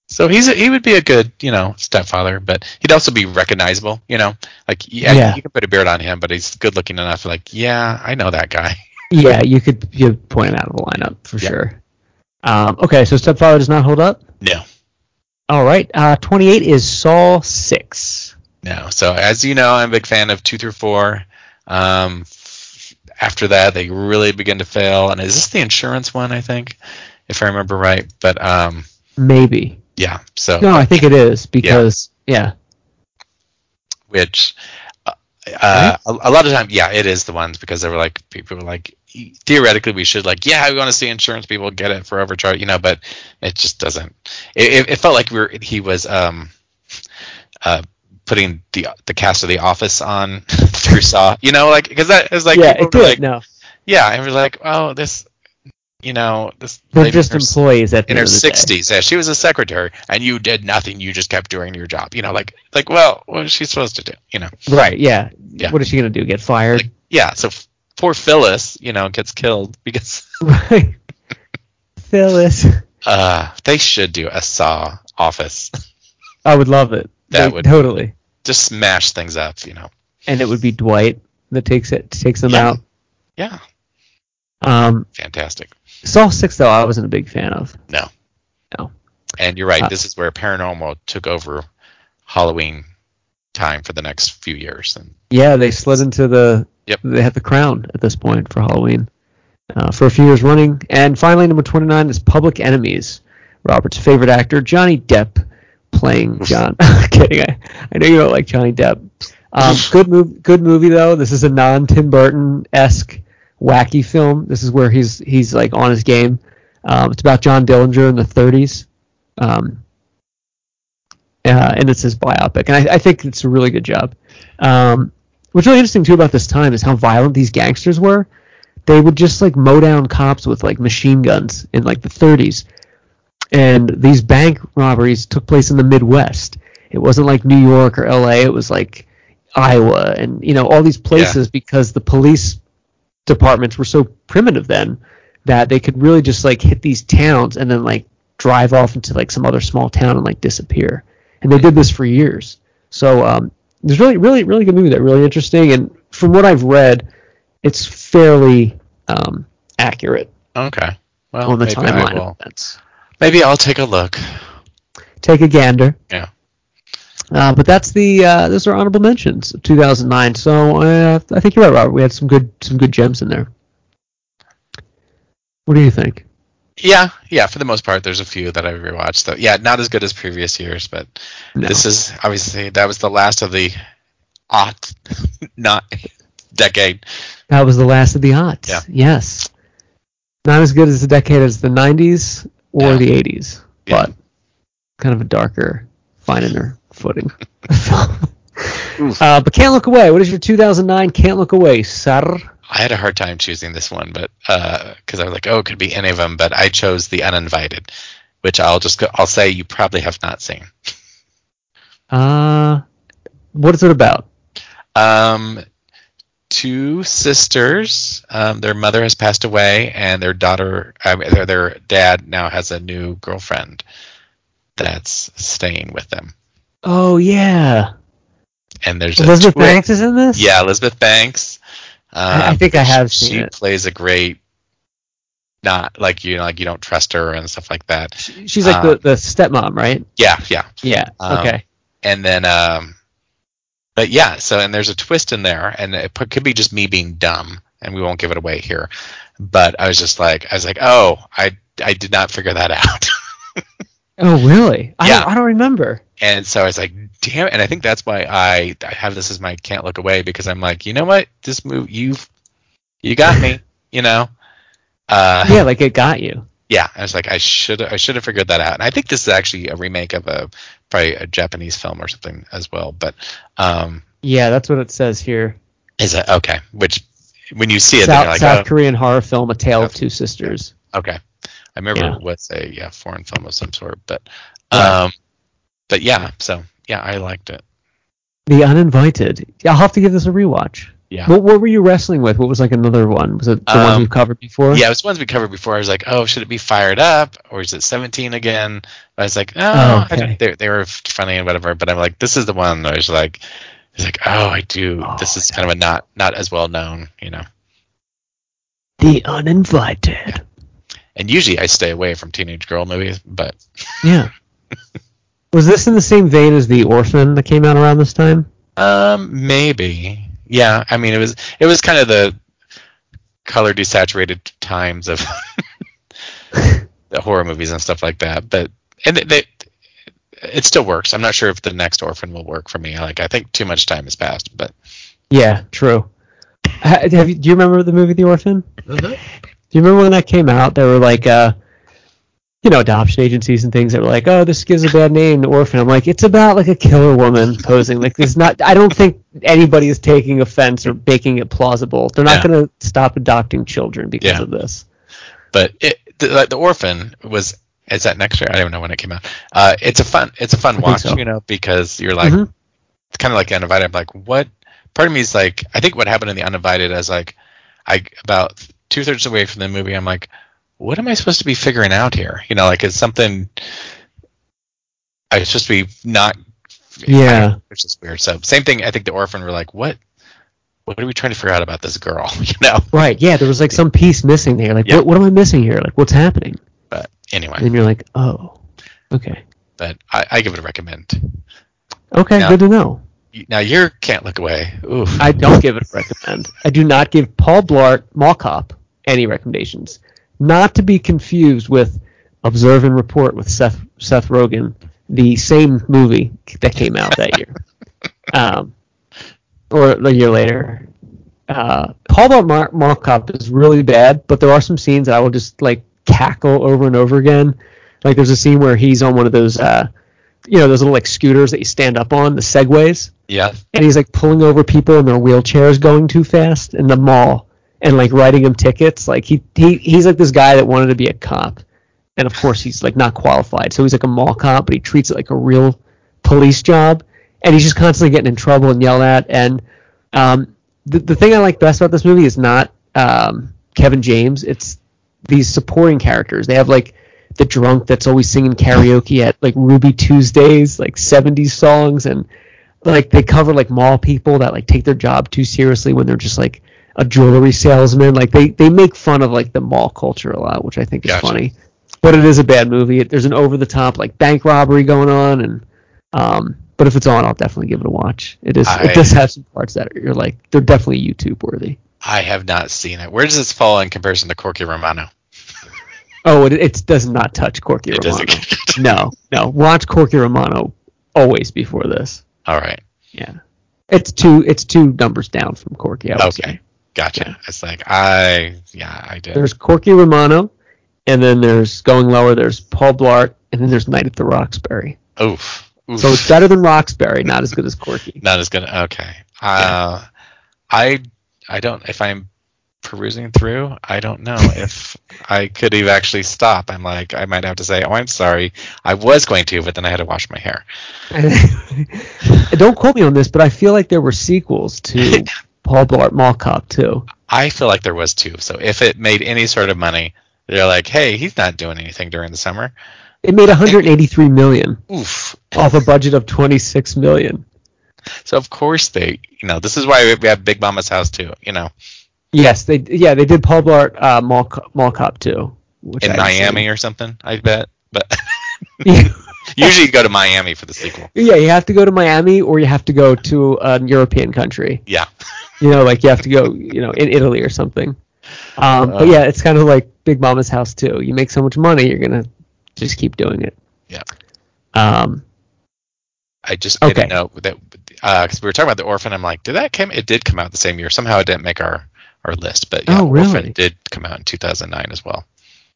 Speaker 1: so he's a, he would be a good you know stepfather but he'd also be recognizable you know like yeah,
Speaker 2: Yeah.
Speaker 1: you can put a beard on him but he's good looking enough like yeah i know that guy
Speaker 2: Yeah, you could you point him out of the lineup for
Speaker 1: Yeah.
Speaker 2: sure. Um, okay, so Stepfather does not hold up.
Speaker 1: no
Speaker 2: All right, uh, 28 is Saw 6.
Speaker 1: no so as you know i'm a big fan of two through four um, f- after that they really begin to fail and is this the insurance one i think if i remember right but um,
Speaker 2: Maybe.
Speaker 1: yeah so
Speaker 2: No, I think it is because, yeah.
Speaker 1: which uh, uh, a, a lot of time yeah it is the ones because they were like people were like e, theoretically we should like yeah we want to see insurance people get it for overcharge you know but it just doesn't it, it, it felt like we were he was um uh putting the the cast of the office on through saw you know like because that is like
Speaker 2: yeah,
Speaker 1: people
Speaker 2: it
Speaker 1: were
Speaker 2: did.
Speaker 1: like
Speaker 2: no,
Speaker 1: Yeah, and we're like, oh, this, you know, this.
Speaker 2: they're
Speaker 1: lady
Speaker 2: just
Speaker 1: in her,
Speaker 2: employees at the
Speaker 1: in
Speaker 2: end
Speaker 1: her
Speaker 2: of the day.
Speaker 1: sixties. Yeah, she was a secretary, and you did nothing. You just kept doing your job. You know, like, like, well, what is she supposed to do? You know,
Speaker 2: Right, yeah.
Speaker 1: Yeah.
Speaker 2: What is she going to do? Get fired?
Speaker 1: like, yeah. So f- poor Phyllis, you know, gets killed because
Speaker 2: Right. Phyllis.
Speaker 1: uh, they should do a Saw office,
Speaker 2: I would love it.
Speaker 1: That
Speaker 2: Like,
Speaker 1: would-
Speaker 2: totally.
Speaker 1: just smash things up. You know,
Speaker 2: And it would be Dwight that takes it takes them
Speaker 1: Yeah.
Speaker 2: out.
Speaker 1: yeah,
Speaker 2: Um,
Speaker 1: fantastic.
Speaker 2: Saw Six though I wasn't a big fan of.
Speaker 1: No,
Speaker 2: No.
Speaker 1: and you're right.
Speaker 2: Uh,
Speaker 1: this is where paranormal took over Halloween time for the next few years, and
Speaker 2: Yeah, they slid into the.
Speaker 1: Yep.
Speaker 2: They have the crown at this point for Halloween, uh, for a few years running. And finally, number twenty-nine is Public Enemies. Robert's favorite actor, Johnny Depp, playing John. kidding, I, I know you don't like Johnny Depp. Um, good movie. Good movie though. This is a non Tim Burton esque wacky film. This is where he's he's like on his game. Um, it's about John Dillinger in the '30s. Um, uh, and it's his biopic. And I, I think it's a really good job. Um, what's really interesting too about this time is how violent these gangsters were. They would just like mow down cops with like machine guns in like the 30s, and these bank robberies took place in the Midwest. It wasn't like New York or L.A. It was like Iowa and you know all these places because the police departments were so primitive then that they could really just like hit these towns and then like drive off into like some other small town and like disappear. And they did this for years. So um, there's really, really, really good movie that really interesting. And from what I've read, it's fairly um, accurate
Speaker 1: okay. Well,
Speaker 2: on the
Speaker 1: maybe I
Speaker 2: timeline
Speaker 1: will.
Speaker 2: of events.
Speaker 1: Maybe I'll take a look.
Speaker 2: Take a gander.
Speaker 1: Yeah.
Speaker 2: Uh, but that's the uh, those are honorable mentions of 2009. So uh, I think you're right, Robert. We had some good some good gems in there. What do you think?
Speaker 1: Yeah, yeah. For the most part, there's a few that I rewatched. Though, yeah, not as good as previous years, but
Speaker 2: No.
Speaker 1: this is obviously that was the last of the odd, not decade.
Speaker 2: That was the last of the aughts.
Speaker 1: Yeah.
Speaker 2: Yes. Not as good as the decade as the 90s or
Speaker 1: Yeah.
Speaker 2: the 80s,
Speaker 1: Yeah.
Speaker 2: but kind of a darker, finer footing. uh, but Can't Look Away. What is your 2009 Can't Look Away, sir?
Speaker 1: I had a hard time choosing this one, but because I was like, oh, it could be any of them, but I chose the uninvited, which I'll just go, I'll say you probably have not seen.
Speaker 2: Uh, what is it about?
Speaker 1: Um, two sisters. Um, their mother has passed away, and their daughter, I mean, their, their dad now has a new girlfriend that's staying with them.
Speaker 2: Oh, yeah.
Speaker 1: And there's
Speaker 2: Elizabeth
Speaker 1: a twi-
Speaker 2: Banks is in this?
Speaker 1: Yeah, Elizabeth Banks. Um,
Speaker 2: I- I think I have
Speaker 1: she,
Speaker 2: seen
Speaker 1: she
Speaker 2: it.
Speaker 1: plays a great, not like you know, like you don't trust her and stuff like that.
Speaker 2: She's like the,
Speaker 1: Um,
Speaker 2: the stepmom, right?
Speaker 1: Yeah, yeah.
Speaker 2: Yeah.
Speaker 1: um,
Speaker 2: okay.
Speaker 1: and then um but yeah so and there's a twist in there and it p- could be just me being dumb and we won't give it away here but i was just like i was like oh i i did not figure that out
Speaker 2: Oh, really? I,
Speaker 1: Yeah.
Speaker 2: don't, I don't remember.
Speaker 1: And so I was like, damn it. And I think that's why I, I have this as my can't look away because I'm like, you know what? This movie, you've, you got me, you know? Uh, yeah.
Speaker 2: Yeah, like it got you.
Speaker 1: I was like, I should, I should have figured that out. And I think this is actually a remake of a, probably a Japanese film or something as well. But, um,
Speaker 2: Yeah, that's what it says here.
Speaker 1: is it okay? Which, when you see it, then
Speaker 2: South,
Speaker 1: you're like,
Speaker 2: South
Speaker 1: oh,
Speaker 2: Korean horror film, A Tale of Two Sisters.
Speaker 1: Okay. I remember
Speaker 2: Yeah.
Speaker 1: it was a yeah, foreign film of some sort, but
Speaker 2: Right.
Speaker 1: um but yeah, so yeah, I liked it.
Speaker 2: The Uninvited. I'll have to give this a rewatch.
Speaker 1: Yeah.
Speaker 2: What, what were you wrestling with? What was like another one? Was it the ones
Speaker 1: Um,
Speaker 2: we've covered before?
Speaker 1: Yeah, it was ones we covered before. I was like, oh, should it be fired up or is it 17 again? I was like,
Speaker 2: Oh,
Speaker 1: no, I
Speaker 2: okay.
Speaker 1: don't- they, they were funny and whatever, but I'm like, this is the one that I was like, it's like, oh, I do.
Speaker 2: Oh,
Speaker 1: this is kind of a not not as well known, you know.
Speaker 2: The Uninvited.
Speaker 1: And usually I stay away from teenage girl movies, but
Speaker 2: Yeah. was this in the same vein as The Orphan that came out around this time?
Speaker 1: Um, maybe. Yeah, I mean, it was it was kind of the color desaturated times of the horror movies and stuff like that. But and they, they, it still works. I'm not sure if the next Orphan will work for me. Like, I think too much time has passed. But
Speaker 2: Yeah, true. Ha- Have you, do you remember the movie The Orphan? Do you remember when that came out? There were like, uh, you know, adoption agencies and things that were like, "Oh, this gives a bad name, the orphan." I'm like, it's about like a killer woman posing. Like, it's not. I don't think anybody is taking offense or making it plausible. They're not
Speaker 1: Yeah.
Speaker 2: going to stop adopting children because
Speaker 1: Yeah.
Speaker 2: of this.
Speaker 1: but it the, like, the Orphan was is that next year? I don't even know when it came out. Uh, it's a fun it's a fun
Speaker 2: think
Speaker 1: watch,
Speaker 2: so.
Speaker 1: you know, because you're like
Speaker 2: Mhm.
Speaker 1: it's kind of like uninvited. I'm like, what? Part of me is like, I think what happened in the uninvited is like, I about two thirds away from the movie, I'm like, what am I supposed to be figuring out here? You know, like it's something I was supposed to be not.
Speaker 2: Yeah.
Speaker 1: I don't know, it's just weird. So same thing. I think the orphan were like, what? What are we trying to figure out about this girl? you know.
Speaker 2: Right? Yeah, there was like some piece missing there. Like,
Speaker 1: Yeah.
Speaker 2: what, what am I missing here? Like, what's happening?
Speaker 1: But
Speaker 2: And
Speaker 1: anyway,
Speaker 2: then you're like, oh, okay,
Speaker 1: but I, I give it a recommend.
Speaker 2: okay,
Speaker 1: Yeah.
Speaker 2: good to know.
Speaker 1: Now you can't look away. Oof.
Speaker 2: I don't give it a recommend. I do not give Paul Blart Mall Cop any recommendations. Not to be confused with Observe and Report with Seth Seth Rogen, the same movie that came out that year, um, or a year later. Uh, Paul Blart Mall, Mall Cop is really bad, but there are some scenes that I will just like cackle over and over again. Like there's a scene where he's on one of those, uh, you know, those little like scooters that you stand up on, the segways
Speaker 1: yeah.
Speaker 2: and he's like pulling over people in their wheelchairs going too fast in the mall and like writing them tickets like he, he he's like this guy that wanted to be a cop and of course he's like not qualified so he's like a mall cop but he treats it like a real police job and he's just constantly getting in trouble and yelled at and um, the, the thing i like best about this movie is not um, kevin james it's these supporting characters they have like the drunk that's always singing karaoke at like ruby tuesdays like 70s songs and like they cover like mall people that like take their job too seriously when they're just like a jewelry salesman. Like they they make fun of like the mall culture a lot, which I think is
Speaker 1: Gotcha.
Speaker 2: funny. But it is a bad movie. It, there's an over the top like bank robbery going on, and um, but if it's on, I'll definitely give it a watch. It is
Speaker 1: I-
Speaker 2: it does have some parts that are, you're like they're definitely YouTube worthy.
Speaker 1: I have not seen it. Where does this fall in comparison to Corky Romano?
Speaker 2: Oh, it, it does not touch Corky
Speaker 1: It
Speaker 2: Romano.
Speaker 1: doesn't.
Speaker 2: no, no, watch Corky Romano always before this.
Speaker 1: All right.
Speaker 2: Yeah, it's two it's two numbers down from Corky. I would say.
Speaker 1: Okay. Gotcha. It's like I yeah, I did.
Speaker 2: There's Corky Romano, and then there's going lower. There's Paul Blart, and then there's Night at the Roxbury.
Speaker 1: Oof. Oof.
Speaker 2: So it's better than Roxbury, not as good as Corky.
Speaker 1: Not as good. Okay. Uh, I I don't if I'm perusing through, I don't know if I could have actually stop. I'm like I might have to say, "Oh, I'm sorry. I was going to, but then I had to wash my hair."
Speaker 2: Don't quote me on this, but I feel like there were sequels to Paul Blart Mall Cop too.
Speaker 1: I feel like there was two. So if it made any sort of money, they're like, "Hey, he's not doing anything during the summer."
Speaker 2: It made 183 million
Speaker 1: Oof.
Speaker 2: off a budget of 26 million.
Speaker 1: So of course they, you know, this is why we have Big Mama's house too, you know,
Speaker 2: Yes, they yeah they did Paul Blart uh, Mall Cop, Mall Cop too. which
Speaker 1: in
Speaker 2: I haven't
Speaker 1: Miami or something, I bet. But
Speaker 2: seen.
Speaker 1: usually you go to Miami for the sequel.
Speaker 2: yeah, you have to go to Miami or you have to go to an European country.
Speaker 1: Yeah.
Speaker 2: you know like you have to go you know in italy or something um,
Speaker 1: Uh.
Speaker 2: but yeah it's kind of like big mama's house too you make so much money you're gonna just keep doing it
Speaker 1: Yeah.
Speaker 2: Um,
Speaker 1: I just
Speaker 2: Okay.
Speaker 1: didn't know that because we were talking about the orphan. I'm like, did that came? It did come out the same year. Somehow it didn't make our our list, but yeah,
Speaker 2: Oh, really?
Speaker 1: orphan did come out in 2009 as well.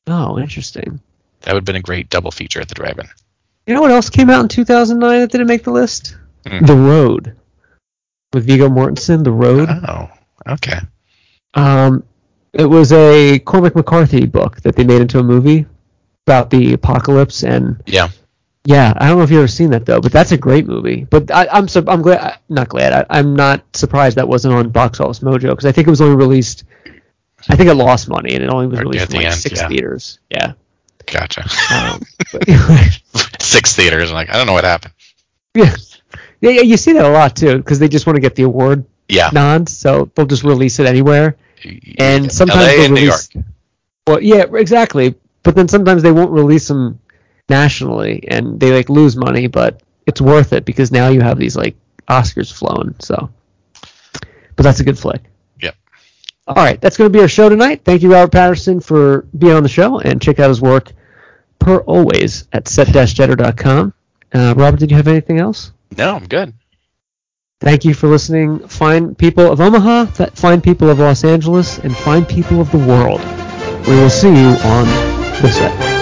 Speaker 2: oh, interesting.
Speaker 1: That would have been a great double feature at the drive-in.
Speaker 2: You know what else came out in 2009 that didn't make the list?
Speaker 1: Hmm.
Speaker 2: The Road with Vigo Mortensen. The Road.
Speaker 1: Oh, okay.
Speaker 2: Um, it was a Cormac McCarthy book that they made into a movie about the apocalypse and
Speaker 1: Yeah,
Speaker 2: yeah, I don't know if you've ever seen that though, but that's a great movie. But I, I'm so I'm glad I- not glad I, I'm not surprised that wasn't on Box Office Mojo because I think it was only released. I think it lost money and it only was
Speaker 1: Right
Speaker 2: released
Speaker 1: at
Speaker 2: in
Speaker 1: the
Speaker 2: like
Speaker 1: end,
Speaker 2: six
Speaker 1: yeah.
Speaker 2: theaters. Yeah.
Speaker 1: gotcha.
Speaker 2: Um, but-
Speaker 1: Six theaters. I'm like, I don't know what happened.
Speaker 2: Yeah. Yeah, yeah, you see that a lot too, because they just want to get the award
Speaker 1: Yeah,
Speaker 2: nod, so they'll just release it anywhere. And sometimes
Speaker 1: LA
Speaker 2: they
Speaker 1: and New York.
Speaker 2: release- Well, yeah, exactly. But then sometimes they won't release them nationally, and they like lose money, but it's worth it because now you have these like Oscars flowing. So, but that's a good flick.
Speaker 1: Yep.
Speaker 2: All right, that's going to be our show tonight. Thank you, Robert Patterson, for being on the show, and check out his work per always at set-jetter.com. Uh, Robert, did you have anything else?
Speaker 1: No, I'm good.
Speaker 2: Thank you for listening, fine people of Omaha, th- fine people of Los Angeles, and fine people of the world. We will see you on the set.